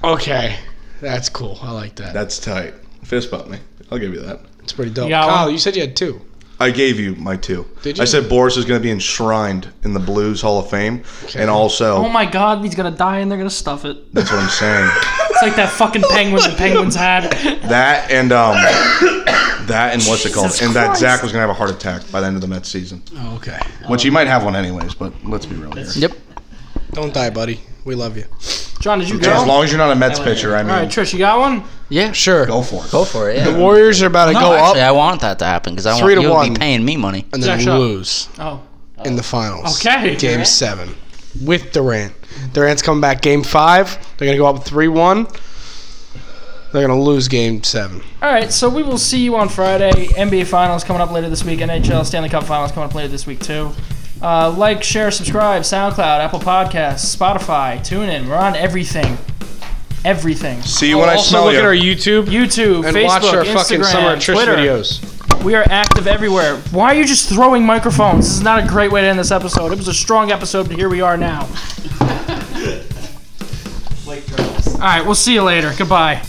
S4: Okay, that's cool. I like that.
S5: That's tight. Fist bump me. I'll give you that.
S4: That's pretty dope.
S1: You got
S4: Kyle,
S1: one?
S4: you said you had two.
S5: I gave you my two.
S4: Did you?
S5: I said Boris is going to be enshrined in the Blues Hall of Fame, and also
S1: oh my God, he's gonna die and they're gonna stuff it.
S5: that's what I'm saying.
S4: <laughs>
S1: It's like that fucking penguin the Penguins
S5: <laughs>
S1: had.
S5: That and
S1: <coughs>
S5: um, that and what's it called?
S1: Jesus
S5: and that
S1: Christ.
S5: Zach was going to have a heart attack by the end of the Mets season,
S4: Oh, okay.
S5: which he might have one anyways. But let's be real here.
S6: Yep.
S4: Don't die, buddy. We love you.
S1: John, did you go?
S5: As
S1: All
S5: long as you're not a Mets pitcher, I mean,
S1: right, Trish, you got one?
S6: Yeah,
S4: Sure.
S6: sure.
S5: go for it.
S6: Go for it. Yeah.
S4: The Warriors are about to
S6: no,
S4: go
S6: actually,
S4: up
S6: I want that to happen because I
S4: Three
S6: want
S4: to
S6: you to
S4: one.
S6: be paying me money.
S4: and
S1: Zach
S4: then
S1: shot.
S4: lose
S1: Oh,
S4: in the finals.
S1: okay.
S4: Game seven with Durant. Durant's coming back. Game five. They're gonna go up three one. They're gonna lose game seven.
S1: All right, so we will see you on Friday. NBA Finals coming up later this week. NHL Stanley Cup Finals coming up later this week too. Uh, like, share, subscribe. SoundCloud, Apple Podcasts, Spotify, TuneIn. We're on everything. Everything.
S5: See you when I
S4: also
S5: smell
S4: look
S5: you.
S4: at our YouTube
S1: YouTube,
S4: and
S1: Facebook,
S4: watch our
S1: Instagram,
S4: fucking summer Trish
S1: Twitter.
S4: videos.
S1: We are active everywhere. Why are you just throwing microphones? This is not a great way to end this episode. It was a strong episode, but here we are now. All right, we'll see you later. Goodbye.